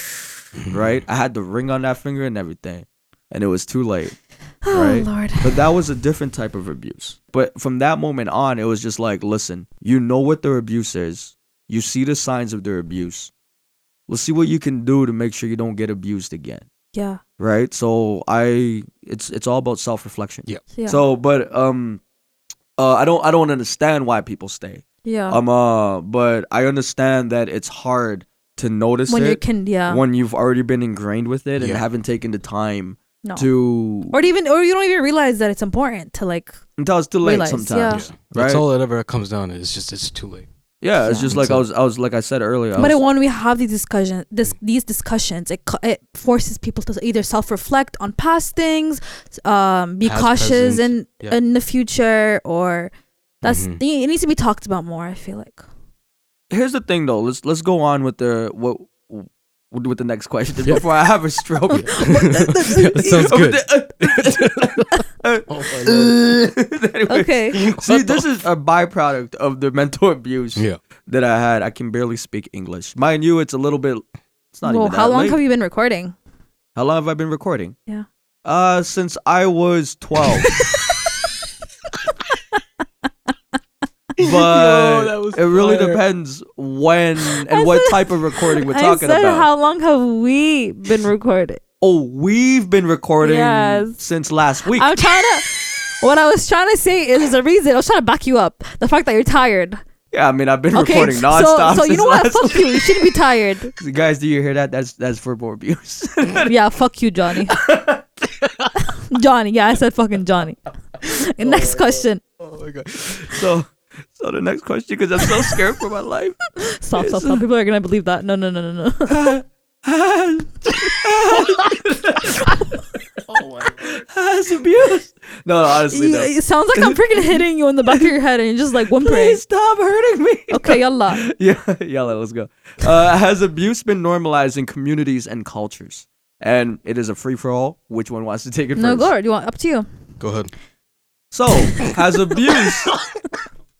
Speaker 1: right? I had the ring on that finger and everything, and it was too late.
Speaker 3: oh
Speaker 1: right.
Speaker 3: lord.
Speaker 1: But that was a different type of abuse. But from that moment on, it was just like, listen, you know what their abuse is, you see the signs of their abuse. Let's see what you can do to make sure you don't get abused again,
Speaker 3: Yeah.
Speaker 1: right? So I, it's it's all about self reflection.
Speaker 2: Yeah.
Speaker 3: Yeah.
Speaker 1: So, but um, uh, I don't I don't understand why people stay.
Speaker 3: yeah.
Speaker 1: Um, uh, but I understand that it's hard to notice
Speaker 3: when
Speaker 1: it
Speaker 3: you can yeah.
Speaker 1: when you've already been ingrained with it and
Speaker 2: Yeah.
Speaker 1: haven't taken the time
Speaker 3: no.
Speaker 1: to
Speaker 3: or even or you don't even realize that it's important to like
Speaker 1: until it's too late
Speaker 3: realize,
Speaker 1: sometimes.
Speaker 2: Yeah.
Speaker 1: Right?
Speaker 2: That's all it ever comes down to. It's just it's too late.
Speaker 1: Yeah, it's just
Speaker 2: Yeah.
Speaker 1: like I was I was like I said earlier. I
Speaker 3: but
Speaker 1: was-
Speaker 3: when we have these discussion this these discussions it co- it forces people to either self-reflect on past things um be
Speaker 2: Past,
Speaker 3: cautious
Speaker 2: present,
Speaker 3: in
Speaker 2: yeah.
Speaker 3: in the future or that's
Speaker 2: Mhm.
Speaker 1: Mm-hmm.
Speaker 3: it needs to be talked about more i feel like
Speaker 1: here's the thing though. Let's let's go on with the what with the next question before I have a stroke.
Speaker 2: Yeah, that sounds good.
Speaker 1: Oh, Anyway,
Speaker 3: okay
Speaker 1: See, this is a byproduct of the mental abuse
Speaker 2: Yeah.
Speaker 1: that I had. I can barely speak English. Mind you, it's a little bit. It's not
Speaker 3: well
Speaker 1: even
Speaker 3: how
Speaker 1: that
Speaker 3: long
Speaker 1: late.
Speaker 3: have you been recording
Speaker 1: How long have I been recording?
Speaker 3: yeah
Speaker 1: Uh, since I was twelve. but
Speaker 2: that was
Speaker 1: it really
Speaker 2: fire.
Speaker 1: depends when and
Speaker 3: I
Speaker 1: what
Speaker 3: said-
Speaker 1: type of recording we're
Speaker 3: I
Speaker 1: talking
Speaker 3: said,
Speaker 1: about.
Speaker 3: how long have we been recording
Speaker 1: oh, we've been recording
Speaker 3: Yes.
Speaker 1: since last week.
Speaker 3: i'm trying to what i was trying to say is there's a reason i was trying to back you up the fact that you're tired
Speaker 1: yeah, I mean, I've been
Speaker 3: okay
Speaker 1: recording nonstop.
Speaker 3: so, so you
Speaker 1: since
Speaker 3: know what
Speaker 1: last
Speaker 3: fuck you you shouldn't be tired
Speaker 1: week. Guys, do you hear that? That's that's verbal abuse.
Speaker 3: yeah, fuck you, Johnny. Johnny, yeah, I said fucking Johnny. Next question.
Speaker 1: oh my god. So, so the next question, because I'm so scared for my life.
Speaker 3: Stop, stop, stop. People are gonna believe that. No, no, no, no, no.
Speaker 1: That's abuse. No, honestly, no.
Speaker 3: it sounds like I'm freaking hitting you in the back of your head, and you're just like whimpering.
Speaker 1: Please stop hurting me.
Speaker 3: Okay, yalla.
Speaker 1: yeah, yell it, let's go. Uh, has abuse been normalized in communities and cultures? And it is a free for all. Which one wants to take it
Speaker 3: No,
Speaker 1: first?
Speaker 3: Lord, you want up to you.
Speaker 2: Go ahead.
Speaker 1: So has abuse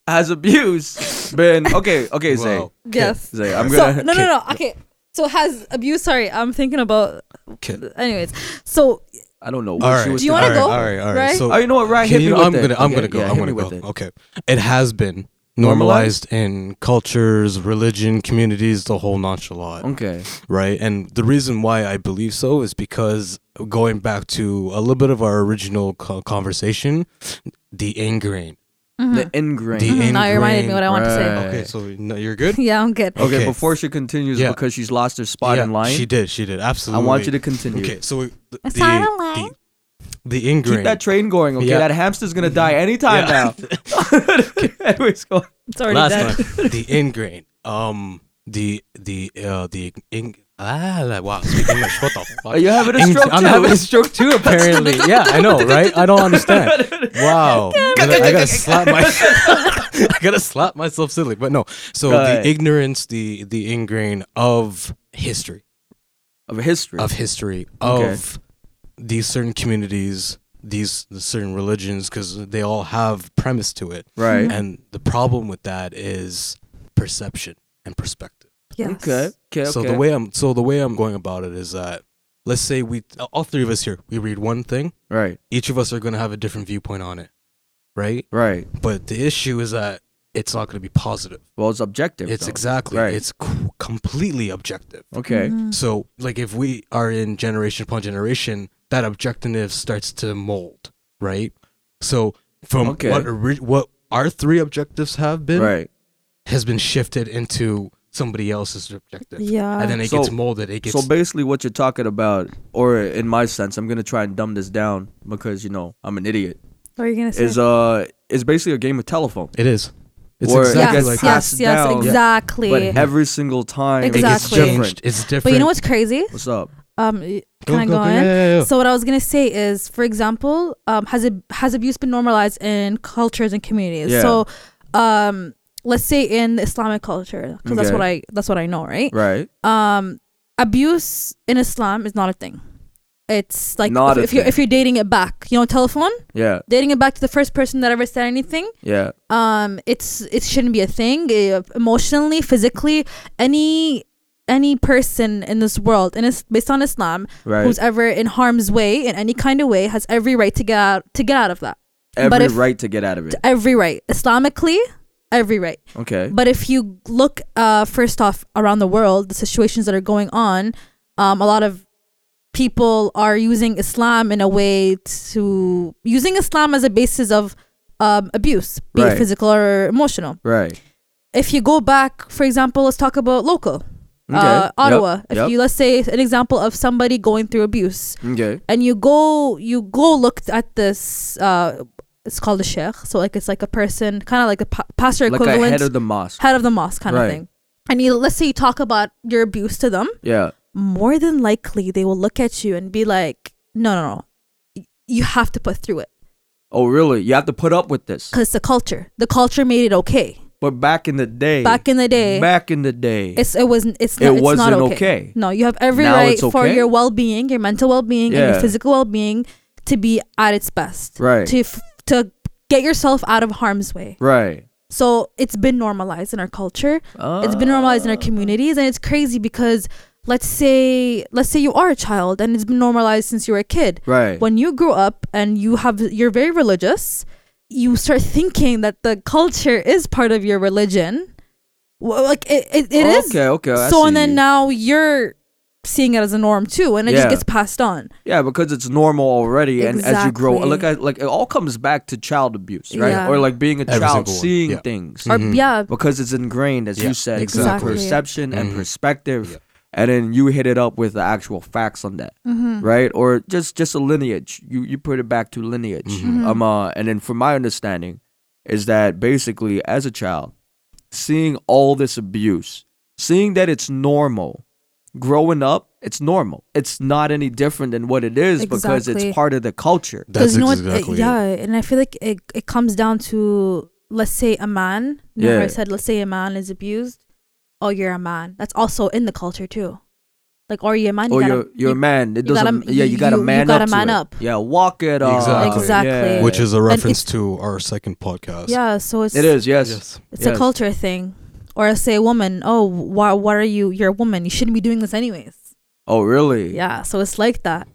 Speaker 1: has abuse been okay? Okay, Zay.
Speaker 2: Wow.
Speaker 3: Yes.
Speaker 1: Zay, I'm
Speaker 3: So
Speaker 1: gonna.
Speaker 3: no, no, no. Okay. So has abuse? Sorry, I'm thinking about.
Speaker 2: Okay.
Speaker 3: Anyways, so
Speaker 1: I don't know. What
Speaker 2: All
Speaker 1: she
Speaker 2: right.
Speaker 1: was
Speaker 3: Do you wanna
Speaker 2: all
Speaker 1: thinking.
Speaker 2: right,
Speaker 3: go?
Speaker 2: All right. All right.
Speaker 3: Right?
Speaker 2: So
Speaker 1: Oh, you know what, Ryan?
Speaker 2: Can
Speaker 1: hit
Speaker 2: you
Speaker 1: me
Speaker 2: know,
Speaker 1: with
Speaker 2: I'm
Speaker 1: it.
Speaker 2: gonna I'm
Speaker 1: Okay,
Speaker 2: gonna go.
Speaker 1: yeah,
Speaker 2: I'm
Speaker 1: hit
Speaker 2: gonna
Speaker 1: me
Speaker 2: go.
Speaker 1: with it.
Speaker 2: Okay. It has been normalized in cultures, religion, communities, the whole nonchalant.
Speaker 1: Okay.
Speaker 2: right? And the reason why I believe so is because going back to a little bit of our original co- conversation, the ingrain.
Speaker 3: Mm-hmm.
Speaker 1: The ingrained.
Speaker 2: The
Speaker 3: Now you reminded me what I wanted to
Speaker 1: Right.
Speaker 2: Okay, so no, you're good.
Speaker 3: say. Yeah, I'm good.
Speaker 1: Okay,
Speaker 2: Okay.
Speaker 1: before she continues,
Speaker 2: Yeah.
Speaker 1: because she's lost her spot
Speaker 2: Yeah,
Speaker 1: in line,
Speaker 2: She did. She did.
Speaker 1: I
Speaker 2: Absolutely.
Speaker 1: want you to continue.
Speaker 2: Okay, so we- the,
Speaker 3: It's
Speaker 2: the,
Speaker 3: not a line.
Speaker 2: the the ingrain.
Speaker 1: Keep that train going, okay?
Speaker 2: Yeah.
Speaker 1: That hamster's gonna die anytime
Speaker 2: Yeah.
Speaker 1: now. Anyways, go on.
Speaker 3: It's already
Speaker 2: Last
Speaker 3: dead.
Speaker 2: one. the ingrain. Um, the the uh the in. Ah, like, wow, speak English. What the fuck?
Speaker 1: Are you having a
Speaker 2: Ing-
Speaker 1: stroke
Speaker 2: I'm
Speaker 1: too?
Speaker 2: having a stroke too, apparently. yeah, I know, right? I don't understand. Wow. I gotta, I gotta slap my I gotta slap myself silly. But no. So
Speaker 1: Go
Speaker 2: the
Speaker 1: ahead.
Speaker 2: ignorance, the the ingrain of history.
Speaker 1: Of history.
Speaker 2: Of history.
Speaker 1: Okay.
Speaker 2: Of these certain communities, these the certain religions, because they all have premise to it.
Speaker 1: Right.
Speaker 2: And the problem with that is perception and perspective.
Speaker 3: Yes.
Speaker 1: Okay. Okay.
Speaker 2: So the
Speaker 1: okay.
Speaker 2: way I'm so the way I'm going about it is that let's say we all three of us here we read one thing.
Speaker 1: Right.
Speaker 2: Each of us are going to have a different viewpoint on it, right?
Speaker 1: Right.
Speaker 2: But the issue is that it's not going to be positive.
Speaker 1: Well, it's objective.
Speaker 2: It's
Speaker 1: though.
Speaker 2: exactly
Speaker 1: Right.
Speaker 2: it's c- completely objective.
Speaker 1: okay.
Speaker 3: Mm-hmm.
Speaker 2: So like if we are in generation upon generation, that objectiveness starts to mold, right? So from
Speaker 1: Okay.
Speaker 2: what ori- what our three objectives have been
Speaker 1: Right.
Speaker 2: has been shifted into somebody else's objective.
Speaker 3: Yeah.
Speaker 2: And then it
Speaker 1: So-
Speaker 2: gets molded. It gets
Speaker 1: So basically, what you're talking about, or in my sense, I'm gonna try and dumb this down because you know I'm an idiot.
Speaker 3: What are you gonna say?
Speaker 1: Is uh, is basically a game of telephone.
Speaker 2: It is. It's
Speaker 1: Or-
Speaker 3: yes,
Speaker 2: exactly
Speaker 1: gets
Speaker 2: like that.
Speaker 3: yes,
Speaker 1: passed
Speaker 3: yes,
Speaker 1: down,
Speaker 3: exactly.
Speaker 1: But every single time,
Speaker 2: It gets
Speaker 3: Exactly.
Speaker 2: changed.
Speaker 1: different.
Speaker 2: It's different.
Speaker 3: But you know what's crazy?
Speaker 1: What's up?
Speaker 3: Um, y- can I go, in? So what I was gonna say is, for example, um, has it has abuse been normalized in cultures and communities?
Speaker 1: Yeah.
Speaker 3: So, um, let's say in the Islamic culture, because that's
Speaker 1: Okay.
Speaker 3: what I that's what I know, right?
Speaker 1: Right.
Speaker 3: Um, abuse in Islam is not a thing. It's like
Speaker 1: Not
Speaker 3: if,
Speaker 1: a
Speaker 3: if you're
Speaker 1: thing.
Speaker 3: if you're dating it back, you know, telephone
Speaker 1: Yeah.
Speaker 3: dating it back to the first person that ever said anything.
Speaker 1: Yeah.
Speaker 3: Um, it's it shouldn't be a thing. Uh, emotionally, physically, any any person in this world, and it's based on Islam,
Speaker 1: Right.
Speaker 3: who's ever in harm's way in any kind of way has every right to get out to get out of that.
Speaker 1: Every
Speaker 3: but if-
Speaker 1: right to get out of it.
Speaker 3: To every right, Islamically, every right.
Speaker 1: Okay.
Speaker 3: But if you look, uh, first off, around the world, the situations that are going on, um, a lot of people are using Islam in a way to using Islam as a basis of um, abuse, be
Speaker 1: Right.
Speaker 3: it physical or emotional.
Speaker 1: Right.
Speaker 3: If you go back, for example, let's talk about local.
Speaker 1: Okay.
Speaker 3: Uh,
Speaker 1: Yep,
Speaker 3: Ottawa. If
Speaker 1: yep.
Speaker 3: you let's say an example of somebody going through abuse,
Speaker 1: Okay.
Speaker 3: and you go you go look at this uh it's called a sheikh so like it's like a person kind of like a pa- pastor
Speaker 1: Like a
Speaker 3: equivalent
Speaker 1: head of the mosque.
Speaker 3: head of the mosque kind
Speaker 1: Right.
Speaker 3: of thing and you let's say you talk about your abuse to them
Speaker 1: Yeah.
Speaker 3: more than likely they will look at you and be like no no no Y- you have to put through it
Speaker 1: Oh, really? You have to put up with this.
Speaker 3: because the culture the culture made it okay
Speaker 1: But back in the day.
Speaker 3: back in the day
Speaker 1: Back in the day.
Speaker 3: it's it wasn't it's
Speaker 1: It
Speaker 3: not, it's
Speaker 1: wasn't
Speaker 3: not okay.
Speaker 1: okay.
Speaker 3: No, you have every
Speaker 1: Now
Speaker 3: right
Speaker 1: it's
Speaker 3: for
Speaker 1: okay?
Speaker 3: your well being, your mental well being, and
Speaker 1: Yeah.
Speaker 3: your physical well being to be at its best.
Speaker 1: Right.
Speaker 3: To f- to get yourself out of harm's way.
Speaker 1: right.
Speaker 3: So it's been normalized in our culture. it's been normalized in our
Speaker 1: Ah.
Speaker 3: communities, and it's crazy because let's say let's say you are a child, and it's been normalized since you were a kid.
Speaker 1: Right.
Speaker 3: When you grow up and you have you're very religious, you start thinking that the culture is part of your religion. Well, like it, it, it is
Speaker 1: Okay. Okay. I
Speaker 3: so
Speaker 1: see
Speaker 3: and then
Speaker 1: you.
Speaker 3: now you're seeing it as a norm too and it
Speaker 1: Yeah.
Speaker 3: just gets passed on
Speaker 1: Yeah, because it's normal already, and as you grow,
Speaker 3: Exactly.
Speaker 1: look at like it all comes back to child abuse, right?
Speaker 3: Yeah.
Speaker 1: Or like being a
Speaker 2: Every
Speaker 1: child,
Speaker 2: single one,
Speaker 1: seeing
Speaker 2: yeah.
Speaker 1: things,
Speaker 3: or yeah
Speaker 1: because it's ingrained, as
Speaker 2: Yeah,
Speaker 1: you said,
Speaker 2: exactly.
Speaker 1: exactly. perception and
Speaker 2: Mhm.
Speaker 1: perspective,
Speaker 2: Yeah.
Speaker 1: and then you hit it up with the actual facts on that, right? Or just just a lineage. You you put it back to lineage.
Speaker 2: Mm-hmm.
Speaker 1: Um, uh, and then from my understanding, is that basically as a child, seeing all this abuse, seeing that it's normal, growing up, it's normal. It's not any different than what it is because
Speaker 3: Exactly.
Speaker 1: it's part of the culture.
Speaker 2: That's
Speaker 3: you know what,
Speaker 2: exactly
Speaker 3: it-
Speaker 2: it.
Speaker 3: yeah and i feel like it, it comes down to let's say a man remember i
Speaker 1: Yeah.
Speaker 3: said let's say a man is abused oh you're a man that's also in the culture too like or you're a man you
Speaker 1: or
Speaker 3: gotta-
Speaker 1: Oh, you're you're a
Speaker 3: you-
Speaker 1: man. It
Speaker 3: you gotta-
Speaker 1: doesn't. yeah, you got to
Speaker 3: you- you
Speaker 1: man
Speaker 3: gotta
Speaker 1: up. to
Speaker 3: man
Speaker 1: it.
Speaker 3: up.
Speaker 1: Yeah, walk it up.
Speaker 2: Exactly.
Speaker 3: Exactly.
Speaker 1: Yeah.
Speaker 2: Which is a
Speaker 3: And
Speaker 2: reference
Speaker 3: it's-
Speaker 2: to our second podcast.
Speaker 3: yeah so it's
Speaker 1: it is. Yes.
Speaker 2: Yes.
Speaker 3: it's
Speaker 1: yes.
Speaker 3: a culture thing or say a woman oh why what are you you're a woman you shouldn't be doing this anyways
Speaker 1: Oh really?
Speaker 3: yeah so it's like that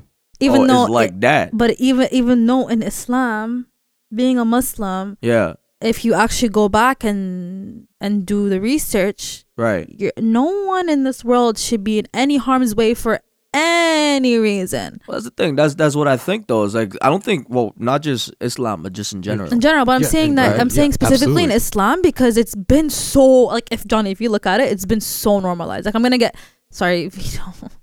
Speaker 3: even
Speaker 1: oh,
Speaker 3: though
Speaker 1: it's like
Speaker 3: it-
Speaker 1: that.
Speaker 3: but even even though in Islam, being a Muslim
Speaker 1: Yeah.
Speaker 3: if you actually go back and and do the research,
Speaker 1: Right.
Speaker 3: you're, no one in this world should be in any harm's way for any reason.
Speaker 1: Well, that's the thing. That's that's what I think though. Is like I don't think well, not just Islam, but just in general.
Speaker 3: in general but i'm
Speaker 2: Yeah,
Speaker 3: saying
Speaker 2: in-
Speaker 3: that
Speaker 2: right,
Speaker 3: i'm saying
Speaker 2: yeah,
Speaker 3: specifically in
Speaker 2: absolutely.
Speaker 3: islam because it's been so like if johnny if you look at it it's been so normalized like i'm gonna get sorry if you don't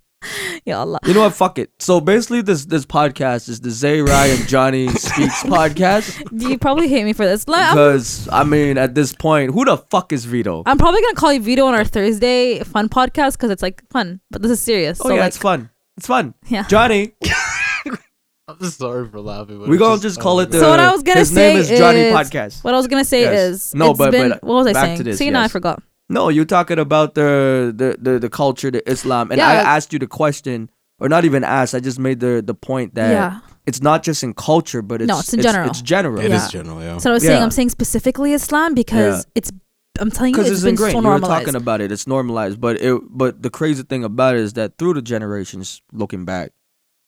Speaker 3: ya allah
Speaker 1: You know what? Fuck it. So basically, this this podcast is the Zay Rai and Johnny Speaks podcast.
Speaker 3: you probably hate me for this Like, I'm,
Speaker 1: Because I mean, at this point, who the fuck is Vito?
Speaker 3: I'm probably gonna call you vito on our thursday fun podcast because it's like fun but this is serious
Speaker 1: oh
Speaker 3: so
Speaker 1: yeah,
Speaker 3: like
Speaker 1: it's fun. It's fun.
Speaker 3: yeah
Speaker 1: Johnny,
Speaker 2: I'm sorry for laughing.
Speaker 1: we gonna just call it the.
Speaker 3: So what I was gonna
Speaker 1: his name
Speaker 3: say
Speaker 1: is Johnny
Speaker 3: is-
Speaker 1: Podcast.
Speaker 3: what i was gonna say
Speaker 1: Yes.
Speaker 3: is
Speaker 1: No,
Speaker 3: it's
Speaker 1: but-
Speaker 3: been,
Speaker 1: but uh,
Speaker 3: what was i
Speaker 1: back
Speaker 3: saying
Speaker 1: to this,
Speaker 3: see now i
Speaker 1: yes.
Speaker 3: forgot
Speaker 1: No, you're talking about the the the, the culture, the Islam, and I
Speaker 3: Yeah.
Speaker 1: asked you the question, or not even asked. I just made the the point that
Speaker 3: Yeah.
Speaker 1: it's not just in culture, but it's
Speaker 3: No, it's in general.
Speaker 1: It's general.
Speaker 2: It
Speaker 3: Yeah.
Speaker 2: is general, yeah.
Speaker 3: so i was saying
Speaker 1: Yeah.
Speaker 3: i'm saying specifically islam because
Speaker 1: Yeah.
Speaker 3: it's i'm telling you
Speaker 1: because it's,
Speaker 3: been
Speaker 1: ingrained.
Speaker 3: so
Speaker 1: you were
Speaker 3: normalized
Speaker 1: talking about it. It's normalized, but it but the crazy thing about it is that through the generations, looking back,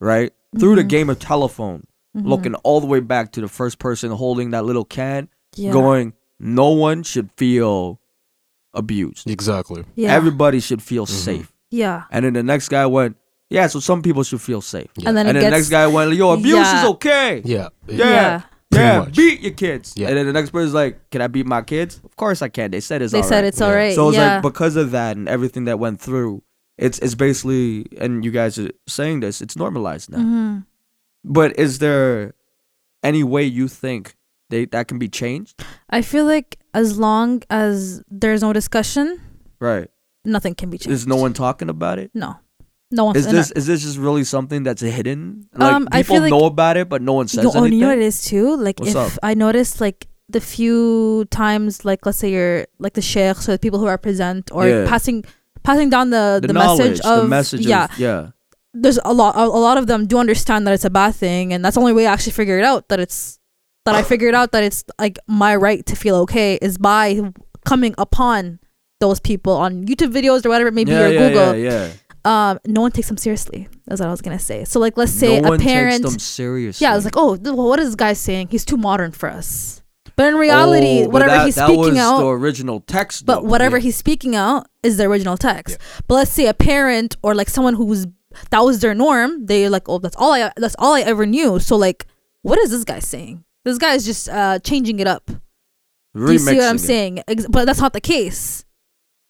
Speaker 1: right through
Speaker 3: Mm-hmm.
Speaker 1: the game of telephone, looking all the way back to the first person holding that little can,
Speaker 3: yeah.
Speaker 1: going, no one should feel abused.
Speaker 2: Exactly.
Speaker 3: yeah
Speaker 1: Everybody should feel safe.
Speaker 3: yeah
Speaker 1: And then the next guy went, yeah, so some people should feel safe.
Speaker 3: and then
Speaker 1: And,
Speaker 3: it
Speaker 1: then
Speaker 3: gets
Speaker 1: the next guy went, yo, abuse
Speaker 3: Yeah.
Speaker 1: is okay.
Speaker 2: Yeah.
Speaker 1: Yeah.
Speaker 3: Yeah.
Speaker 2: Pretty
Speaker 1: Yeah,
Speaker 2: much.
Speaker 1: beat your kids.
Speaker 2: Yeah.
Speaker 1: And then the next person's like, can I beat my kids? Of course I can. They said it's
Speaker 3: they
Speaker 1: all
Speaker 3: said
Speaker 1: right.
Speaker 3: it's all
Speaker 2: Yeah.
Speaker 3: right
Speaker 1: So it's
Speaker 3: yeah
Speaker 1: like because of that and everything that went through, it's it's basically and you guys are saying this, it's normalized now.
Speaker 3: Mhm.
Speaker 1: But is there any way you think they that can be changed?
Speaker 3: I feel like as long as there's no discussion,
Speaker 1: Right.
Speaker 3: nothing can be changed.
Speaker 1: Is no one talking about it?
Speaker 3: No, no one.
Speaker 1: Is this is this just really something that's hidden? Like
Speaker 3: Um, I
Speaker 1: people
Speaker 3: feel like-
Speaker 1: know about it, but no one says
Speaker 3: Yo, oh,
Speaker 1: anything.
Speaker 3: you know what it is too. Like
Speaker 1: What's
Speaker 3: if
Speaker 1: up?
Speaker 3: I notice, like the few times, like let's say you're like the sheikhs or the people who represent or
Speaker 1: Yeah.
Speaker 3: passing passing down the
Speaker 1: the,
Speaker 3: uh, the,
Speaker 1: knowledge,
Speaker 3: message of
Speaker 1: the message
Speaker 3: yeah.
Speaker 1: of yeah,
Speaker 3: There's a lot. A, a lot of them do understand that it's a bad thing, and that's the only way I actually figured out that it's that I figured out that it's like my right to feel okay is by coming upon those people on YouTube videos or whatever it may be
Speaker 1: yeah,
Speaker 3: or
Speaker 1: yeah,
Speaker 3: Google.
Speaker 1: yeah, yeah.
Speaker 3: um, no one takes them seriously. That's what I was gonna say. So like, let's say
Speaker 1: no
Speaker 3: a
Speaker 1: one
Speaker 3: parent,
Speaker 1: takes them seriously.
Speaker 3: yeah, I was like, oh, th- well, what is this guy saying? He's too modern for us. But in reality,
Speaker 1: Oh, but
Speaker 3: whatever
Speaker 1: that,
Speaker 3: he's
Speaker 1: that
Speaker 3: speaking
Speaker 1: was the
Speaker 3: out,
Speaker 1: original text.
Speaker 3: but
Speaker 1: though.
Speaker 3: whatever
Speaker 1: Yeah.
Speaker 3: he's speaking out is the original text. But let's say a parent or like someone who's that was their norm, they're like, oh, that's all I, that's all I ever knew. So like, what is this guy saying? This guy is just uh, changing it up. Do you see what
Speaker 1: Remixing
Speaker 3: I'm
Speaker 1: it.
Speaker 3: saying? Ex- but that's not the case.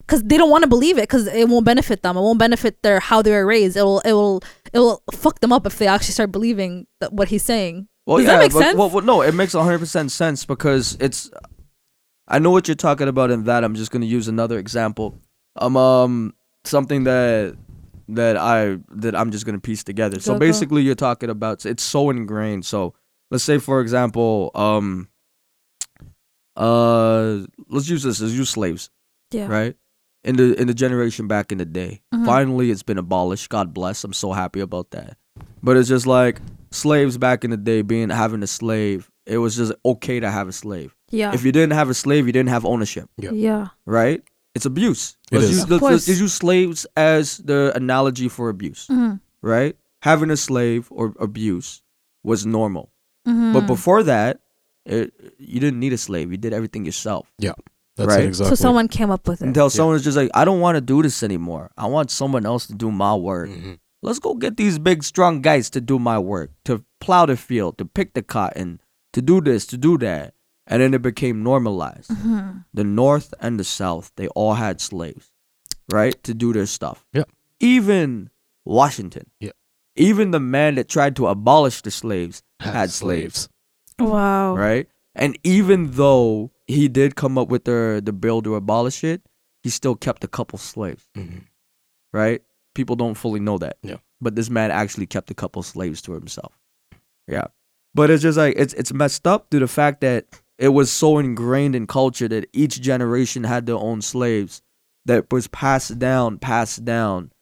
Speaker 3: Because they don't want to believe it because it won't benefit them. It won't benefit their how they were raised. It will it will it will fuck them up if they actually start believing that what he's saying. Does that make
Speaker 1: but,
Speaker 3: sense?
Speaker 1: Well, well, no, it makes 100% sense because it's. I know what you're talking about in that. I'm just going to use another example. Um, um, something that that I that I'm just going to piece together. So
Speaker 3: Go, go.
Speaker 1: basically you're talking about it's so ingrained. So let's say for example, um uh let's use this, let's use slaves
Speaker 3: yeah. Mm-hmm.
Speaker 1: right? In the in the generation back in the day. Finally it's been abolished. God bless. I'm so happy about that. But it's just like slaves back in the day being having a slave, it was just okay to have a slave.
Speaker 3: Yeah.
Speaker 1: If you didn't have a slave, you didn't have ownership,
Speaker 2: Yeah.
Speaker 3: yeah.
Speaker 1: right? It's abuse.
Speaker 2: It
Speaker 1: let's
Speaker 2: is.
Speaker 1: use
Speaker 3: Of
Speaker 1: let's, let's
Speaker 3: course. Mm.
Speaker 1: use slaves as the analogy for abuse,
Speaker 3: Mm-hmm.
Speaker 1: right? Having a slave or abuse was normal.
Speaker 3: Mm-hmm.
Speaker 1: But before that, it, you didn't need a slave. You did everything yourself
Speaker 2: Yeah. That's
Speaker 1: Right.
Speaker 2: it
Speaker 1: So
Speaker 2: exactly.
Speaker 3: So someone came up with it.
Speaker 1: until someone's just like, I don't want to do this anymore. I want someone else to do my work. Let's go get these big, strong guys to do my work, to plow the field, to pick the cotton, to do this, to do that. And then it became normalized.
Speaker 3: Mm-hmm.
Speaker 1: The North and the South, they all had slaves, right, to do their stuff.
Speaker 2: Yeah.
Speaker 1: Even Washington,
Speaker 2: Yeah.
Speaker 1: even the man that tried to abolish the slaves had, slaves
Speaker 3: wow.
Speaker 1: right? And even though he did come up with the the bill to abolish it, he still kept a couple slaves,
Speaker 2: Mhm.
Speaker 1: right? People don't fully know that.
Speaker 2: Yeah.
Speaker 1: But this man actually kept a couple slaves to himself. Yeah. But it's just like it's it's messed up due to the fact that it was so ingrained in culture that each generation had their own slaves that was passed down, passed down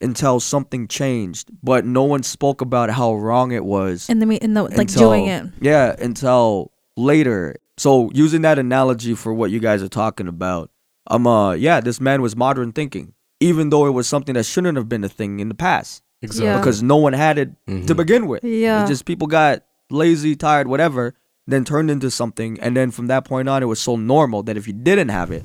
Speaker 1: until something changed, but no one spoke about how wrong it was
Speaker 3: In the me- in the like
Speaker 1: until-
Speaker 3: doing it.
Speaker 1: Yeah, until later. So using that analogy for what you guys are talking about, um, uh, yeah, this man was modern thinking, even though it was something that shouldn't have been a thing in the past
Speaker 2: Exactly.
Speaker 3: Yeah.
Speaker 1: because no one had it to
Speaker 2: Mhm.
Speaker 1: begin with.
Speaker 3: Yeah.
Speaker 1: it's just people got lazy, tired, whatever, then turned into something, and then from that point on, it was so normal that if you didn't have it,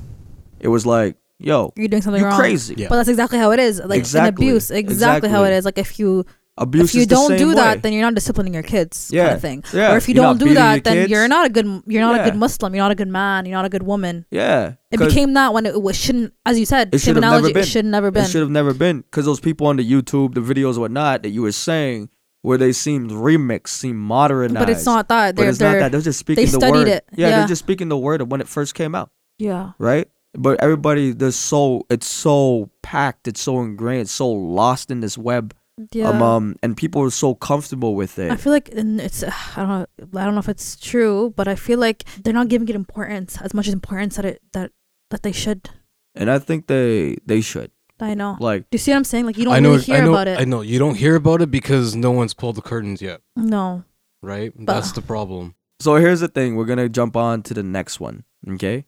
Speaker 1: it was like, yo,
Speaker 3: You're doing something
Speaker 1: You're
Speaker 3: wrong.
Speaker 1: crazy. Yeah.
Speaker 3: But that's exactly how it is. Like
Speaker 1: Exactly.
Speaker 3: an abuse. Exactly, how it
Speaker 1: Exactly.
Speaker 3: is. Like if you
Speaker 1: abuse.
Speaker 3: if you
Speaker 1: is the
Speaker 3: don't
Speaker 1: same
Speaker 3: do
Speaker 1: way.
Speaker 3: that, then you're not disciplining your kids. Kind
Speaker 1: Yeah.
Speaker 3: of thing.
Speaker 1: Yeah.
Speaker 3: Or if you
Speaker 1: You're not
Speaker 3: don't do
Speaker 1: beating
Speaker 3: that,
Speaker 1: your
Speaker 3: then
Speaker 1: kids.
Speaker 3: you're not a good you're not a good
Speaker 1: Yeah.
Speaker 3: Muslim. You're not a good man. You're not a good woman.
Speaker 1: yeah,
Speaker 3: It
Speaker 1: 'cause
Speaker 3: became that when it was shouldn't, as you said,
Speaker 1: It
Speaker 3: same
Speaker 1: should've never
Speaker 3: analogy. It
Speaker 1: been.
Speaker 3: should never
Speaker 1: it
Speaker 3: been.
Speaker 1: should have never been because those people on the YouTube, the videos, whatnot that you were saying, where they seemed remixed, seemed modernized,
Speaker 3: But it's not that.
Speaker 1: But
Speaker 3: They're,
Speaker 1: it's not
Speaker 3: they're-
Speaker 1: that. They're just speaking the
Speaker 3: studied
Speaker 1: word.
Speaker 3: it.
Speaker 1: Yeah,
Speaker 3: Yeah.
Speaker 1: they're just speaking the word of when it first came out,
Speaker 3: Yeah.
Speaker 1: right? But everybody, there's so it's so packed, it's so ingrained, it's so lost in this web,
Speaker 3: Yeah.
Speaker 1: um, um, and people are so comfortable with
Speaker 3: I
Speaker 1: it.
Speaker 3: feel like and it's uh, I don't know I don't know if it's true, but I feel like they're not giving it importance as much importance that it that that they should.
Speaker 1: And I think they they should
Speaker 3: I know.
Speaker 1: like
Speaker 3: Do you see what I'm saying? Like you don't
Speaker 2: I know.
Speaker 3: really hear
Speaker 2: I know.
Speaker 3: about it.
Speaker 2: I know. You don't hear about it because no one's pulled the curtains yet,
Speaker 3: no.
Speaker 2: right? That's the problem.
Speaker 1: So here's the thing. We're gonna jump on to the next one. Okay.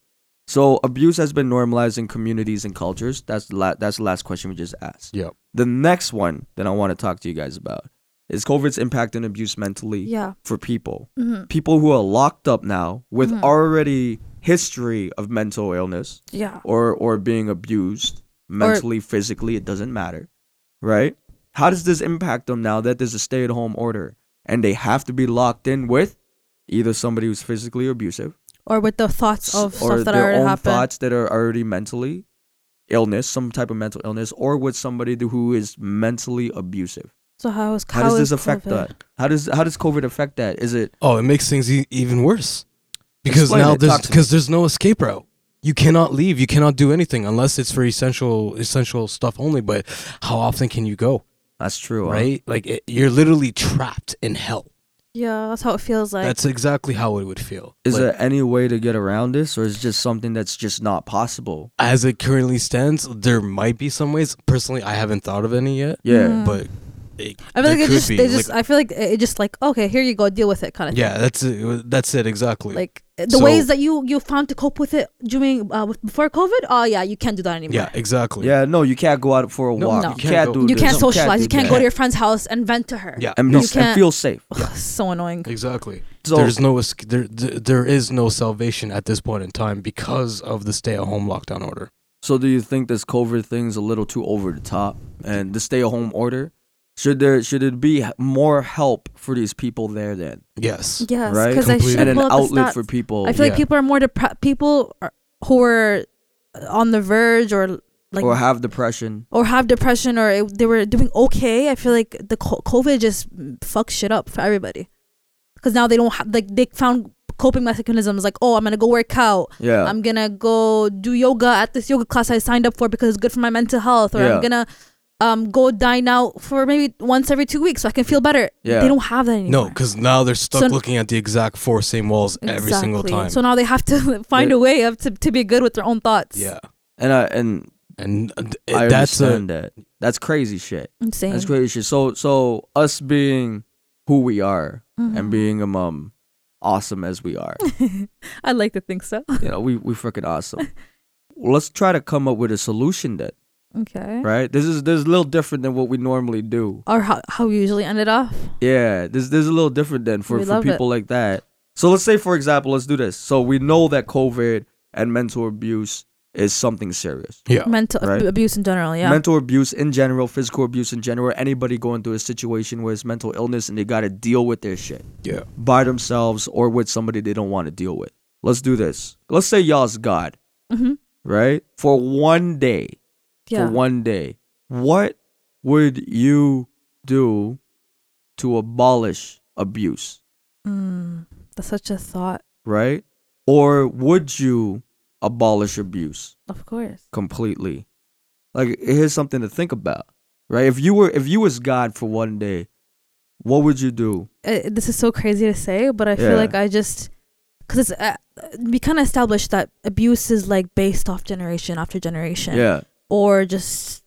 Speaker 1: So abuse has been normalized in communities and cultures. That's the la- that's the last question we just asked.
Speaker 2: Yeah.
Speaker 1: The next one that I want to talk to you guys about is COVID's impact and abuse mentally
Speaker 3: Yeah.
Speaker 1: for people.
Speaker 3: Mhm.
Speaker 1: People who are locked up now with already history of mental illness
Speaker 3: Yeah.
Speaker 1: or or being abused mentally, physically, it doesn't matter. Right? How does this impact them now that there's a stay at home order and they have to be locked in with either somebody who's physically abusive
Speaker 3: Or with the thoughts of
Speaker 1: or
Speaker 3: stuff that
Speaker 1: their
Speaker 3: already
Speaker 1: own
Speaker 3: happened.
Speaker 1: thoughts that are already mentally illness, some type of mental illness, or with somebody who is mentally abusive?
Speaker 3: So how is
Speaker 1: How, does this affect that? How does how does COVID affect that? Is it
Speaker 2: Oh, it makes things e- even worse because
Speaker 1: Explain
Speaker 2: now
Speaker 1: it,
Speaker 2: there's
Speaker 1: talk to me.
Speaker 2: because there's no escape route. You cannot leave. You cannot do anything unless it's for essential essential stuff only. But how often can you go?
Speaker 1: that's true, huh?
Speaker 2: Right? Like it, you're literally trapped in hell.
Speaker 3: Yeah, that's how it feels like.
Speaker 2: That's exactly how it would feel.
Speaker 1: Is
Speaker 2: Like,
Speaker 1: there any way to get around this or is it just something that's just not possible?
Speaker 2: as it currently stands, there might be some ways. Personally, I haven't thought of any yet.
Speaker 1: Yeah.
Speaker 3: Mm-hmm.
Speaker 2: but it,
Speaker 3: I feel
Speaker 2: there
Speaker 3: like it
Speaker 2: could
Speaker 3: just
Speaker 2: be.
Speaker 3: they just
Speaker 2: Like,
Speaker 3: I feel like it it just like okay, here you go, deal with it kind of
Speaker 2: yeah, that's it. That's it exactly.
Speaker 3: thing. Like eh, the
Speaker 2: So-
Speaker 3: ways that you you found to cope with it during uh, with- before COVID. Oh yeah, you can't do that anymore.
Speaker 2: yeah, exactly.
Speaker 1: Yeah, no, you can't go out for a
Speaker 2: No,
Speaker 1: walk.
Speaker 3: no.
Speaker 1: You can't
Speaker 2: go-
Speaker 1: do
Speaker 3: You
Speaker 1: this.
Speaker 3: can't socialize.
Speaker 1: do
Speaker 3: You can't
Speaker 1: that.
Speaker 3: go to your friend's house and vent to her.
Speaker 2: Yeah.
Speaker 1: and,
Speaker 3: You
Speaker 1: be, and
Speaker 3: can't-
Speaker 1: feel safe.
Speaker 3: Ugh, so annoying.
Speaker 2: Exactly.
Speaker 1: So
Speaker 2: there's no es- there, there there is no salvation at this point in time because of the stay-at-home lockdown order.
Speaker 1: so do you think this COVID thing's a little too over the top and the stay-at-home order? Should there should it be more help for these people there then?
Speaker 2: Yes.
Speaker 3: Yes,
Speaker 1: Right?
Speaker 3: because I
Speaker 2: Completely.
Speaker 3: should
Speaker 1: and an
Speaker 3: pull up the
Speaker 1: outlet for
Speaker 3: stats.
Speaker 1: people.
Speaker 3: I feel
Speaker 2: Yeah.
Speaker 3: like people are more depressed. People are, who are on the verge or like
Speaker 1: or have depression.
Speaker 3: or have depression or it, they were doing okay. I feel like the co- COVID just fucks shit up for everybody because now they don't have like they found coping mechanisms like oh I'm gonna go work out.
Speaker 1: Yeah.
Speaker 3: I'm gonna go do yoga at this yoga class I signed up for because it's good for my mental health, or
Speaker 1: Yeah.
Speaker 3: I'm gonna um go dine out for maybe once every two weeks so I can feel better.
Speaker 1: Yeah.
Speaker 3: They don't have that anymore.
Speaker 2: No, because now they're stuck
Speaker 3: So-
Speaker 2: looking at the exact four same walls every single
Speaker 3: Exactly.
Speaker 2: time.
Speaker 3: So now they have to find
Speaker 1: They-
Speaker 3: a way of to, to be good with their own thoughts.
Speaker 2: yeah,
Speaker 1: and I and
Speaker 2: and uh, th-
Speaker 1: I
Speaker 2: that's a
Speaker 1: understand that. That's crazy shit.
Speaker 3: Insane.
Speaker 1: That's crazy shit. So so us being who we are
Speaker 3: Mm-hmm.
Speaker 1: and being um, um awesome as we are.
Speaker 3: I like to think so.
Speaker 1: you know, we we freaking awesome. Let's try to come up with a solution then.
Speaker 3: Okay.
Speaker 1: right? This is this is a little different than what we normally do.
Speaker 3: Or how, how we usually end it off.
Speaker 1: Yeah, this this is a little different than for,
Speaker 3: We
Speaker 1: for
Speaker 3: love
Speaker 1: people like that. So let's say for example, let's do this. So we know that COVID and mental abuse is something serious.
Speaker 2: yeah.
Speaker 3: Mental ab-
Speaker 1: Right.
Speaker 3: abuse in general, yeah.
Speaker 1: Mental abuse in general, physical abuse in general, anybody going through a situation where it's mental illness and they got to deal with their shit
Speaker 2: Yeah.
Speaker 1: by themselves or with somebody they don't want to deal with. Let's do this. Let's say y'all's God,
Speaker 3: Mhm.
Speaker 1: right? For one day,
Speaker 3: yeah.
Speaker 1: for one day. What would you do to abolish abuse,
Speaker 3: Mm. That's such a thought,
Speaker 1: right? Or would you abolish abuse
Speaker 3: of course.
Speaker 1: completely? Like here's something to think about, right? If you were if you was God for one day, what would you do?
Speaker 3: Uh, this is so crazy to say, but I feel
Speaker 1: Yeah.
Speaker 3: like I just. Because it's. Uh, we kind of established that abuse is like based off generation after generation.
Speaker 1: Yeah.
Speaker 3: Or just.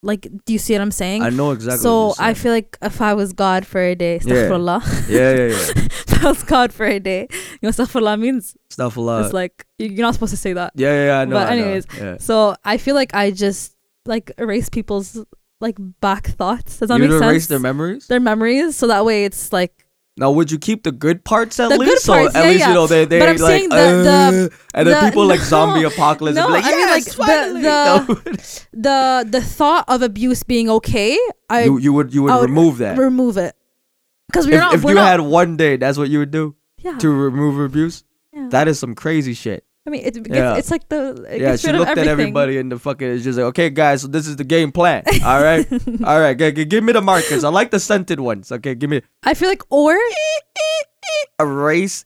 Speaker 3: Like, do you see what I'm saying?
Speaker 1: I know exactly.
Speaker 3: so
Speaker 1: what you're
Speaker 3: I feel like if I was God for a day,
Speaker 1: Yeah.
Speaker 3: astaghfirullah.
Speaker 1: saying. yeah, yeah, yeah.
Speaker 3: if I was God for a day, you know, astaghfirullah means
Speaker 1: Stuff a lot.
Speaker 3: it's like you- you're not supposed to say that.
Speaker 1: yeah, yeah, yeah. I know.
Speaker 3: but
Speaker 1: I know.
Speaker 3: anyways,
Speaker 1: yeah.
Speaker 3: So I feel like I just like erase people's like back thoughts. Does that
Speaker 1: you
Speaker 3: make
Speaker 1: would
Speaker 3: sense?
Speaker 1: erase their memories.
Speaker 3: their memories, so that way it's like
Speaker 1: Now, would you keep the good parts at
Speaker 3: The good
Speaker 1: least? so
Speaker 3: parts,
Speaker 1: at
Speaker 3: yeah,
Speaker 1: least
Speaker 3: yeah.
Speaker 1: you know they they
Speaker 3: But I'm
Speaker 1: like
Speaker 3: saying the- the-
Speaker 1: "Uh," and then
Speaker 3: the-
Speaker 1: people like
Speaker 3: no,
Speaker 1: zombie apocalypse.
Speaker 3: no,
Speaker 1: and be like,
Speaker 3: I mean, like,
Speaker 1: yes,
Speaker 3: the-
Speaker 1: finally.
Speaker 3: the- the the thought of abuse being okay, I
Speaker 1: you, you would you would
Speaker 3: I
Speaker 1: remove that.
Speaker 3: Remove it. Because we're
Speaker 1: if
Speaker 3: not.
Speaker 1: if you
Speaker 3: we're not,
Speaker 1: had one day, that's what you would do
Speaker 3: yeah,
Speaker 1: to remove abuse.
Speaker 3: yeah.
Speaker 1: That is some crazy shit.
Speaker 3: I mean, it gets,
Speaker 1: Yeah.
Speaker 3: it's like the it
Speaker 1: yeah,
Speaker 3: gets
Speaker 1: she
Speaker 3: rid
Speaker 1: looked
Speaker 3: of
Speaker 1: at
Speaker 3: everything.
Speaker 1: everybody in the fucking. It's just like, okay, guys, so this is the game plan. All right, all right, g- g- give me the markers. I like the scented ones. Okay, give me
Speaker 3: I feel like or
Speaker 1: erase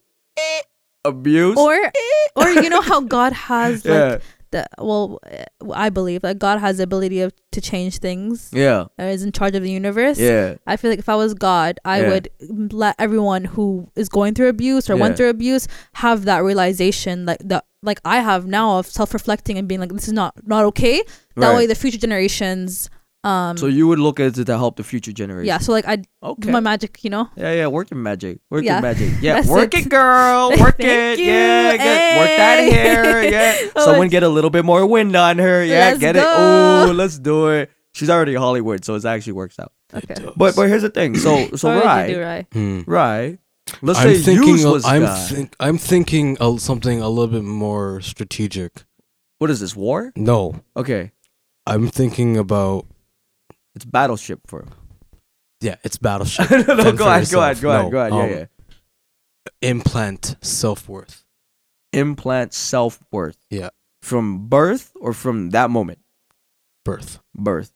Speaker 1: abuse.
Speaker 3: or or you know how God has like
Speaker 1: yeah,
Speaker 3: the well, eh, I believe that God has the ability of, to change things.
Speaker 1: yeah,
Speaker 3: Or is in charge of the universe.
Speaker 1: yeah,
Speaker 3: I feel like if I was God, I
Speaker 1: Yeah.
Speaker 3: would let everyone who is going through abuse or
Speaker 1: Yeah.
Speaker 3: went through abuse have that realization, like that, like I have now of self-reflecting and being like, this is not not okay. That
Speaker 1: Right.
Speaker 3: way, the future generations, um,
Speaker 1: So you would look at it to help the future generation.
Speaker 3: yeah. So like I do
Speaker 1: Okay.
Speaker 3: my magic, you know.
Speaker 1: yeah, yeah, working magic, working
Speaker 3: Yeah.
Speaker 1: magic. Yeah,
Speaker 3: That's
Speaker 1: work
Speaker 3: it.
Speaker 1: it, girl, work it.
Speaker 3: Thank you.
Speaker 1: Yeah, get, work that
Speaker 3: Hey.
Speaker 1: hair. Yeah,
Speaker 3: Oh,
Speaker 1: someone get a little bit more wind on her. Yeah,
Speaker 3: Let's
Speaker 1: get
Speaker 3: go.
Speaker 1: it. Oh, let's do it. She's already Hollywood, so it actually works out.
Speaker 3: Okay.
Speaker 1: But but here's the thing. So so
Speaker 3: Or
Speaker 1: right,
Speaker 3: you do right.
Speaker 2: Hmm.
Speaker 1: Right. Let's
Speaker 2: I'm
Speaker 1: say
Speaker 2: thinking.
Speaker 1: Hughes
Speaker 2: a-
Speaker 1: was
Speaker 2: I'm
Speaker 1: God.
Speaker 2: think, I'm thinking of something a little bit more strategic.
Speaker 1: what is this war?
Speaker 2: No,
Speaker 1: Okay,
Speaker 2: I'm thinking about
Speaker 1: it's battleship for him.
Speaker 2: yeah, it's battleship.
Speaker 1: no, no,
Speaker 2: Fend
Speaker 1: go
Speaker 2: for
Speaker 1: ahead, go ahead,
Speaker 2: yourself.
Speaker 1: go ahead,
Speaker 2: No,
Speaker 1: go ahead.
Speaker 2: um,
Speaker 1: Yeah, yeah.
Speaker 2: Implant self worth.
Speaker 1: Implant self worth
Speaker 2: Yeah,
Speaker 1: from birth or from that moment
Speaker 2: birth.
Speaker 1: birth.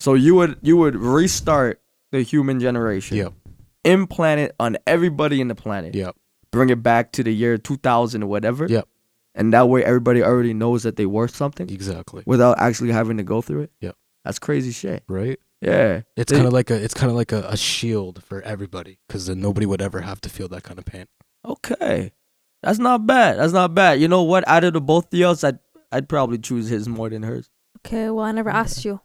Speaker 1: So you would you would restart the human generation.
Speaker 2: Yep,
Speaker 1: Implant it on everybody in the planet.
Speaker 2: yep,
Speaker 1: Bring it back to the year two thousand or whatever.
Speaker 2: yep.
Speaker 1: And that way everybody already knows that they worth something
Speaker 2: Exactly.
Speaker 1: without actually having to go through it.
Speaker 2: Yep.
Speaker 1: That's crazy shit.
Speaker 2: Right.
Speaker 1: Yeah.
Speaker 2: It's
Speaker 1: They-
Speaker 2: kind of like a it's kind of like a, a shield for everybody because then nobody would ever have to feel that kind of pain.
Speaker 1: Okay. That's not bad. That's not bad. You know what? Out of the both of us, I'd, I'd probably choose his more than hers.
Speaker 3: Okay. Well, I never
Speaker 1: Mm.
Speaker 3: asked you.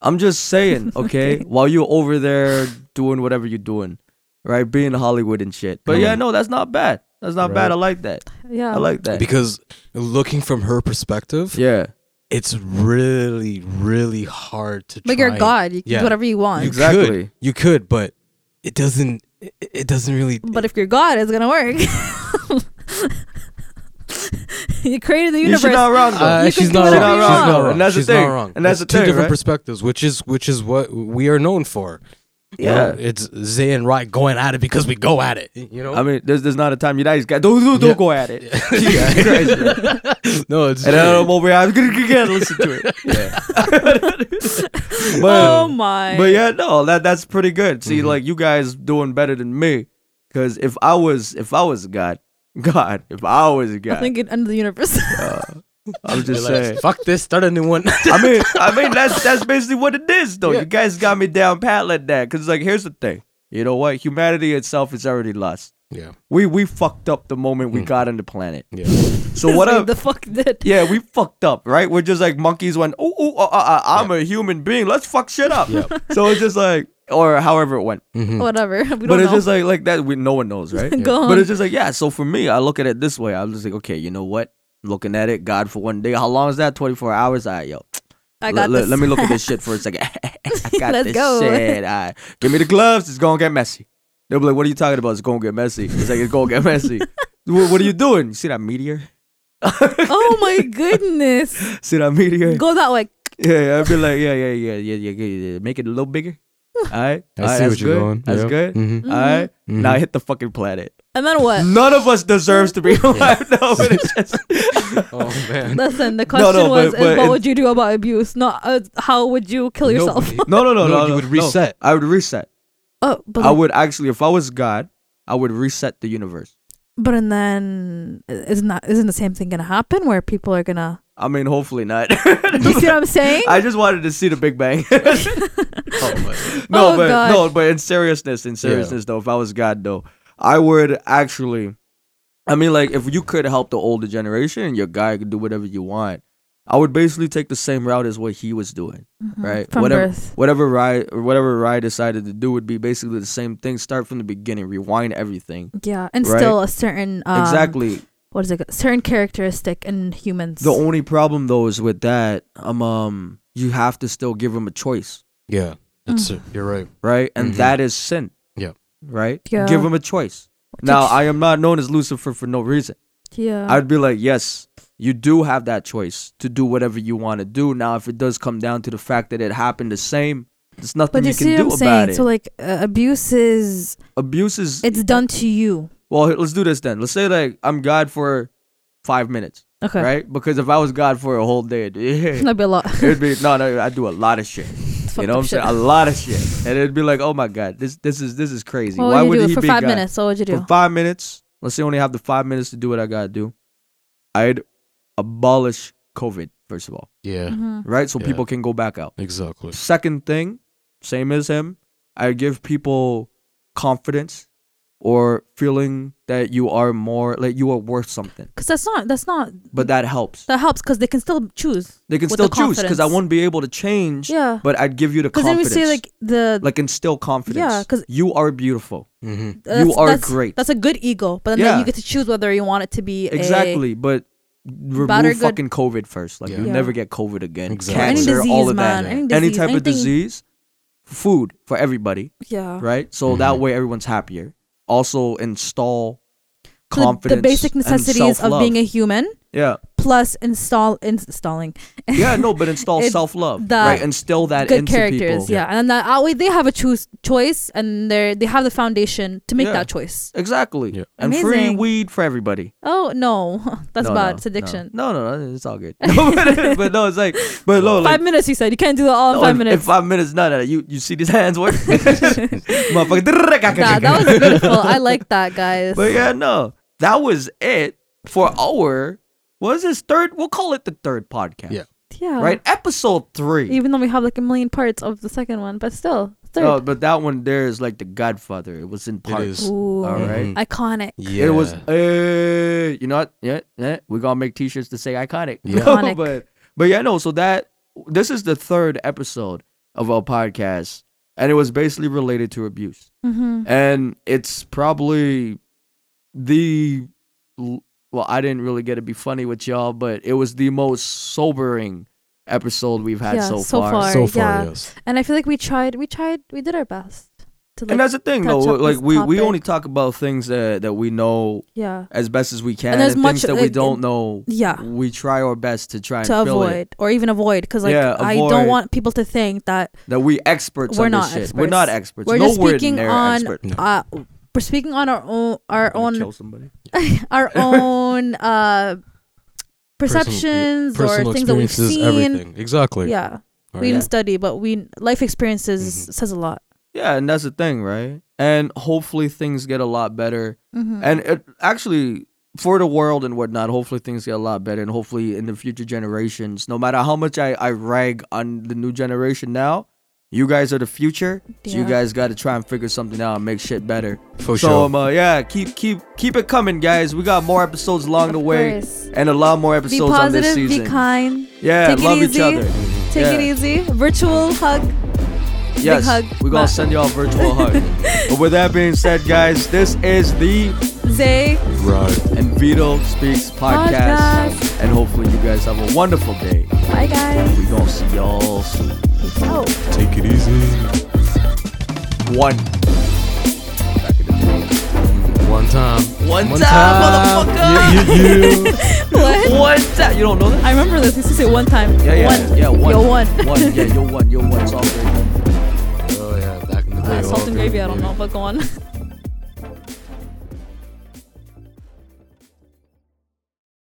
Speaker 1: I'm just saying, okay?
Speaker 3: Okay.
Speaker 1: While you're over there doing whatever you're doing, right? Being in Hollywood and shit. But yeah,
Speaker 2: Mhm.
Speaker 1: no, that's not bad. That's not bad.
Speaker 2: Right.
Speaker 1: I like that.
Speaker 3: Yeah.
Speaker 1: I like that.
Speaker 2: Because looking from her perspective,
Speaker 1: yeah.
Speaker 2: it's really really hard to.
Speaker 3: Like
Speaker 2: try
Speaker 3: you're
Speaker 2: and-
Speaker 3: God. You can
Speaker 2: Yeah.
Speaker 3: do whatever you want.
Speaker 2: You
Speaker 1: Exactly.
Speaker 2: Could, you could, but it doesn't. It, it doesn't really.
Speaker 3: But if you're God, it's gonna work. you created the universe.
Speaker 1: You're not wrong, though.
Speaker 2: Uh,
Speaker 3: You
Speaker 2: she's
Speaker 3: could
Speaker 2: not
Speaker 3: do
Speaker 2: wrong.
Speaker 3: whatever
Speaker 2: She's
Speaker 3: you
Speaker 2: not
Speaker 3: want.
Speaker 2: wrong.
Speaker 1: And that's the
Speaker 2: She's
Speaker 1: thing.
Speaker 2: Not wrong.
Speaker 1: And that's
Speaker 2: It's
Speaker 1: the
Speaker 2: two
Speaker 1: thing,
Speaker 2: different
Speaker 1: right?
Speaker 2: perspectives, which is which is what we are known for. You know,
Speaker 1: yeah.
Speaker 2: it's Zay and Rock going at it because we go at it. You know,
Speaker 1: I mean, there's, there's not a time you guys got. Don't, don't, don't
Speaker 2: Yeah.
Speaker 1: go at it. Jesus Christ, man.
Speaker 2: no, it's
Speaker 1: And then I'm over here. I'm going to listen to it. Yeah. But-
Speaker 3: oh my. Mm-hmm.
Speaker 1: But yeah, no, that that's pretty good. See,
Speaker 2: Mhm.
Speaker 1: like you guys doing better than me, because if I was if I was God, God, if I was
Speaker 3: I
Speaker 1: God,
Speaker 3: think it ended the universe.
Speaker 1: I'm
Speaker 2: You're
Speaker 1: just
Speaker 2: like,
Speaker 1: saying.
Speaker 2: fuck this, start a new one.
Speaker 1: I mean, I mean that's that's basically what it is, though.
Speaker 2: Yeah.
Speaker 1: You guys got me down pat like that, because like here's the thing, you know what? Humanity itself is already lost.
Speaker 2: yeah,
Speaker 1: We we fucked up the moment we got on the planet.
Speaker 2: yeah.
Speaker 1: So what
Speaker 3: Hmm. Like,
Speaker 1: up?
Speaker 3: the fuck did?
Speaker 1: Yeah, we fucked up, right? We're just like monkeys went, ooh, ooh, uh, uh, uh, I'm a human being. Let's fuck shit up.
Speaker 2: Yep.
Speaker 1: So it's just like, or however it went.
Speaker 3: Whatever. We don't
Speaker 1: but it's
Speaker 3: know.
Speaker 1: just like like that. We no one knows, right?
Speaker 3: Go
Speaker 1: But
Speaker 3: on.
Speaker 1: it's just like yeah. So for me, I look at it this way. I'm just like, okay, you know what? Looking at it, God for one day. How long is that? 24 hours. All right, yo.
Speaker 3: I got
Speaker 1: Let- let-
Speaker 3: this.
Speaker 1: Let me look at this shit for a second. I got
Speaker 3: Let's
Speaker 1: this
Speaker 3: go.
Speaker 1: shit. All right. Give me the gloves. It's gonna get messy. They'll be like, what are you talking about? It's gonna get messy. It's like it's gonna get messy. what, what are you doing? You see that meteor?
Speaker 3: oh my goodness.
Speaker 1: See that meteor?
Speaker 3: Go that way.
Speaker 1: Yeah, yeah, I'd be like, yeah, yeah, yeah, yeah, yeah, yeah, yeah. Make it a little bigger. All right.
Speaker 2: I
Speaker 1: All right,
Speaker 2: see
Speaker 1: that's
Speaker 2: what you're
Speaker 1: good.
Speaker 2: going.
Speaker 1: That's
Speaker 2: Yep.
Speaker 1: good.
Speaker 2: Mhm.
Speaker 1: All right. Now hit the fucking planet.
Speaker 3: And then what?
Speaker 1: None of us deserves to be alive. No, but it's just
Speaker 2: Oh man,
Speaker 3: Listen, the question
Speaker 1: no,
Speaker 3: was,
Speaker 1: but-
Speaker 3: is
Speaker 1: but
Speaker 3: what
Speaker 1: it-
Speaker 3: would you do about abuse? Not uh, how would you kill yourself?
Speaker 2: Nobody-
Speaker 1: no, no, no,
Speaker 2: No,
Speaker 1: no.
Speaker 2: you
Speaker 1: no,
Speaker 2: would
Speaker 1: no.
Speaker 2: reset.
Speaker 1: I would reset.
Speaker 3: Oh, but
Speaker 1: I would actually, if I was God, I would reset the universe.
Speaker 3: But and then isn't that isn't the same thing gonna happen where people are gonna?
Speaker 1: I mean, hopefully not.
Speaker 3: You see what I'm saying?
Speaker 1: I just wanted to see the Big Bang. no,
Speaker 3: Oh,
Speaker 1: but
Speaker 3: God.
Speaker 1: no, but in seriousness, in seriousness though, if I was God though, I would actually. I mean, like, if you could help the older generation and your guy could do whatever you want, I would basically take the same route as what he was doing, right?
Speaker 3: Mm-hmm. From
Speaker 1: whatever,
Speaker 3: birth.
Speaker 1: whatever Rye, or whatever Rye decided to do would be basically the same thing. Start from the beginning, rewind everything.
Speaker 3: Yeah, and
Speaker 1: Right.
Speaker 3: still a certain um,
Speaker 1: exactly.
Speaker 3: what is it? Certain characteristic in humans.
Speaker 1: The only problem though is with that, um, um you have to still give him a choice,
Speaker 3: Mm.
Speaker 2: yeah, that's it. You're right.
Speaker 1: right? And
Speaker 2: Mhm.
Speaker 1: that is sin.
Speaker 2: Yeah.
Speaker 1: right?
Speaker 3: Yeah.
Speaker 1: Give him a choice.
Speaker 3: Did
Speaker 1: Now,
Speaker 3: you-
Speaker 1: I am not known as Lucifer for no reason.
Speaker 3: Yeah.
Speaker 1: I'd be like, yes, you do have that choice to do whatever you want to do. Now, if it does come down to the fact that it happened the same, there's nothing
Speaker 3: but
Speaker 1: you,
Speaker 3: you
Speaker 1: can
Speaker 3: see what
Speaker 1: do
Speaker 3: I'm
Speaker 1: about
Speaker 3: saying?
Speaker 1: it.
Speaker 3: So like uh, abuse is
Speaker 1: Abuse is
Speaker 3: it's done to you.
Speaker 1: well. Let's do this then. Let's say like I'm God for five minutes,
Speaker 3: Okay.
Speaker 1: right? Because if I was God for a whole day, it'd
Speaker 3: That'd be a lot.
Speaker 1: be no, no. I do a lot of shit. You
Speaker 3: Fucked
Speaker 1: know
Speaker 3: up
Speaker 1: what I'm
Speaker 3: shit.
Speaker 1: saying? A lot of shit, and it'd be like, oh my God, this this is this is crazy.
Speaker 3: What
Speaker 1: Why
Speaker 3: would
Speaker 1: would he
Speaker 3: you do for
Speaker 1: be
Speaker 3: five
Speaker 1: God?
Speaker 3: minutes? What would you do?
Speaker 1: For five minutes, let's say I only have the five minutes to do what I gotta do. I'd abolish COVID first of all.
Speaker 2: Yeah,
Speaker 3: Mm-hmm. Mm.
Speaker 1: right? So
Speaker 2: Yeah.
Speaker 1: people can go back out.
Speaker 2: exactly.
Speaker 1: Second thing, same as him, I give people confidence or feeling that you are more like you are worth something.
Speaker 3: Because that's not that's not
Speaker 1: But that helps.
Speaker 3: that helps because they can still choose.
Speaker 1: They can
Speaker 3: with
Speaker 1: still
Speaker 3: the
Speaker 1: choose because I
Speaker 3: confidence.
Speaker 1: won't be able to change.
Speaker 3: Yeah.
Speaker 1: But I'd give you the
Speaker 3: Because then we
Speaker 1: confidence.
Speaker 3: say like the
Speaker 1: like instill confidence.
Speaker 3: Yeah, 'cause-
Speaker 1: you are beautiful.
Speaker 2: hmm
Speaker 3: that's-
Speaker 1: you are
Speaker 3: that's-
Speaker 1: great.
Speaker 3: That's a good ego, but then
Speaker 1: Yeah.
Speaker 3: you get to choose whether you want it to be a-
Speaker 1: Exactly. But
Speaker 3: Bad or
Speaker 1: remove
Speaker 3: good-
Speaker 1: fucking COVID first. Like
Speaker 2: Yeah.
Speaker 1: you
Speaker 3: Yeah.
Speaker 1: never get COVID again.
Speaker 2: Exactly.
Speaker 3: or any
Speaker 1: Cancer,
Speaker 3: disease,
Speaker 1: all of
Speaker 3: man.
Speaker 1: that.
Speaker 3: Any, disease,
Speaker 1: Any type of
Speaker 3: anything-
Speaker 1: disease. Food for everybody.
Speaker 3: Yeah.
Speaker 1: right? So that
Speaker 2: Mhm.
Speaker 1: way everyone's happier. Also install
Speaker 3: So the-
Speaker 1: confidence,
Speaker 3: the basic necessities of being a human
Speaker 1: yeah,
Speaker 3: plus install installing
Speaker 1: yeah, no, but install
Speaker 3: It-
Speaker 1: self love,
Speaker 3: the
Speaker 1: right? Instill that
Speaker 3: good
Speaker 1: into
Speaker 3: characters
Speaker 1: people.
Speaker 3: yeah and then that way they have a choose choice and they are they have the foundation to make
Speaker 1: Yeah.
Speaker 3: that choice
Speaker 1: exactly.
Speaker 2: Yeah.
Speaker 1: And free
Speaker 3: Amazing.
Speaker 1: weed for everybody.
Speaker 3: oh no that's
Speaker 1: No,
Speaker 3: bad
Speaker 1: no,
Speaker 3: it's addiction
Speaker 1: No. no, no, no, it's all good. No, but, but no, it's like, but no, like.
Speaker 3: five minutes you said you can't do that all in
Speaker 1: no,
Speaker 3: five
Speaker 1: in- In
Speaker 3: minutes
Speaker 1: five minutes, no, no, no. You, you see these hands work? Motherfucker.
Speaker 3: Nah, that was beautiful i like that guys
Speaker 1: But yeah, no. That was it for our, what is this third? We'll call it the third podcast.
Speaker 2: Yeah.
Speaker 3: yeah
Speaker 1: Right? Episode three.
Speaker 3: even though we have like a million parts of the second one but still third
Speaker 1: No, but that one there is like the Godfather. It was in
Speaker 2: It
Speaker 1: parts.
Speaker 2: is.
Speaker 3: Ooh,
Speaker 1: All right.
Speaker 3: Mm-hmm. iconic
Speaker 2: Yeah.
Speaker 1: It was. Hey, you know what? Yeah, yeah. We're gonna make T-shirts to say iconic.
Speaker 2: Yeah.
Speaker 3: Iconic.
Speaker 1: but but yeah, no. So that this is the third episode of our podcast, and it was basically related to abuse,
Speaker 3: mm-hmm.
Speaker 1: and it's probably the l- well, I didn't really get to be funny with y'all, but it was the most sobering episode we've had
Speaker 3: Yeah,
Speaker 1: so,
Speaker 3: so
Speaker 1: far.
Speaker 3: far.
Speaker 2: so
Speaker 3: Sorry,
Speaker 2: far.
Speaker 3: yeah.
Speaker 2: Yes.
Speaker 3: and i feel like we tried we tried we did our best to like
Speaker 1: and that's the thing, though.
Speaker 3: touch up
Speaker 1: Like
Speaker 3: this
Speaker 1: we, we only
Speaker 3: topic.
Speaker 1: talk about things that, that we know
Speaker 3: yeah
Speaker 1: as best as we can
Speaker 3: And
Speaker 1: and,
Speaker 3: there's
Speaker 1: things
Speaker 3: much,
Speaker 1: that we
Speaker 3: like,
Speaker 1: don't
Speaker 3: in-
Speaker 1: know
Speaker 3: yeah
Speaker 1: we try our best to try and
Speaker 3: to
Speaker 1: fill
Speaker 3: avoid or even avoid because like
Speaker 1: Yeah,
Speaker 3: i
Speaker 1: avoid.
Speaker 3: don't want people to think that
Speaker 1: it that we experts
Speaker 3: We're
Speaker 1: on this
Speaker 3: not
Speaker 1: shit we're not experts
Speaker 3: we're
Speaker 1: no
Speaker 3: just
Speaker 1: we're
Speaker 3: speaking
Speaker 1: near
Speaker 3: on
Speaker 1: expert.
Speaker 2: No.
Speaker 3: uh we're speaking on our own our
Speaker 1: I'm gonna
Speaker 3: own
Speaker 1: kill somebody
Speaker 3: our own uh perceptions
Speaker 2: Personal
Speaker 3: or things that we've
Speaker 2: experiences,
Speaker 3: seen
Speaker 2: everything. Exactly.
Speaker 3: yeah
Speaker 2: All
Speaker 3: we
Speaker 2: right.
Speaker 3: didn't study but we life experiences
Speaker 2: Mhm.
Speaker 3: says a lot
Speaker 1: yeah and that's the thing right and hopefully things get a lot better
Speaker 3: Mm-hmm.
Speaker 1: and it actually for the world and whatnot hopefully things get a lot better and hopefully in the future generations no matter how much i, I rag on the new generation now you guys are the future so you
Speaker 3: Yeah.
Speaker 1: guys got to try and figure something out and make shit better
Speaker 2: For
Speaker 1: so
Speaker 2: sure.
Speaker 1: um, uh, yeah, keep keep keep it coming, guys. We got more episodes along the
Speaker 3: Of
Speaker 1: way,
Speaker 3: course.
Speaker 1: and a lot more
Speaker 3: be
Speaker 1: episodes on this
Speaker 3: positive be
Speaker 1: season.
Speaker 3: kind
Speaker 1: yeah,
Speaker 3: Take it
Speaker 1: love each
Speaker 3: easy.
Speaker 1: other.
Speaker 3: take
Speaker 1: Yeah.
Speaker 3: it easy virtual hug
Speaker 1: Yes,
Speaker 3: hug.
Speaker 1: we're gonna
Speaker 3: Bye.
Speaker 1: send y'all a virtual hug. But with that being said, guys, this is the
Speaker 3: zay
Speaker 2: Right.
Speaker 1: and Vito Speaks podcast,
Speaker 3: Podcast.
Speaker 1: and hopefully you guys have a wonderful day.
Speaker 3: bye guys Oh.
Speaker 1: We gonna see y'all soon.
Speaker 3: peace out
Speaker 2: Take it easy.
Speaker 1: One. Back in the day.
Speaker 2: One time.
Speaker 1: One time,
Speaker 2: motherfucker. You, you, you.
Speaker 3: what
Speaker 1: One time. You don't know that?
Speaker 3: I remember this. You used to say one time.
Speaker 1: Yeah, yeah,
Speaker 3: one.
Speaker 1: yeah. One.
Speaker 3: Yo, one.
Speaker 1: one. Yeah, yo, one. Yo, one. It's all good.
Speaker 2: oh yeah, back in the day.
Speaker 3: Uh,
Speaker 2: all
Speaker 3: salt and
Speaker 2: good,
Speaker 3: gravy, I don't know, but go on.